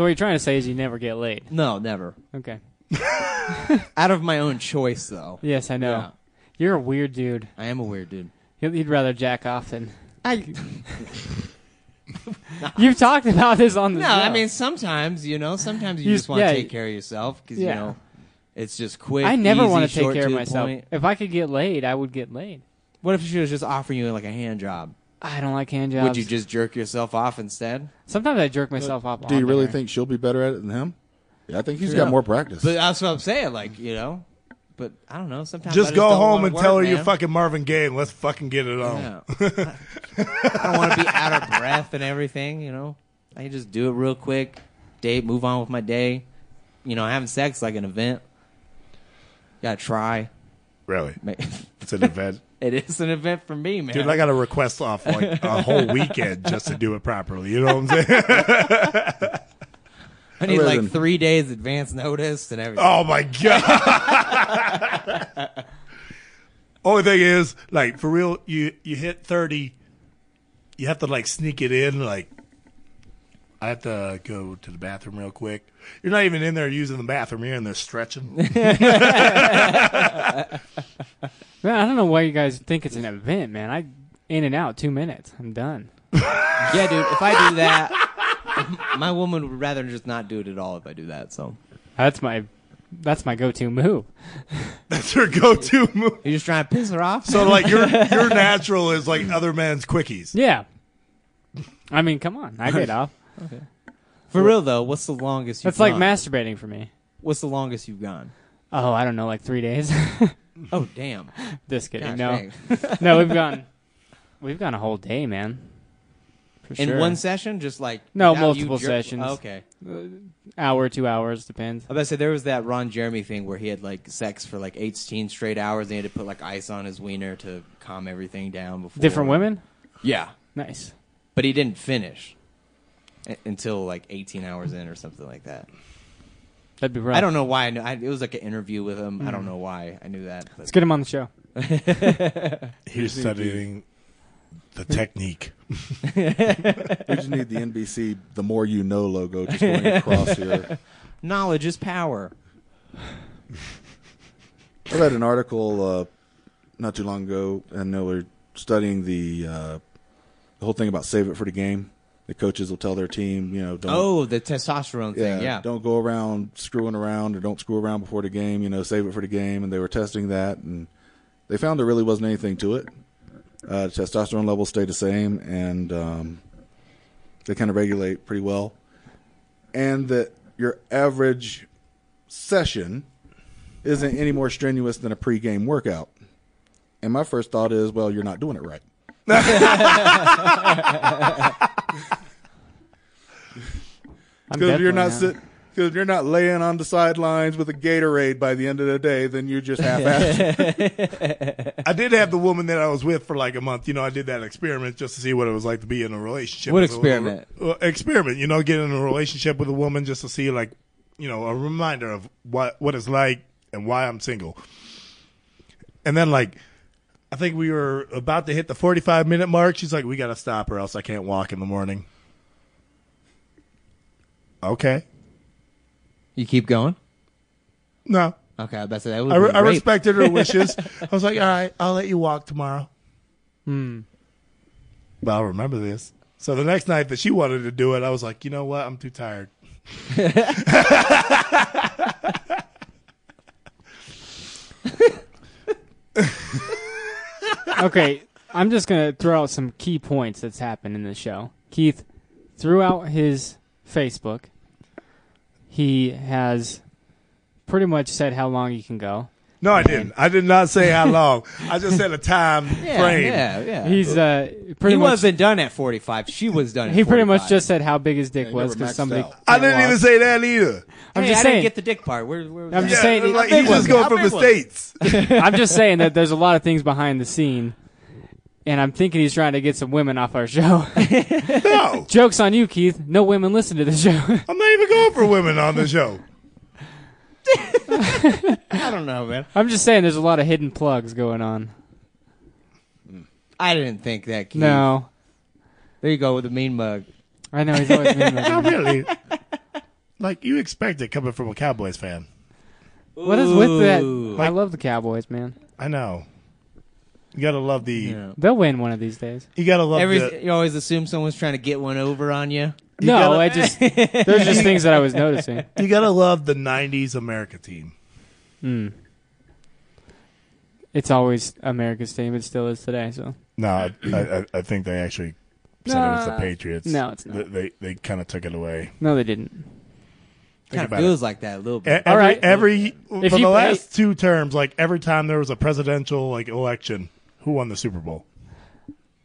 [SPEAKER 4] what you're trying to say is you never get laid.
[SPEAKER 5] No, never.
[SPEAKER 4] Okay.
[SPEAKER 5] Out of my own choice, though.
[SPEAKER 4] Yes, I know.
[SPEAKER 5] Yeah.
[SPEAKER 4] You're a weird dude.
[SPEAKER 5] I am a weird dude.
[SPEAKER 4] He'd he'd rather jack off than.
[SPEAKER 5] I.
[SPEAKER 4] You've talked about this on the
[SPEAKER 5] No, I mean sometimes you know, sometimes you,
[SPEAKER 4] You-
[SPEAKER 5] just want to
[SPEAKER 4] yeah.
[SPEAKER 5] take care of yourself because
[SPEAKER 4] Yeah.
[SPEAKER 5] you know it's just quick.
[SPEAKER 4] I never
[SPEAKER 5] want to
[SPEAKER 4] take care of
[SPEAKER 5] the
[SPEAKER 4] myself.
[SPEAKER 5] point.
[SPEAKER 4] If I could get laid, I would get laid.
[SPEAKER 5] What if she was just offering you like a hand job?
[SPEAKER 4] I don't like hand jobs.
[SPEAKER 5] Would you just jerk yourself off instead?
[SPEAKER 4] Sometimes I jerk myself off.
[SPEAKER 8] Do you
[SPEAKER 4] on
[SPEAKER 8] really
[SPEAKER 4] there.
[SPEAKER 8] think she'll be better at it than him? Yeah, I think he's
[SPEAKER 5] Yeah.
[SPEAKER 8] got more practice.
[SPEAKER 5] But that's what I'm saying. Like you know, but I don't know. Sometimes I
[SPEAKER 3] Just go
[SPEAKER 5] don't
[SPEAKER 3] home
[SPEAKER 5] wanna
[SPEAKER 3] and
[SPEAKER 5] work,
[SPEAKER 3] tell her you're
[SPEAKER 5] man.
[SPEAKER 3] fucking Marvin Gaye and let's fucking get it on.
[SPEAKER 5] Yeah. I don't want to be out of breath and everything. You know, I can just do it real quick, date, move on with my day. You know, having sex like an event. Gotta try.
[SPEAKER 3] Really?
[SPEAKER 5] Ma-
[SPEAKER 3] It's an event.
[SPEAKER 5] It is an event for me, man.
[SPEAKER 3] Dude, I got a request off like a whole weekend just to do it properly. You know what I'm saying?
[SPEAKER 5] I need
[SPEAKER 8] Listen.
[SPEAKER 5] like three days advance notice and everything.
[SPEAKER 3] Oh my god. Only thing is, like for real, you you hit thirty, you have to like sneak it in. Like, I have to go to the bathroom real quick. You're not even in there using the bathroom. You're in there stretching.
[SPEAKER 4] Man, I don't know why you guys think it's an event, man. I in and out two minutes. I'm done.
[SPEAKER 5] Yeah, dude. If I do that, my woman would rather just not do it at all if I do that. So
[SPEAKER 4] That's my that's my go-to move.
[SPEAKER 3] That's her go-to move.
[SPEAKER 5] you're just trying to piss her off.
[SPEAKER 3] So like your your natural is like other man's quickies.
[SPEAKER 4] Yeah. I mean, come on. I get off.
[SPEAKER 5] for real though, what's the longest? You've
[SPEAKER 4] That's like
[SPEAKER 5] gone?
[SPEAKER 4] masturbating for me.
[SPEAKER 5] What's the longest you've gone?
[SPEAKER 4] Oh, I don't know, like three days.
[SPEAKER 5] Oh damn!
[SPEAKER 4] Just kidding.
[SPEAKER 5] Gosh,
[SPEAKER 4] no,
[SPEAKER 5] dang.
[SPEAKER 4] no, we've gone, we've gone a whole day, man. For
[SPEAKER 5] In
[SPEAKER 4] sure.
[SPEAKER 5] one session, just like
[SPEAKER 4] No,
[SPEAKER 5] without you
[SPEAKER 4] multiple
[SPEAKER 5] jerk-
[SPEAKER 4] sessions.
[SPEAKER 5] okay.
[SPEAKER 4] hour, two hours depends.
[SPEAKER 5] I was about to say there was that Ron Jeremy thing where he had like sex for like 18 straight hours. And he had to put like ice on his wiener to calm everything down before
[SPEAKER 4] Different women.
[SPEAKER 5] Yeah,
[SPEAKER 4] Nice.
[SPEAKER 5] but he didn't finish u- until like 18 hours in or something like that.
[SPEAKER 4] That'd be rough.
[SPEAKER 5] I don't know why. I, knew, I it was like an interview with him. I
[SPEAKER 4] Hmm.
[SPEAKER 5] don't know why I knew that. But
[SPEAKER 4] Let's get him on the show.
[SPEAKER 3] He's studying the technique.
[SPEAKER 8] we just need the NBC "The More You Know" logo just going across here.
[SPEAKER 5] knowledge is power.
[SPEAKER 8] I read an article uh, not too long ago, and they were studying the uh, the whole thing about save it for the game. The coaches will tell their team, you know, don't
[SPEAKER 5] Oh, the testosterone thing. Yeah.
[SPEAKER 8] don't go around screwing around or don't screw around before the game. You know, save it for the game. And they were testing that, and they found there really wasn't anything to it. Uh, testosterone levels stay the same, and um, they kind of regulate pretty well. And that your average session isn't any more strenuous than a pregame workout. And my first thought is, well, you're not doing it right.
[SPEAKER 4] I'm
[SPEAKER 8] Because if you're
[SPEAKER 4] definitely
[SPEAKER 8] not sit, because you're not laying on the sidelines with a Gatorade by the end of the day, then you're just half-assed.
[SPEAKER 3] I did have the woman that I was with for like a month. You know, I did that experiment just to see what it was like to be in a relationship.
[SPEAKER 5] What
[SPEAKER 3] with a-
[SPEAKER 5] experiment?
[SPEAKER 3] well, experiment. You know, get in a relationship with a woman just to see like, you know, a reminder of what what it's like and why I'm single. And then like, I think we were about to hit the 45 minute mark. She's like, "We got to stop, or else I can't walk in the morning." Okay.
[SPEAKER 5] You keep going.
[SPEAKER 3] No,
[SPEAKER 5] Okay, I was about to say that would
[SPEAKER 3] I, re-
[SPEAKER 5] be
[SPEAKER 3] I
[SPEAKER 5] rape.
[SPEAKER 3] respected her wishes. I was like, all right, I'll let you walk tomorrow. Hmm. But I'll remember this. So the next night that she wanted to do it, I was like, you know what? I'm too tired.
[SPEAKER 4] not. Okay, I'm just gonna throw out some key points that's happened in the show. Keith, threw out his Facebook, he has pretty much said how long you can go.
[SPEAKER 3] No, I didn't. I did not say how long. I just said a time
[SPEAKER 5] Yeah,
[SPEAKER 3] frame.
[SPEAKER 5] yeah, yeah.
[SPEAKER 4] He's uh, pretty
[SPEAKER 5] he
[SPEAKER 4] much.
[SPEAKER 5] wasn't done at 45. She was done. At
[SPEAKER 4] He pretty
[SPEAKER 5] 45.
[SPEAKER 4] much just said how big his dick
[SPEAKER 5] Yeah,
[SPEAKER 4] was
[SPEAKER 5] never
[SPEAKER 4] because
[SPEAKER 5] maxed
[SPEAKER 4] somebody.
[SPEAKER 5] out. I didn't even
[SPEAKER 3] say that either.
[SPEAKER 4] I'm
[SPEAKER 5] Hey,
[SPEAKER 4] just
[SPEAKER 5] I
[SPEAKER 4] saying.
[SPEAKER 5] didn't get the dick part. Where, where was
[SPEAKER 4] I'm
[SPEAKER 5] that?
[SPEAKER 4] just saying.
[SPEAKER 5] How big was it? How big was it?
[SPEAKER 4] I'm just saying that there's a lot of things behind the scene, and I'm thinking he's trying to get some women off our show. no. Jokes on you, Keith. No women listen to the show.
[SPEAKER 3] I'm not even going for women on the show.
[SPEAKER 5] I don't know, man.
[SPEAKER 4] I'm just saying there's a lot of hidden plugs going on.
[SPEAKER 5] I didn't think that. Keith.
[SPEAKER 4] No.
[SPEAKER 5] There you go with the mean mug.
[SPEAKER 4] I know he's always mean
[SPEAKER 3] Not really. Like you expect it coming from a Cowboys fan.
[SPEAKER 4] What is with that?
[SPEAKER 3] Ooh.
[SPEAKER 4] I love the Cowboys, man.
[SPEAKER 3] I know. You gotta love the.
[SPEAKER 4] They'll win one of these days.
[SPEAKER 3] You gotta love
[SPEAKER 5] Every,
[SPEAKER 3] the-
[SPEAKER 5] You always assume someone's trying to get one over on you.
[SPEAKER 4] No, I just there's just things that I was noticing.
[SPEAKER 3] You gotta love the '90s America team.
[SPEAKER 4] Mm. It's always America's team. It still is today. So
[SPEAKER 3] No, I, I, I think they actually said it was the
[SPEAKER 4] No.
[SPEAKER 3] Patriots.
[SPEAKER 4] No, it's
[SPEAKER 3] not. They they, kind of took it away.
[SPEAKER 4] no, they didn't.
[SPEAKER 3] Think
[SPEAKER 5] Kinda
[SPEAKER 3] about
[SPEAKER 5] feels
[SPEAKER 3] it.
[SPEAKER 5] like that a little bit.
[SPEAKER 3] E- Every,
[SPEAKER 5] All right.
[SPEAKER 3] Every
[SPEAKER 5] If
[SPEAKER 3] for
[SPEAKER 5] you-
[SPEAKER 3] the last two terms, like every time there was a presidential like election, who won the Super Bowl?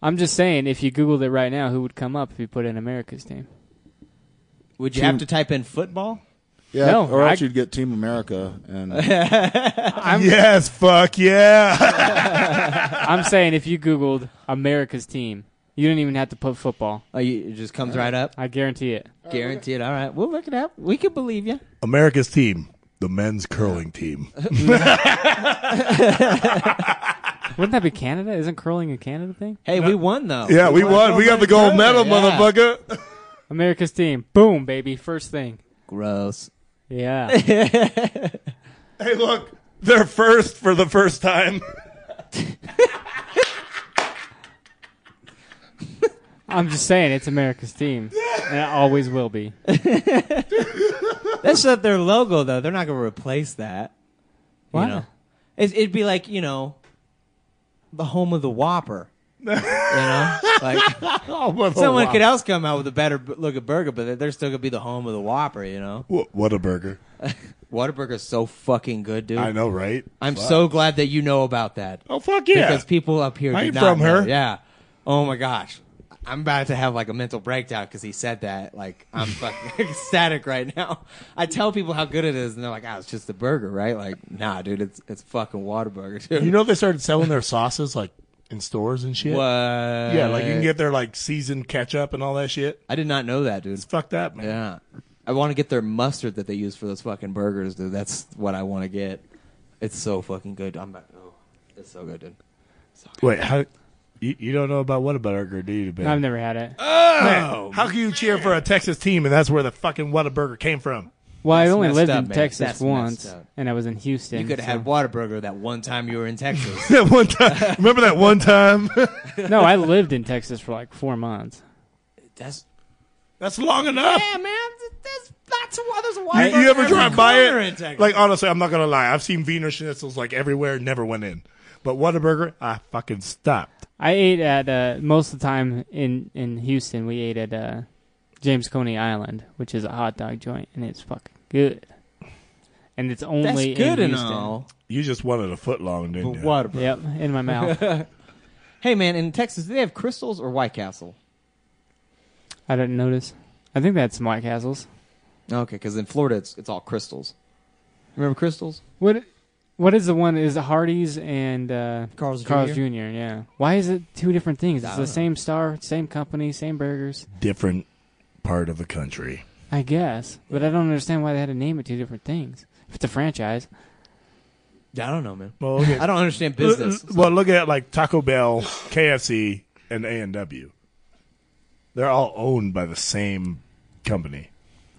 [SPEAKER 4] I'm just saying, if you Googled it right now, who would come up if you put in America's team?
[SPEAKER 5] Would you have to type in football?
[SPEAKER 8] Yeah,
[SPEAKER 4] No,
[SPEAKER 8] or
[SPEAKER 4] I-
[SPEAKER 8] else you'd get Team America and
[SPEAKER 3] yes, fuck yeah.
[SPEAKER 4] I'm saying if you Googled America's team, you didn't even have to put football.
[SPEAKER 5] Oh, you, it just comes right up.
[SPEAKER 4] I guarantee it.
[SPEAKER 5] Guaranteed. All right, we'll look it up. We can believe you.
[SPEAKER 3] America's team, the men's curling team.
[SPEAKER 4] Wouldn't that be Canada? Isn't curling a Canada thing?
[SPEAKER 5] Hey, we won though.
[SPEAKER 3] Yeah, we won. We got the gold medal, motherfucker.
[SPEAKER 4] America's team. Boom, baby. First thing.
[SPEAKER 5] Gross.
[SPEAKER 4] Yeah.
[SPEAKER 3] hey, look, they're first for the first time.
[SPEAKER 4] I'm just saying it's America's team. And it always will be.
[SPEAKER 5] That's not their logo though. They're not gonna replace that.
[SPEAKER 4] Why?
[SPEAKER 5] You know? It's- it'd be like you know, the home of the Whopper. you know, like
[SPEAKER 3] of the
[SPEAKER 5] someone
[SPEAKER 3] Whopper.
[SPEAKER 5] could else come out with a better looking burger, but they're still gonna be the home of the Whopper. You know,
[SPEAKER 3] What a burger!
[SPEAKER 5] Whataburger's so fucking good, dude.
[SPEAKER 3] I know, right?
[SPEAKER 5] I'm
[SPEAKER 3] Fuck.
[SPEAKER 5] so glad that you know about that.
[SPEAKER 3] Oh fuck yeah!
[SPEAKER 5] Because people up here
[SPEAKER 3] I
[SPEAKER 5] do
[SPEAKER 3] ain't
[SPEAKER 5] not
[SPEAKER 3] from
[SPEAKER 5] know.
[SPEAKER 3] her.
[SPEAKER 5] Yeah. Oh my gosh. I'm about to have like a mental breakdown because he said that. Like I'm fucking ecstatic right now. I tell people how good it is, and they're like, "Ah, it's just a burger, right?" Like, nah, dude, it's it's fucking Whataburger, dude.
[SPEAKER 3] You know they started selling their sauces like in stores and shit.
[SPEAKER 5] What?
[SPEAKER 3] Yeah, like you can get their like seasoned ketchup and all that shit.
[SPEAKER 5] I did not know that, dude. It's
[SPEAKER 3] fucked up, man.
[SPEAKER 5] Yeah. I want to get their mustard that they use for those fucking burgers, dude. That's what I want to get. It's so fucking good. I'm about. Oh, it's so good, dude.
[SPEAKER 3] Wait, how? You, you don't know about Whataburger, do you? Ben?
[SPEAKER 4] I've never had it.
[SPEAKER 3] Oh, how can you cheer for a Texas team and that's where the fucking Whataburger came from?
[SPEAKER 4] Well, I only
[SPEAKER 5] messed
[SPEAKER 4] lived
[SPEAKER 5] up,
[SPEAKER 4] in
[SPEAKER 5] man.
[SPEAKER 4] Texas
[SPEAKER 5] That's messed
[SPEAKER 4] once,
[SPEAKER 5] up.
[SPEAKER 4] and I was in Houston.
[SPEAKER 5] You could have had
[SPEAKER 4] so-
[SPEAKER 5] Whataburger that one time you were in Texas.
[SPEAKER 3] that one time. Remember that one time?
[SPEAKER 4] no, I lived in Texas for like four months.
[SPEAKER 5] That's
[SPEAKER 3] That's long enough.
[SPEAKER 5] Yeah, man. That's that's why there's a
[SPEAKER 3] You,
[SPEAKER 5] Whataburger
[SPEAKER 3] you ever
[SPEAKER 5] every
[SPEAKER 3] drive by
[SPEAKER 5] corner in
[SPEAKER 3] it?
[SPEAKER 5] Texas.
[SPEAKER 3] Like honestly, I'm not gonna lie. I've seen Wiener Schnitzels like everywhere, never went in. But Whataburger, I fucking stopped.
[SPEAKER 4] I ate at uh, most of the time in in Houston. We ate at uh, James Coney Island, which is a hot dog joint, and it's fucking good. And it's only
[SPEAKER 5] good
[SPEAKER 4] in
[SPEAKER 5] and
[SPEAKER 4] Houston.
[SPEAKER 5] all.
[SPEAKER 3] You just wanted a foot long, didn't you?
[SPEAKER 4] Yep, in my mouth.
[SPEAKER 5] hey, man. In Texas, do they have Crystals or White Castle?
[SPEAKER 4] I didn't notice. I think that's White Castles.
[SPEAKER 5] Okay, because in Florida, it's it's all crystals. Remember crystals?
[SPEAKER 4] What what is the one? Is it Hardee's and uh,
[SPEAKER 5] Carl's
[SPEAKER 4] Carl's Jr.
[SPEAKER 5] Jr.?
[SPEAKER 4] Yeah. Why is it two different things? It's
[SPEAKER 5] I
[SPEAKER 4] the
[SPEAKER 5] don't
[SPEAKER 4] same star, same company, same burgers.
[SPEAKER 3] Different part of the country.
[SPEAKER 4] I guess, but I don't understand why they had to name it two different things. If it's a franchise,
[SPEAKER 5] I don't know, man.
[SPEAKER 3] Well, okay.
[SPEAKER 5] I don't understand business.
[SPEAKER 3] Well, look at like Taco Bell, KFC, and A and W. They're all owned by the same company.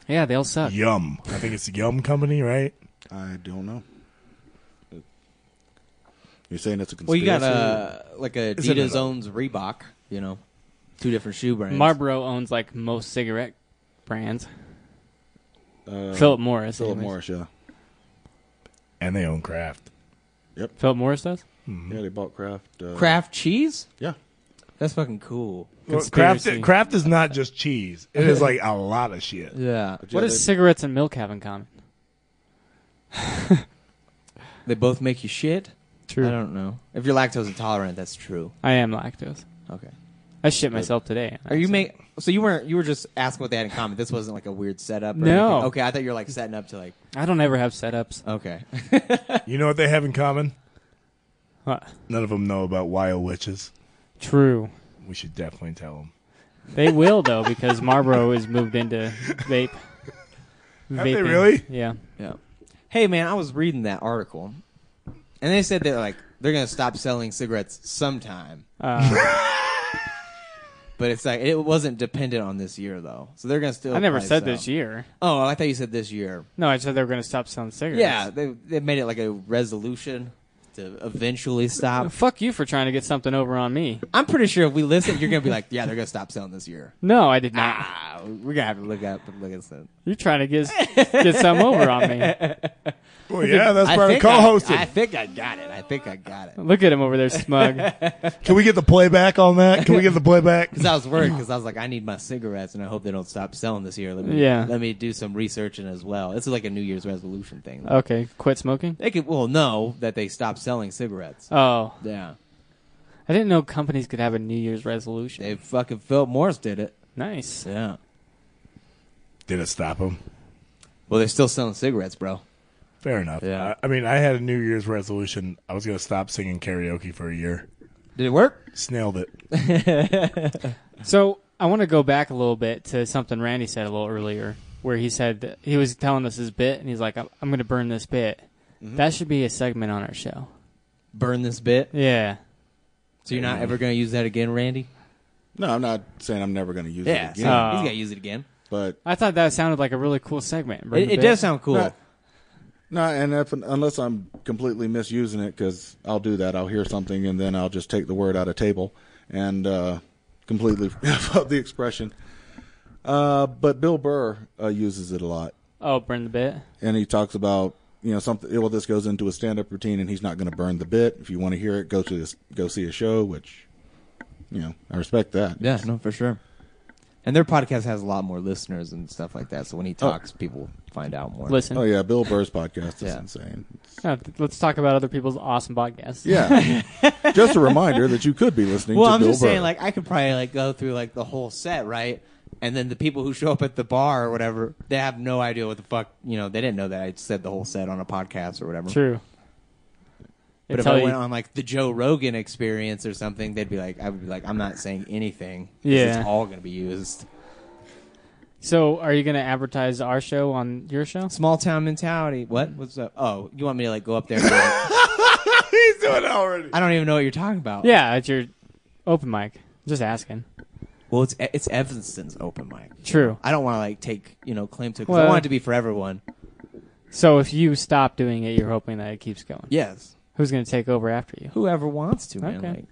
[SPEAKER 4] yeah, they all suck.
[SPEAKER 3] Yum. I think it's Yum Company, right?
[SPEAKER 8] I don't know. You're saying it's a
[SPEAKER 5] Well,
[SPEAKER 8] conspiracy?
[SPEAKER 5] you got uh, like a
[SPEAKER 4] It's in
[SPEAKER 5] Adidas
[SPEAKER 4] it.
[SPEAKER 5] owns Reebok. You know, two different shoe brands.
[SPEAKER 4] Marlboro owns like most cigarette brands.
[SPEAKER 8] Uh,
[SPEAKER 4] Philip Morris,
[SPEAKER 8] Philip
[SPEAKER 4] anyways.
[SPEAKER 8] Morris, yeah.
[SPEAKER 3] And they own Kraft.
[SPEAKER 4] Philip Morris does.
[SPEAKER 8] Yeah, they bought Kraft. Uh,
[SPEAKER 5] Mm-hmm. Kraft cheese.
[SPEAKER 8] Yeah.
[SPEAKER 5] That's fucking cool.
[SPEAKER 3] Well, Kraft,
[SPEAKER 4] Conspiracy.
[SPEAKER 3] Kraft is not just cheese. It is like a lot of shit.
[SPEAKER 5] Yeah.
[SPEAKER 4] What does cigarettes and milk have in common?
[SPEAKER 5] They both make you shit.
[SPEAKER 4] True.
[SPEAKER 5] I don't know. If you're lactose intolerant, that's true.
[SPEAKER 4] I am lactose.
[SPEAKER 5] Okay.
[SPEAKER 4] I shit myself today.
[SPEAKER 5] Are you make? So you weren't. You were just asking what they had in common. This wasn't like a weird setup. Or
[SPEAKER 4] No.
[SPEAKER 5] anything? Okay, I thought you were like setting up to like.
[SPEAKER 4] I don't ever have setups.
[SPEAKER 5] Okay.
[SPEAKER 3] You know what they have in common?
[SPEAKER 4] What?
[SPEAKER 3] None of them know about wild witches.
[SPEAKER 4] Uh, True.
[SPEAKER 3] We should definitely tell them.
[SPEAKER 4] They will though because Marlboro has moved into vape.
[SPEAKER 3] Have they really?
[SPEAKER 4] Yeah.
[SPEAKER 5] Yeah. Hey man, I was reading that article, and they said they're like they're gonna stop selling cigarettes sometime.
[SPEAKER 4] Uh,
[SPEAKER 5] But it's like it wasn't dependent on this year though, so they're gonna still.
[SPEAKER 4] I never
[SPEAKER 5] probably
[SPEAKER 4] said
[SPEAKER 5] sell.
[SPEAKER 4] this year.
[SPEAKER 5] Oh, I thought you said this year.
[SPEAKER 4] No, I said they were going to stop selling cigarettes.
[SPEAKER 5] Yeah, they they made it like a resolution to eventually stop.
[SPEAKER 4] Fuck you for trying to get something over on me.
[SPEAKER 5] I'm pretty sure if we listen, you're gonna be like, yeah, they're gonna stop selling this year.
[SPEAKER 4] No, I did not.
[SPEAKER 5] Ah, we're gonna have to look up and look at some.
[SPEAKER 4] You're trying to get get some over on me.
[SPEAKER 3] Well, yeah, that's part of
[SPEAKER 5] think I-
[SPEAKER 3] co-hosting.
[SPEAKER 5] I think I got it. I think I got it.
[SPEAKER 4] Look at him over there, smug.
[SPEAKER 3] Can we get the playback on that? Can we get the playback?
[SPEAKER 5] Because I was worried because I was like, I need my cigarettes, and I hope they don't stop selling this year. Let me,
[SPEAKER 4] Yeah.
[SPEAKER 5] let me do some researching as well. This is like a New Year's resolution thing.
[SPEAKER 4] Okay, quit smoking.
[SPEAKER 5] They could well know that they stopped selling cigarettes.
[SPEAKER 4] Oh,
[SPEAKER 5] Yeah,
[SPEAKER 4] I didn't know companies could have a New Year's resolution.
[SPEAKER 5] they fucking Philip Morris did it.
[SPEAKER 4] nice.
[SPEAKER 5] Yeah.
[SPEAKER 3] Did it stop them?
[SPEAKER 5] Well, they're still selling cigarettes, bro.
[SPEAKER 3] Fair enough.
[SPEAKER 5] Yeah.
[SPEAKER 3] I, I mean, I had a New Year's resolution. I was going to stop singing karaoke for a year.
[SPEAKER 5] Did it work?
[SPEAKER 3] Snailed it.
[SPEAKER 4] So I want to go back a little bit to something Randy said a little earlier, where he said that he was telling us his bit, and he's like, "I'm, I'm going to burn this bit."
[SPEAKER 5] Mm-hmm.
[SPEAKER 4] That should be a segment on our show.
[SPEAKER 5] Burn this bit.
[SPEAKER 4] Yeah.
[SPEAKER 5] So you're not ever gonna use that again, Randy?
[SPEAKER 8] No, I'm not saying I'm never going to use it
[SPEAKER 5] so
[SPEAKER 8] again.
[SPEAKER 4] Uh,
[SPEAKER 5] he's gonna use it again.
[SPEAKER 8] but
[SPEAKER 4] I thought that sounded like a really cool segment. Burn
[SPEAKER 5] It,
[SPEAKER 4] the
[SPEAKER 5] it
[SPEAKER 4] bit.
[SPEAKER 5] does sound cool.
[SPEAKER 8] Right. no, and if, unless I'm completely misusing it, because I'll do that. I'll hear something and then I'll just take the word out of table and uh, completely f up the expression. Uh, but Bill Burr uh, uses it a lot,
[SPEAKER 4] Oh, burn the bit.
[SPEAKER 8] and he talks about you know something. Well, this goes into a stand-up routine, and he's not going to burn the bit. If you want to hear it, go to this, go see a show, which you know I respect that.
[SPEAKER 5] Yeah, no, for sure. And their podcast has a lot more listeners and stuff like that. So when he talks, people find out more.
[SPEAKER 4] Listen.
[SPEAKER 8] Oh yeah, Bill Burr's podcast is
[SPEAKER 5] Yeah.
[SPEAKER 8] insane.
[SPEAKER 4] No, th- let's talk about other people's awesome podcasts.
[SPEAKER 8] Yeah. just a reminder that you could be listening
[SPEAKER 5] Well,
[SPEAKER 8] to
[SPEAKER 5] I'm
[SPEAKER 8] Bill
[SPEAKER 5] just
[SPEAKER 8] Burr.
[SPEAKER 5] saying, like, I could probably like go through like the whole set, right? And then the people who show up at the bar or whatever, they have no idea what the fuck, you know, they didn't know that I said the whole set on a podcast or whatever.
[SPEAKER 4] True.
[SPEAKER 5] But if
[SPEAKER 4] Until
[SPEAKER 5] I
[SPEAKER 4] you-
[SPEAKER 5] went on like the Joe Rogan experience or something, they'd be like, I would be like, I'm not saying anything. 'cause
[SPEAKER 4] Yeah.
[SPEAKER 5] It's all going to be used.
[SPEAKER 4] so, are you going to advertise our show on your show?
[SPEAKER 5] Small town mentality.
[SPEAKER 3] Mm.
[SPEAKER 5] What? What's up? Oh, you want me to like go up there and be like,
[SPEAKER 3] He's doing it already.
[SPEAKER 5] I don't even know what you're talking about.
[SPEAKER 4] Yeah, at your open mic. Just asking.
[SPEAKER 5] Well, it's it's Evanston's open mic.
[SPEAKER 4] True.
[SPEAKER 5] I don't want to like take you know claim to. it 'cause I
[SPEAKER 4] Well-
[SPEAKER 5] want it to be for everyone.
[SPEAKER 4] So, if you stop doing it, you're hoping that it keeps going.
[SPEAKER 5] Yes.
[SPEAKER 4] Who's going to take over after you?
[SPEAKER 5] Whoever wants to, man.
[SPEAKER 4] Okay.
[SPEAKER 5] Like,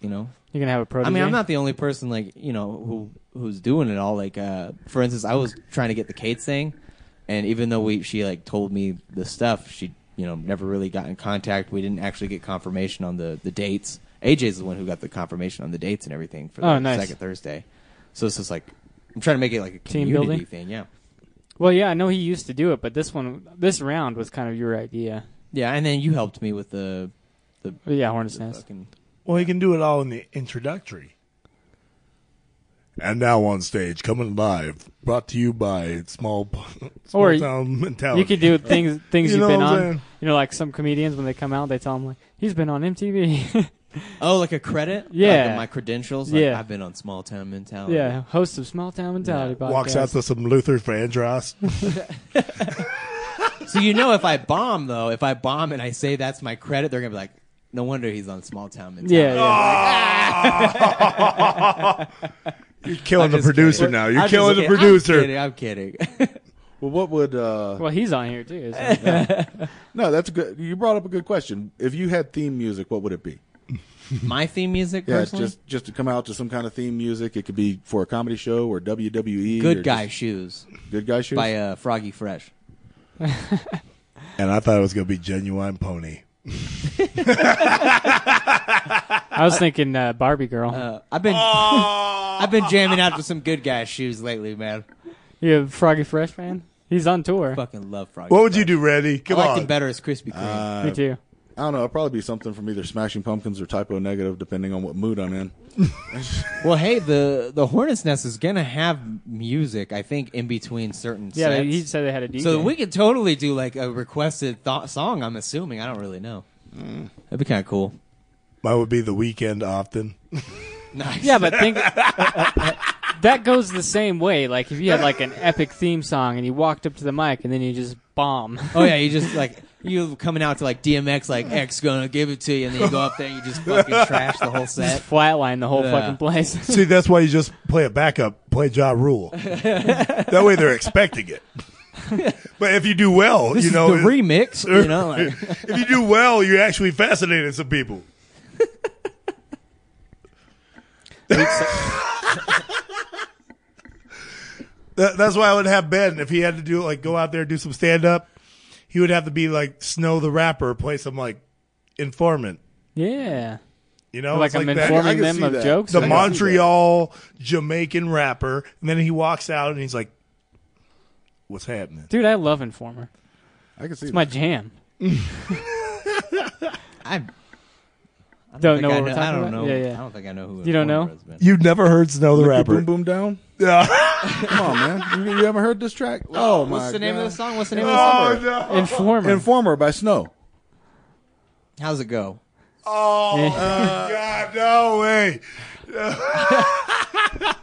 [SPEAKER 5] you know.
[SPEAKER 4] You're going to have a protege?
[SPEAKER 5] I mean, I'm not the only person like you know who who's doing it all. Like, uh, for instance, I was trying to get the Kate thing, and even though we she like told me the stuff, she you know never really got in contact. We didn't actually get confirmation on the the dates. AJ's the one who got the confirmation on the dates and everything for the
[SPEAKER 4] Oh, nice.
[SPEAKER 5] second Thursday. So it's just like I'm trying to make it like a
[SPEAKER 4] Team
[SPEAKER 5] community
[SPEAKER 4] building?
[SPEAKER 5] thing. Yeah.
[SPEAKER 4] Well, yeah, I know he used to do it, but this one, this round was kind of your idea.
[SPEAKER 5] Yeah, and then you helped me with the the
[SPEAKER 4] But yeah, Hornets Nest.
[SPEAKER 5] fucking
[SPEAKER 3] Well, he can do it all in the introductory. And now on stage, coming live, brought to you by Small, small
[SPEAKER 4] Or
[SPEAKER 3] Town Mentality.
[SPEAKER 4] You could do things things
[SPEAKER 3] You
[SPEAKER 4] you
[SPEAKER 3] know
[SPEAKER 4] have been
[SPEAKER 3] what I'm
[SPEAKER 4] on.
[SPEAKER 3] saying?
[SPEAKER 4] You know, like some comedians when they come out, they tell them like he's been on MTV.
[SPEAKER 5] oh, like a credit.
[SPEAKER 4] Yeah.
[SPEAKER 5] Like uh, my credentials. Like,
[SPEAKER 4] Yeah.
[SPEAKER 5] I've been on Small Town Mentality.
[SPEAKER 4] yeah, host of Small Town Mentality podcast.
[SPEAKER 3] Oh, Walks out to some Luther Vandross.
[SPEAKER 5] So you know, if I bomb though, if I bomb and I say that's my credit, they're gonna be like, "No wonder he's on Small Town Mentality."
[SPEAKER 4] Yeah, yeah.
[SPEAKER 3] You're killing
[SPEAKER 5] I'm
[SPEAKER 3] the
[SPEAKER 5] just
[SPEAKER 3] producer
[SPEAKER 5] kidding.
[SPEAKER 3] now. You're
[SPEAKER 5] I'm just
[SPEAKER 3] killing the
[SPEAKER 5] kidding.
[SPEAKER 3] producer.
[SPEAKER 5] I'm kidding. I'm kidding.
[SPEAKER 8] well, what would uh,
[SPEAKER 3] Oh.
[SPEAKER 4] Well, he's on here too. So.
[SPEAKER 8] No, that's a good. You brought up a good question. If you had theme music, what would it be?
[SPEAKER 5] my theme music,
[SPEAKER 8] Yeah,
[SPEAKER 5] personally,
[SPEAKER 8] just just to come out to some kind of theme music. It could be for a comedy show or WWE. or
[SPEAKER 5] "Good
[SPEAKER 8] just
[SPEAKER 5] Guy Shoes"
[SPEAKER 8] Good guy shoes.
[SPEAKER 5] by uh, Froggy Fresh.
[SPEAKER 3] And I thought it was going to be Genuine Pony.
[SPEAKER 4] I was thinking uh, Barbie Girl.
[SPEAKER 5] Uh, I've been
[SPEAKER 3] Oh.
[SPEAKER 5] I've been jamming out to some Good Guy Shoes lately, man.
[SPEAKER 4] you have Froggy Fresh man. He's on tour.
[SPEAKER 5] Fucking love Froggy.
[SPEAKER 3] What would you do, Uh. Randy? Come
[SPEAKER 5] I liked
[SPEAKER 3] on.
[SPEAKER 5] him better as Krispy Kreme.
[SPEAKER 4] Me too.
[SPEAKER 8] I don't know. It'd probably be something from either Smashing Pumpkins or Typo Negative, depending on what mood I'm in.
[SPEAKER 5] Well, hey, the the Hornet's Nest is gonna have music. I think in between certain
[SPEAKER 4] Yeah,
[SPEAKER 5] sets.
[SPEAKER 4] he said they had a DJ.
[SPEAKER 5] So we could totally do like a requested th- song. I'm assuming. I don't really know. That'd be kind of cool.
[SPEAKER 3] Mine would be the weekend often.
[SPEAKER 5] Nice.
[SPEAKER 4] Yeah, but think uh, that goes the same way. Like if you had like an epic theme song and you walked up to the mic and then you just bomb.
[SPEAKER 5] Oh yeah, you just like you coming out to like DMX, like X gonna give it to you, and then you go up there and you just fucking trash the whole set.
[SPEAKER 4] Flatline the whole
[SPEAKER 5] Yeah.
[SPEAKER 4] fucking place.
[SPEAKER 3] See, that's why you just play a backup, play Ja Rule. that way they're expecting it. but if you do well,
[SPEAKER 5] This
[SPEAKER 3] you
[SPEAKER 5] is
[SPEAKER 3] know,
[SPEAKER 5] the remix, you know. Like,
[SPEAKER 3] if you do well, you actually fascinated some people. That, that's why I would have Ben if he had to do like go out there do some stand up. He would have to be like Snow the rapper, play some like informant.
[SPEAKER 4] yeah.
[SPEAKER 3] You know,
[SPEAKER 4] like
[SPEAKER 3] Oh, It's
[SPEAKER 4] I'm
[SPEAKER 3] that.
[SPEAKER 4] informing
[SPEAKER 8] can
[SPEAKER 4] them
[SPEAKER 8] see
[SPEAKER 4] of
[SPEAKER 8] that.
[SPEAKER 4] jokes.
[SPEAKER 3] the
[SPEAKER 4] and-
[SPEAKER 3] Montreal Jamaican rapper, and then he walks out and he's like, "What's happening?"
[SPEAKER 4] Dude, I love Informer.
[SPEAKER 8] I can see
[SPEAKER 4] It's my jam.
[SPEAKER 5] I don't,
[SPEAKER 4] Don't know what we're talking
[SPEAKER 5] think I know. I don't
[SPEAKER 4] about?
[SPEAKER 5] know.
[SPEAKER 4] Yeah, yeah.
[SPEAKER 5] I don't think I know who.
[SPEAKER 4] You don't know?
[SPEAKER 5] Informer is, man.
[SPEAKER 3] You've never heard Snow the
[SPEAKER 8] that. Boom,
[SPEAKER 3] rapper?
[SPEAKER 8] boom, down.
[SPEAKER 3] Yeah.
[SPEAKER 8] Come on, man. You, you haven't heard this track? Oh my
[SPEAKER 5] What's the name of the song? What's the name of the song?
[SPEAKER 3] oh no!
[SPEAKER 4] Informer.
[SPEAKER 8] Informer by Snow.
[SPEAKER 5] How's it go?
[SPEAKER 3] Oh God! No way!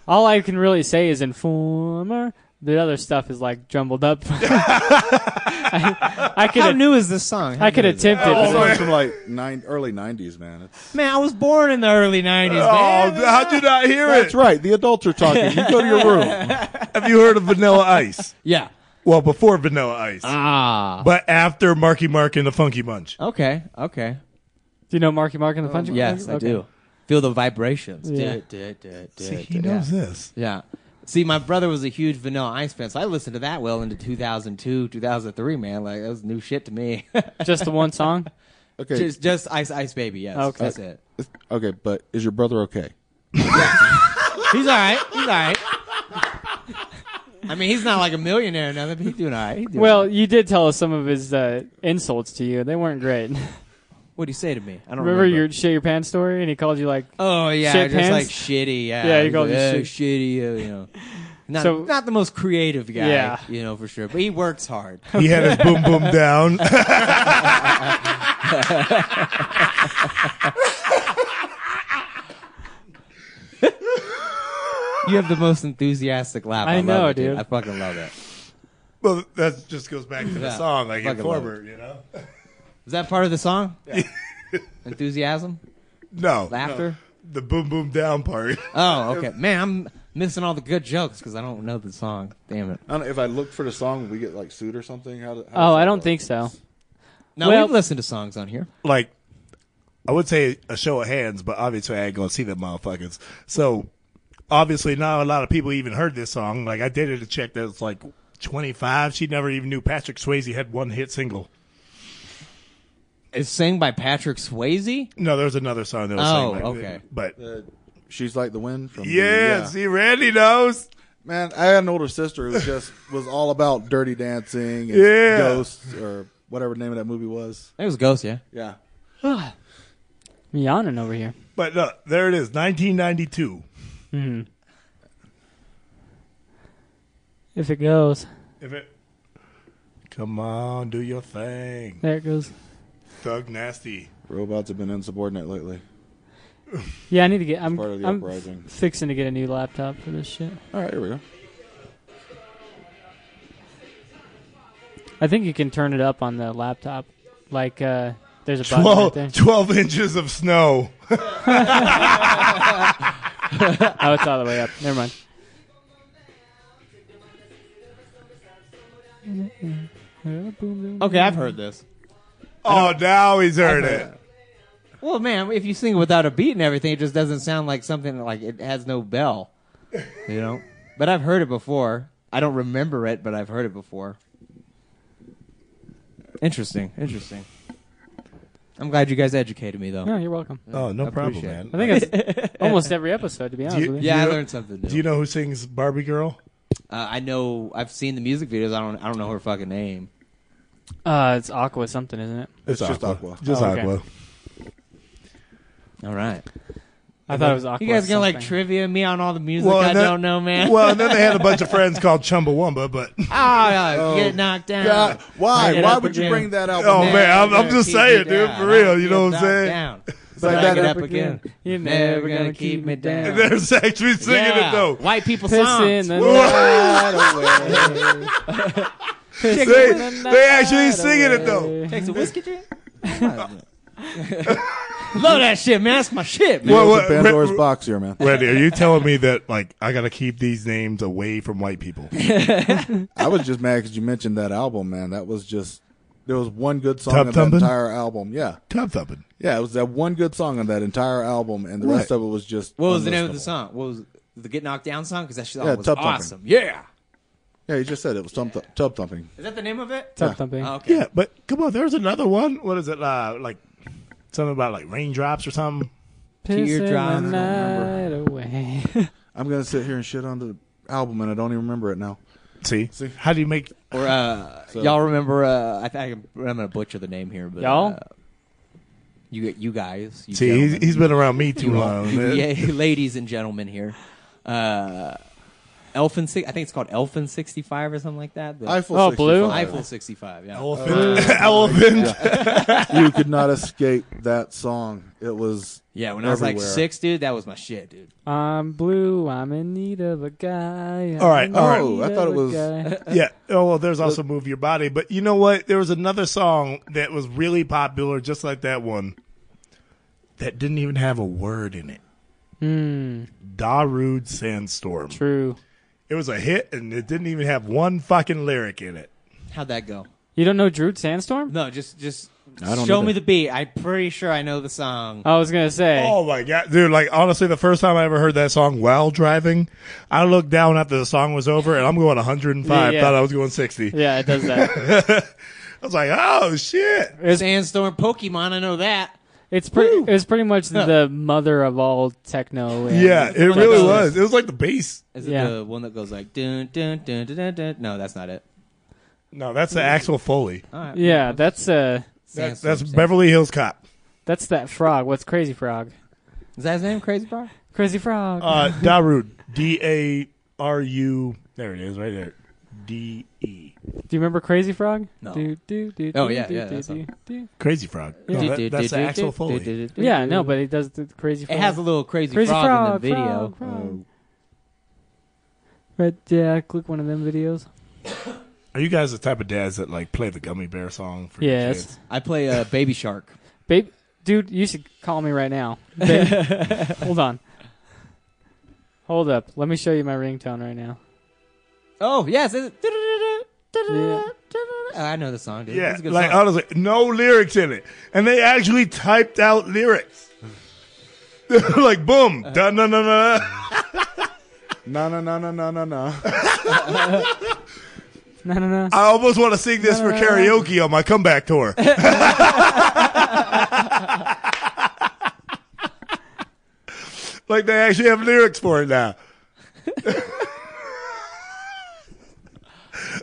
[SPEAKER 4] All I can really say is Informer. The other stuff is like jumbled up. I, I could
[SPEAKER 5] How
[SPEAKER 4] have
[SPEAKER 5] new is this song? How
[SPEAKER 4] I could
[SPEAKER 5] new is
[SPEAKER 4] attempt it. but-
[SPEAKER 8] This song's from like nine, early '90s, man. It's,
[SPEAKER 5] it? Man, I was born in the early '90s.
[SPEAKER 3] Oh,
[SPEAKER 5] man.
[SPEAKER 3] how'd you not hear
[SPEAKER 8] that's
[SPEAKER 3] it?
[SPEAKER 8] right. The adults are talking. You go to your room.
[SPEAKER 3] Have you heard of Vanilla Ice?
[SPEAKER 5] Yeah.
[SPEAKER 3] Well, before Vanilla Ice,
[SPEAKER 5] Ah.
[SPEAKER 3] but after Marky Mark and the Funky Bunch.
[SPEAKER 5] Okay. Okay.
[SPEAKER 4] Do you know Marky Mark and the Punch?
[SPEAKER 5] Yes, I
[SPEAKER 4] Okay.
[SPEAKER 5] do. Feel the vibrations.
[SPEAKER 4] Yeah.
[SPEAKER 5] Duh, duh, duh, duh,
[SPEAKER 3] See, he
[SPEAKER 5] duh.
[SPEAKER 3] knows this.
[SPEAKER 5] Yeah. See, my brother was a huge Vanilla Ice fan, so I listened to that well into 2002, 2003. Man, like that was new shit to me.
[SPEAKER 4] Just the one song?
[SPEAKER 8] Okay,
[SPEAKER 5] just, just Ice Ice Baby. Yes,
[SPEAKER 4] Okay.
[SPEAKER 5] that's it.
[SPEAKER 8] okay, but is your brother okay?
[SPEAKER 5] He's all right. He's all right. I mean, he's not like a millionaire or nothing, but he's doing all right. He's doing all
[SPEAKER 4] Well,
[SPEAKER 5] right.
[SPEAKER 4] you did tell us some of his uh, insults to you. They weren't great.
[SPEAKER 5] what'd he say to me? I don't remember.
[SPEAKER 4] Remember your shit your pants story? And he called you like,
[SPEAKER 5] oh yeah,
[SPEAKER 4] shit
[SPEAKER 5] just
[SPEAKER 4] pants?
[SPEAKER 5] like shitty. Yeah,
[SPEAKER 4] Yeah, he
[SPEAKER 5] He's
[SPEAKER 4] called
[SPEAKER 5] like,
[SPEAKER 4] you
[SPEAKER 5] "Eh, shitty. uh, You know, not
[SPEAKER 4] So-
[SPEAKER 5] not the most creative guy.
[SPEAKER 4] Yeah.
[SPEAKER 5] you know for sure, but he works hard.
[SPEAKER 3] He had his boom boom down.
[SPEAKER 5] You have the most enthusiastic laugh.
[SPEAKER 4] I
[SPEAKER 5] I, love
[SPEAKER 4] know,
[SPEAKER 5] it, dude.
[SPEAKER 4] dude.
[SPEAKER 5] I fucking love it.
[SPEAKER 3] well, that just goes back to the
[SPEAKER 5] Yeah.
[SPEAKER 3] song, like
[SPEAKER 5] Fucking love
[SPEAKER 3] Informer. You know?
[SPEAKER 5] Is that part of the song? Enthusiasm,
[SPEAKER 3] No,
[SPEAKER 5] laughter.
[SPEAKER 3] the boom boom down part.
[SPEAKER 5] Oh, okay. Man, I'm missing all the good jokes because I don't know the song. Damn it.
[SPEAKER 8] I don't know, if I look for the song, would we get like sued or something. How, do- how
[SPEAKER 4] oh,
[SPEAKER 8] does
[SPEAKER 4] I
[SPEAKER 8] that
[SPEAKER 4] don't
[SPEAKER 8] work?
[SPEAKER 4] think so.
[SPEAKER 5] Now
[SPEAKER 4] Well-
[SPEAKER 5] we've listened to songs on here.
[SPEAKER 3] like I would say a show of hands, but obviously I ain't gonna see them motherfuckers. So obviously not a lot of people even heard this song. Like I dated a chick that was like twenty five. She never even knew Patrick Swayze had one hit single.
[SPEAKER 5] It's sang by Patrick Swayze.
[SPEAKER 3] No, there was another song that was
[SPEAKER 5] Oh,
[SPEAKER 3] sang like
[SPEAKER 5] okay.
[SPEAKER 3] But
[SPEAKER 8] Uh, She's like the wind from. the-
[SPEAKER 3] yeah, see Randy knows.
[SPEAKER 8] Man, I had an older sister who just was all about dirty dancing and
[SPEAKER 3] Yeah.
[SPEAKER 8] ghosts or whatever the name of that movie was.
[SPEAKER 5] It was Ghost, yeah.
[SPEAKER 8] Yeah.
[SPEAKER 4] I'm yawning over here.
[SPEAKER 3] But no, there it is, nineteen ninety two.
[SPEAKER 4] If it goes,
[SPEAKER 3] If it Come on, do your thing.
[SPEAKER 4] there it goes.
[SPEAKER 3] Thug nasty.
[SPEAKER 8] Robots have been insubordinate lately.
[SPEAKER 4] Yeah, I need to get. I'm,
[SPEAKER 8] Part of the
[SPEAKER 4] I'm
[SPEAKER 8] uprising.
[SPEAKER 4] fixing to get a new laptop for this shit.
[SPEAKER 8] All right, here we go.
[SPEAKER 4] I think you can turn it up on the laptop. Like, uh, there's a button right
[SPEAKER 3] 12,
[SPEAKER 4] there.
[SPEAKER 3] 12 inches of snow.
[SPEAKER 4] Oh, it's all the way up. Never mind.
[SPEAKER 5] Okay, I've heard this.
[SPEAKER 3] Oh, now he's heard it.
[SPEAKER 5] Well, man, if you sing it without a beat and everything, it just doesn't sound like something like it has no bell. You know? but I've heard it before. I don't remember it, but I've heard it before. Interesting. Interesting. I'm glad you guys educated me, though.
[SPEAKER 4] No, you're welcome.
[SPEAKER 3] Oh, no
[SPEAKER 5] I
[SPEAKER 3] problem,
[SPEAKER 5] appreciate it.
[SPEAKER 3] man.
[SPEAKER 4] I think it's almost every episode, to be honest
[SPEAKER 3] you-
[SPEAKER 4] with you.
[SPEAKER 5] Yeah, I
[SPEAKER 3] know-
[SPEAKER 5] learned something new.
[SPEAKER 3] Do you know who sings Barbie Girl?
[SPEAKER 5] Uh, I know I've seen the music videos. I don't I don't know her fucking name.
[SPEAKER 4] Uh, it's Aqua something, isn't it?
[SPEAKER 5] It's It's just Aqua. Aqua.
[SPEAKER 3] Just
[SPEAKER 5] Oh, okay.
[SPEAKER 3] Aqua.
[SPEAKER 5] All right.
[SPEAKER 4] I thought it was Aqua.
[SPEAKER 5] You guys gonna like
[SPEAKER 4] something.
[SPEAKER 5] trivia me on all the music
[SPEAKER 3] Well,
[SPEAKER 5] I
[SPEAKER 3] and then-
[SPEAKER 5] don't know, man?
[SPEAKER 3] Well, and then they had a bunch of friends called Chumbawamba, but
[SPEAKER 5] Ah,
[SPEAKER 3] Oh,
[SPEAKER 5] get knocked down.
[SPEAKER 3] God. Why?
[SPEAKER 5] Get
[SPEAKER 3] Why
[SPEAKER 5] up
[SPEAKER 3] would you
[SPEAKER 5] again.
[SPEAKER 3] bring that up? Oh, man, I'm- I'm just
[SPEAKER 5] Keep me
[SPEAKER 3] saying, dude,
[SPEAKER 5] down.
[SPEAKER 3] for real,
[SPEAKER 5] I'll
[SPEAKER 3] you know
[SPEAKER 5] get
[SPEAKER 3] what I'm
[SPEAKER 5] knocked
[SPEAKER 3] saying?
[SPEAKER 5] down.
[SPEAKER 3] It's
[SPEAKER 5] But
[SPEAKER 3] like
[SPEAKER 5] I
[SPEAKER 3] that
[SPEAKER 5] get
[SPEAKER 3] up
[SPEAKER 5] up again.
[SPEAKER 4] again.
[SPEAKER 5] You're never gonna keep me down.
[SPEAKER 3] There's actually singing it,
[SPEAKER 5] Yeah.
[SPEAKER 3] though.
[SPEAKER 5] White people
[SPEAKER 3] Pissing
[SPEAKER 5] songs.
[SPEAKER 3] the They, they actually singing it though.
[SPEAKER 5] Takes a whiskey drink. Love that shit, man. That's my shit, man.
[SPEAKER 8] What- what- It's a Pandora's box here, man.
[SPEAKER 3] Randy, are you telling me that like I gotta keep these names away from white people?
[SPEAKER 8] I was just mad because you mentioned that album, man. That was just there was one good song
[SPEAKER 3] Tub
[SPEAKER 8] on that
[SPEAKER 3] thumping?
[SPEAKER 8] entire album. Yeah,
[SPEAKER 3] tub thumping.
[SPEAKER 8] Yeah, it was that one good song on that entire album, and the
[SPEAKER 5] Right.
[SPEAKER 8] rest of it was just.
[SPEAKER 5] What was the name of the
[SPEAKER 8] unlistenable.
[SPEAKER 5] song? What was the Get Knocked Down song? Because that shit
[SPEAKER 8] Yeah,
[SPEAKER 5] was
[SPEAKER 8] Tub Thumping.
[SPEAKER 5] awesome. Yeah.
[SPEAKER 8] Yeah, you just said it was tub, thu- tub thumping.
[SPEAKER 5] Is that the name of it?
[SPEAKER 8] Tub Yeah. thumping.
[SPEAKER 5] Oh, okay.
[SPEAKER 3] Yeah, but come on, there's another one. What is it? Uh, like something about like raindrops or something.
[SPEAKER 4] Teardrops.
[SPEAKER 8] I don't
[SPEAKER 4] Night away.
[SPEAKER 8] I'm gonna sit here and shit on the album, and I don't even remember it now.
[SPEAKER 3] See, how do you make?
[SPEAKER 5] Or uh,
[SPEAKER 8] So-
[SPEAKER 5] y'all remember? Uh, I think I'm gonna butcher the name here, but
[SPEAKER 4] Y'all?
[SPEAKER 5] uh, you you guys, you
[SPEAKER 3] See, he's-
[SPEAKER 5] gentlemen.
[SPEAKER 3] he's been around me too
[SPEAKER 5] You all-
[SPEAKER 3] long, man.
[SPEAKER 5] yeah, ladies and gentlemen here. Uh, Elfin, si- I think it's called Elfin sixty five or something like that. The-
[SPEAKER 8] Eiffel Oh, 65. blue?
[SPEAKER 5] Eiffel sixty five. Yeah, Uh,
[SPEAKER 3] Elephant. Elephant.
[SPEAKER 8] Yeah. you could not escape that song. It was
[SPEAKER 5] Yeah, when I was like
[SPEAKER 8] everywhere.
[SPEAKER 5] six, dude, that was my shit, dude.
[SPEAKER 4] I'm blue. I'm in need of a guy. I'm
[SPEAKER 3] All right,
[SPEAKER 4] in
[SPEAKER 3] all right.
[SPEAKER 4] need of a guy.
[SPEAKER 3] yeah. Oh well, there's also "Move Your Body," but you know what? There was another song that was really popular, just like that one, that didn't even have a word in it.
[SPEAKER 4] Mm,
[SPEAKER 3] Darude Sandstorm.
[SPEAKER 4] true.
[SPEAKER 3] It was a hit, and it didn't even have one fucking lyric in it.
[SPEAKER 5] How'd that go?
[SPEAKER 4] You don't know Drood Sandstorm?
[SPEAKER 5] No, just just
[SPEAKER 3] I don't
[SPEAKER 5] show
[SPEAKER 3] either.
[SPEAKER 5] me the beat. I'm pretty sure I know the song.
[SPEAKER 4] I was gonna say.
[SPEAKER 3] Oh my god, dude! Like honestly, the first time I ever heard that song while driving, I looked down after the song was over, and I'm going 105.
[SPEAKER 4] Yeah, yeah.
[SPEAKER 3] Thought I was going 60.
[SPEAKER 4] Yeah, it does that.
[SPEAKER 3] I was like, oh shit!
[SPEAKER 5] Sandstorm Pokemon. I know that.
[SPEAKER 4] It's pretty. It's pretty much the mother of all techno. and-
[SPEAKER 3] Yeah, it really
[SPEAKER 4] techno.
[SPEAKER 3] was. It was like the bass.
[SPEAKER 5] Is it
[SPEAKER 4] Yeah.
[SPEAKER 5] the one that goes like dun dun dun dun dun? dun? No, that's not it.
[SPEAKER 3] No, that's the Axel Foley.
[SPEAKER 5] All right.
[SPEAKER 4] Yeah, that's uh,
[SPEAKER 3] That, that's Beverly Hills Cop.
[SPEAKER 4] that's that frog. What's Crazy Frog?
[SPEAKER 5] Is that his name? Crazy Bar.
[SPEAKER 4] Crazy Frog.
[SPEAKER 3] Uh, Darude. D A R U. There it is, right there. D E.
[SPEAKER 4] do you remember Crazy Frog?
[SPEAKER 5] No.
[SPEAKER 4] Do, do, do,
[SPEAKER 5] Oh,
[SPEAKER 4] do,
[SPEAKER 5] yeah,
[SPEAKER 4] do,
[SPEAKER 5] yeah,
[SPEAKER 4] do,
[SPEAKER 5] that's
[SPEAKER 4] do,
[SPEAKER 5] all.
[SPEAKER 4] do.
[SPEAKER 3] Crazy Frog. No,
[SPEAKER 5] Yeah.
[SPEAKER 3] that- that's the Axel Foley.
[SPEAKER 4] Yeah, no, but it does the Crazy Frog.
[SPEAKER 5] It has a little crazy,
[SPEAKER 4] Crazy
[SPEAKER 5] frog,
[SPEAKER 4] frog,
[SPEAKER 5] in the video. Oh.
[SPEAKER 4] frog, frog. Red Jack, look one of them videos.
[SPEAKER 3] Are you guys the type of dads that like play the gummy bear song for your
[SPEAKER 4] Yes.
[SPEAKER 3] kids?
[SPEAKER 5] I play uh, Baby Shark.
[SPEAKER 4] Babe, dude, you should call me right now. Babe, hold on. Hold up. Let me show you my ringtone right now.
[SPEAKER 5] Oh yes, it's-
[SPEAKER 4] Yeah.
[SPEAKER 5] Oh, I know the song. Dude.
[SPEAKER 3] Yeah,
[SPEAKER 5] it's a good
[SPEAKER 3] like
[SPEAKER 5] song.
[SPEAKER 3] honestly, no lyrics in it, and they actually typed out lyrics. like boom,
[SPEAKER 5] Uh-huh.
[SPEAKER 3] da na na na.
[SPEAKER 8] No, no, no, no, no, no, no.
[SPEAKER 4] No, no, no.
[SPEAKER 3] I almost want to sing this for karaoke on my comeback tour. like they actually have lyrics for it now.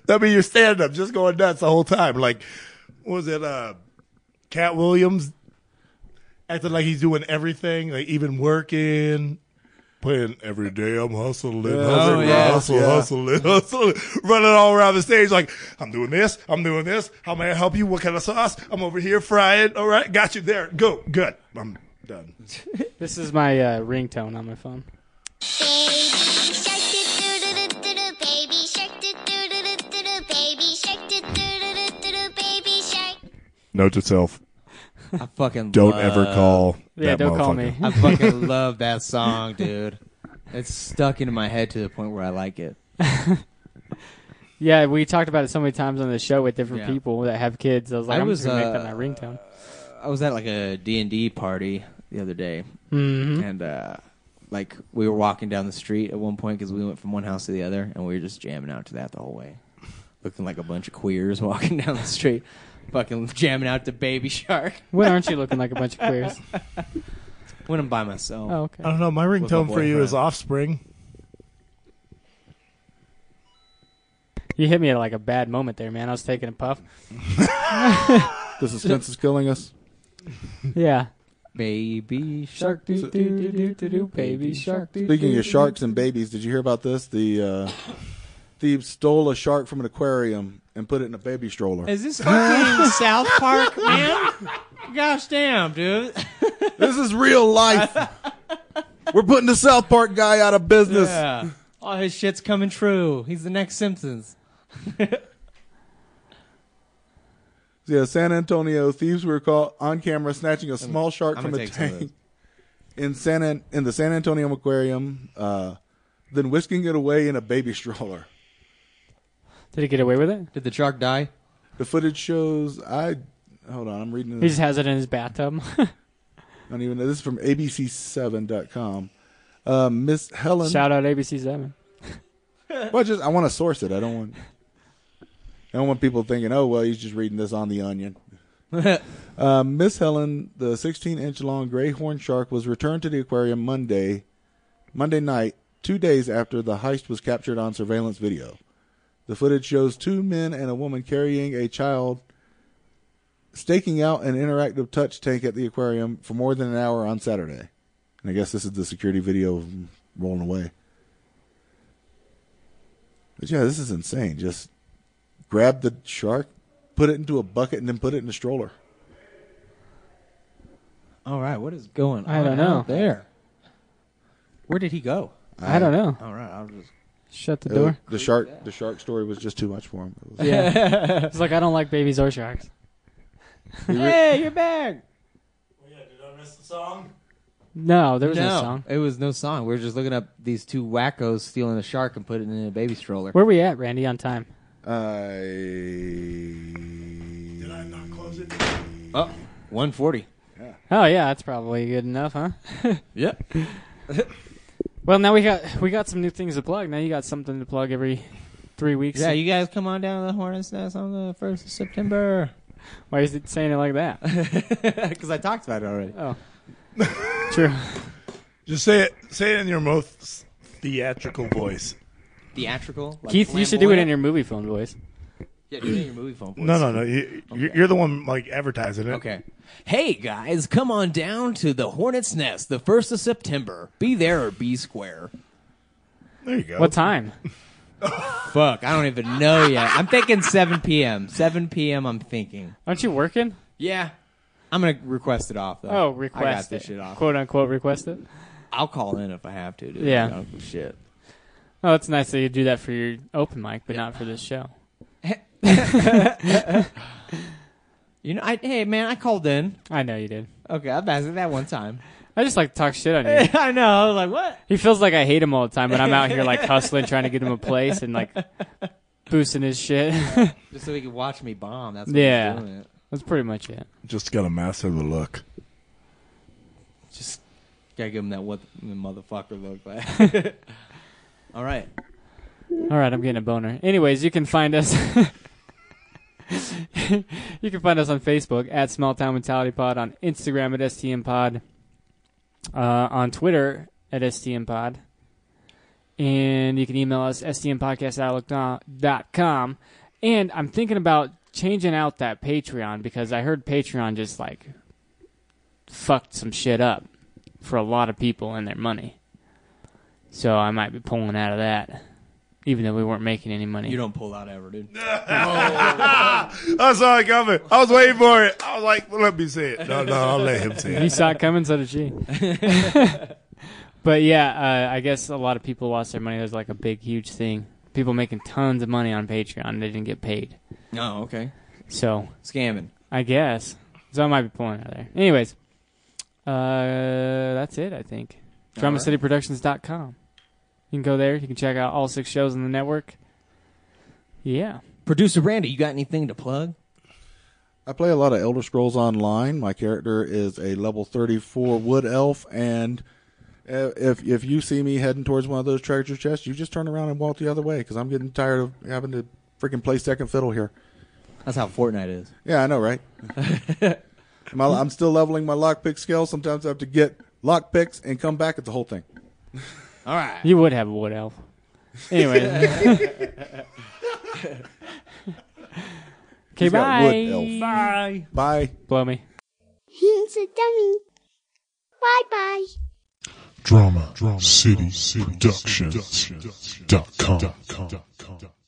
[SPEAKER 3] That'd be your stand up, just going nuts the whole time. Like, what was it, uh, Cat Williams acting like he's doing everything, like even working, playing every day. I'm hustling, hustling,
[SPEAKER 5] yeah.
[SPEAKER 3] hustle,
[SPEAKER 8] Yeah.
[SPEAKER 3] hustling, hustling, running all around the stage. Like, I'm doing this, I'm doing this. How may I help you? What kind of sauce? I'm over here frying. All right, got you there. Go, good. I'm done.
[SPEAKER 4] This is my uh, ringtone on my phone.
[SPEAKER 3] Note to self: um,
[SPEAKER 5] I fucking
[SPEAKER 3] Don't
[SPEAKER 5] love,
[SPEAKER 3] ever call.
[SPEAKER 4] Yeah,
[SPEAKER 3] that
[SPEAKER 4] don't call me.
[SPEAKER 3] motherfucker.
[SPEAKER 5] I fucking love that song, dude. It's stuck into my head to the point where I like it.
[SPEAKER 4] Yeah, we talked about it so many times on the show with different
[SPEAKER 5] Yeah.
[SPEAKER 4] people that have kids. I was like,
[SPEAKER 5] I
[SPEAKER 4] I am
[SPEAKER 5] was,
[SPEAKER 4] just gonna
[SPEAKER 5] uh,
[SPEAKER 4] make that my ringtone.
[SPEAKER 5] I was at like a D and D party the other day,
[SPEAKER 4] Mhm.
[SPEAKER 5] and uh, like we were walking down the street at one point because we went from one house to the other, and we were just jamming out to that the whole way, looking like a bunch of queers walking down the street, fucking jamming out to Baby Shark
[SPEAKER 4] When aren't you looking like a bunch of queers?
[SPEAKER 5] when I'm by myself.
[SPEAKER 4] Oh, okay.
[SPEAKER 3] I don't know. My
[SPEAKER 5] With my
[SPEAKER 3] ringtone for you is
[SPEAKER 5] boyfriend.
[SPEAKER 3] Offspring.
[SPEAKER 4] You hit me at like a bad moment there, man. I was taking a puff.
[SPEAKER 8] The suspense is killing us.
[SPEAKER 4] Yeah.
[SPEAKER 5] Baby
[SPEAKER 4] shark, do, do, do, do, do, do, baby shark. Do,
[SPEAKER 8] Speaking
[SPEAKER 2] Mm-hmm.
[SPEAKER 4] do,
[SPEAKER 8] of
[SPEAKER 4] do.
[SPEAKER 8] sharks and babies, did you hear about this? The uh, thieves stole a shark from an aquarium and put it in a baby stroller.
[SPEAKER 5] Is this fucking South Park, man? Gosh damn, dude.
[SPEAKER 8] this is real life. We're putting the South Park guy out of business.
[SPEAKER 5] Yeah. All his shit's coming true. He's the next Simpsons.
[SPEAKER 8] Yeah, San Antonio thieves were caught on camera snatching a small shark
[SPEAKER 5] I'm
[SPEAKER 8] from
[SPEAKER 5] gonna
[SPEAKER 8] a
[SPEAKER 5] take some of
[SPEAKER 8] tank in San An- in the San Antonio Aquarium, uh, then whisking it away in a baby stroller.
[SPEAKER 4] Did he get away with it?
[SPEAKER 5] Did the shark die?
[SPEAKER 8] The footage shows. I hold on. I'm reading.
[SPEAKER 4] He
[SPEAKER 8] This.
[SPEAKER 4] just has it in his bathtub.
[SPEAKER 8] I don't even know. This is from ABC7.com. Uh, Miss Helen.
[SPEAKER 4] Shout out ABC Seven.
[SPEAKER 8] Well, just I want to source it. I don't want. I don't want people thinking, "Oh, well, he's just reading this on the Onion." Uh, Miss Helen, the 16-inch-long gray horned shark, was returned to the aquarium Monday, Monday night, two days after the heist was captured on surveillance video. The footage shows two men and a woman carrying a child, staking out an interactive touch tank at the aquarium for more than an hour on Saturday. And I guess this is the security video of 'em rolling away. But yeah, this is insane. Just grab the shark, put it into a bucket, and then put it in a stroller.
[SPEAKER 5] All right, what is going on?
[SPEAKER 4] I don't
[SPEAKER 5] out
[SPEAKER 4] know.
[SPEAKER 5] There. Where did he go?
[SPEAKER 4] I don't know.
[SPEAKER 5] All right, I'll just.
[SPEAKER 4] Shut the
[SPEAKER 8] It was-
[SPEAKER 4] door.
[SPEAKER 8] The shark, the shark story was just too much for him. It was-
[SPEAKER 5] Uh,
[SPEAKER 4] Yeah. it's like I don't like babies or sharks.
[SPEAKER 5] Hey, you're back.
[SPEAKER 4] No, there was no,
[SPEAKER 5] no,
[SPEAKER 4] song.
[SPEAKER 5] it was no song. We were just looking up these two wackos stealing a shark and putting it in a baby stroller.
[SPEAKER 4] Where we at, Randy? On time?
[SPEAKER 8] I
[SPEAKER 3] Did I not close it?
[SPEAKER 5] Oh, 140.
[SPEAKER 4] Oh yeah, that's probably good enough, huh?
[SPEAKER 5] Yep.
[SPEAKER 4] Well, now we got we got some new things to plug. Now you got something to plug every three weeks.
[SPEAKER 5] Yeah, you guys come on down to the Hornets Nest on the 1st of September.
[SPEAKER 4] Why is it saying it like that?
[SPEAKER 5] Because I talked about it already.
[SPEAKER 4] Oh, true.
[SPEAKER 3] Just say it. Say it in your most theatrical voice.
[SPEAKER 5] Theatrical. like
[SPEAKER 4] Keith, you should do it in
[SPEAKER 5] flamboyant.
[SPEAKER 4] your movie phone voice.
[SPEAKER 5] Yeah, do it in your movie phone.
[SPEAKER 3] No,
[SPEAKER 5] voice.
[SPEAKER 3] no, no. You, you're- You're the one like advertising it.
[SPEAKER 5] Okay. Hey guys, come on down to the Hornets Nest the 1st of September. Be there or be square.
[SPEAKER 3] There you go.
[SPEAKER 4] What time?
[SPEAKER 5] Fuck, I don't even know yet. I'm thinking 7 p.m. 7 p.m. I'm thinking.
[SPEAKER 4] Aren't you working?
[SPEAKER 5] Yeah. I'm going to request it off, though.
[SPEAKER 4] Oh,
[SPEAKER 5] I got
[SPEAKER 4] request
[SPEAKER 5] this
[SPEAKER 4] it.
[SPEAKER 5] shit off.
[SPEAKER 4] Quote unquote request it.
[SPEAKER 5] I'll call in if I have to, dude.
[SPEAKER 4] Yeah.
[SPEAKER 5] I don't- Shit.
[SPEAKER 4] Oh, it's nice that you do that for your open mic, but not for this show.
[SPEAKER 5] You know, I, hey, man, I called in.
[SPEAKER 4] I know you did.
[SPEAKER 5] Okay, I passed it that one time.
[SPEAKER 4] I just like to talk shit on you.
[SPEAKER 5] I know. I was like, what?
[SPEAKER 4] He feels like I hate him all the time, but I'm out here like hustling, trying to get him a place and like boosting his shit.
[SPEAKER 5] Just so he could watch me bomb. That's what
[SPEAKER 4] yeah,
[SPEAKER 5] he's doing it.
[SPEAKER 4] that's pretty much it.
[SPEAKER 3] Just gotta master the look.
[SPEAKER 5] Just gotta give him that what the motherfucker look like. All right.
[SPEAKER 4] All right, I'm getting a boner. Anyways, you can find us. you can find us on Facebook at Small Town Mentality Pod, on Instagram at STM Pod, uh, on Twitter at STM Pod, and you can email us stmpodcastoutlook.com. And I'm thinking about changing out that Patreon because I heard Patreon just like fucked some shit up for a lot of people and their money. So I might be pulling out of that even though we weren't making any money.
[SPEAKER 5] You don't pull out ever, dude.
[SPEAKER 3] I saw it coming. I was waiting for it. I was like, well, let me see it. No, no, I'll let him see
[SPEAKER 4] you
[SPEAKER 3] it.
[SPEAKER 4] saw it coming, so did she. but yeah, uh, I guess a lot of people lost their money. There's like a big, huge thing. People making tons of money on Patreon. and They didn't get paid.
[SPEAKER 5] No, Oh, okay.
[SPEAKER 4] So
[SPEAKER 5] Scamming.
[SPEAKER 4] I guess. So I might be pulling out of there. Anyways, uh, that's it, I think.
[SPEAKER 5] All right.
[SPEAKER 4] DramaCityProductions.com. You can go there. You can check out all six shows on the network. Yeah.
[SPEAKER 5] Producer Randy, you got anything to plug?
[SPEAKER 8] I play a lot of Elder Scrolls Online. My character is a level 34 wood elf, and uh, if if you see me heading towards one of those treasure chests, you just turn around and walk the other way because I'm getting tired of having to freaking play second fiddle here.
[SPEAKER 5] That's how Fortnite is.
[SPEAKER 8] Yeah, I know, right? my, I'm still leveling my lockpick skill. Sometimes I have to get lockpicks and come back at the whole thing.
[SPEAKER 5] All right.
[SPEAKER 4] You would have a wood elf. Anyway. Okay,
[SPEAKER 8] He's got wood
[SPEAKER 4] bye.
[SPEAKER 8] elf.
[SPEAKER 4] Bye.
[SPEAKER 8] Bye.
[SPEAKER 4] Blow me.
[SPEAKER 12] He's a dummy. Bye bye.
[SPEAKER 1] Drama, Drama City, Productions. Dot com.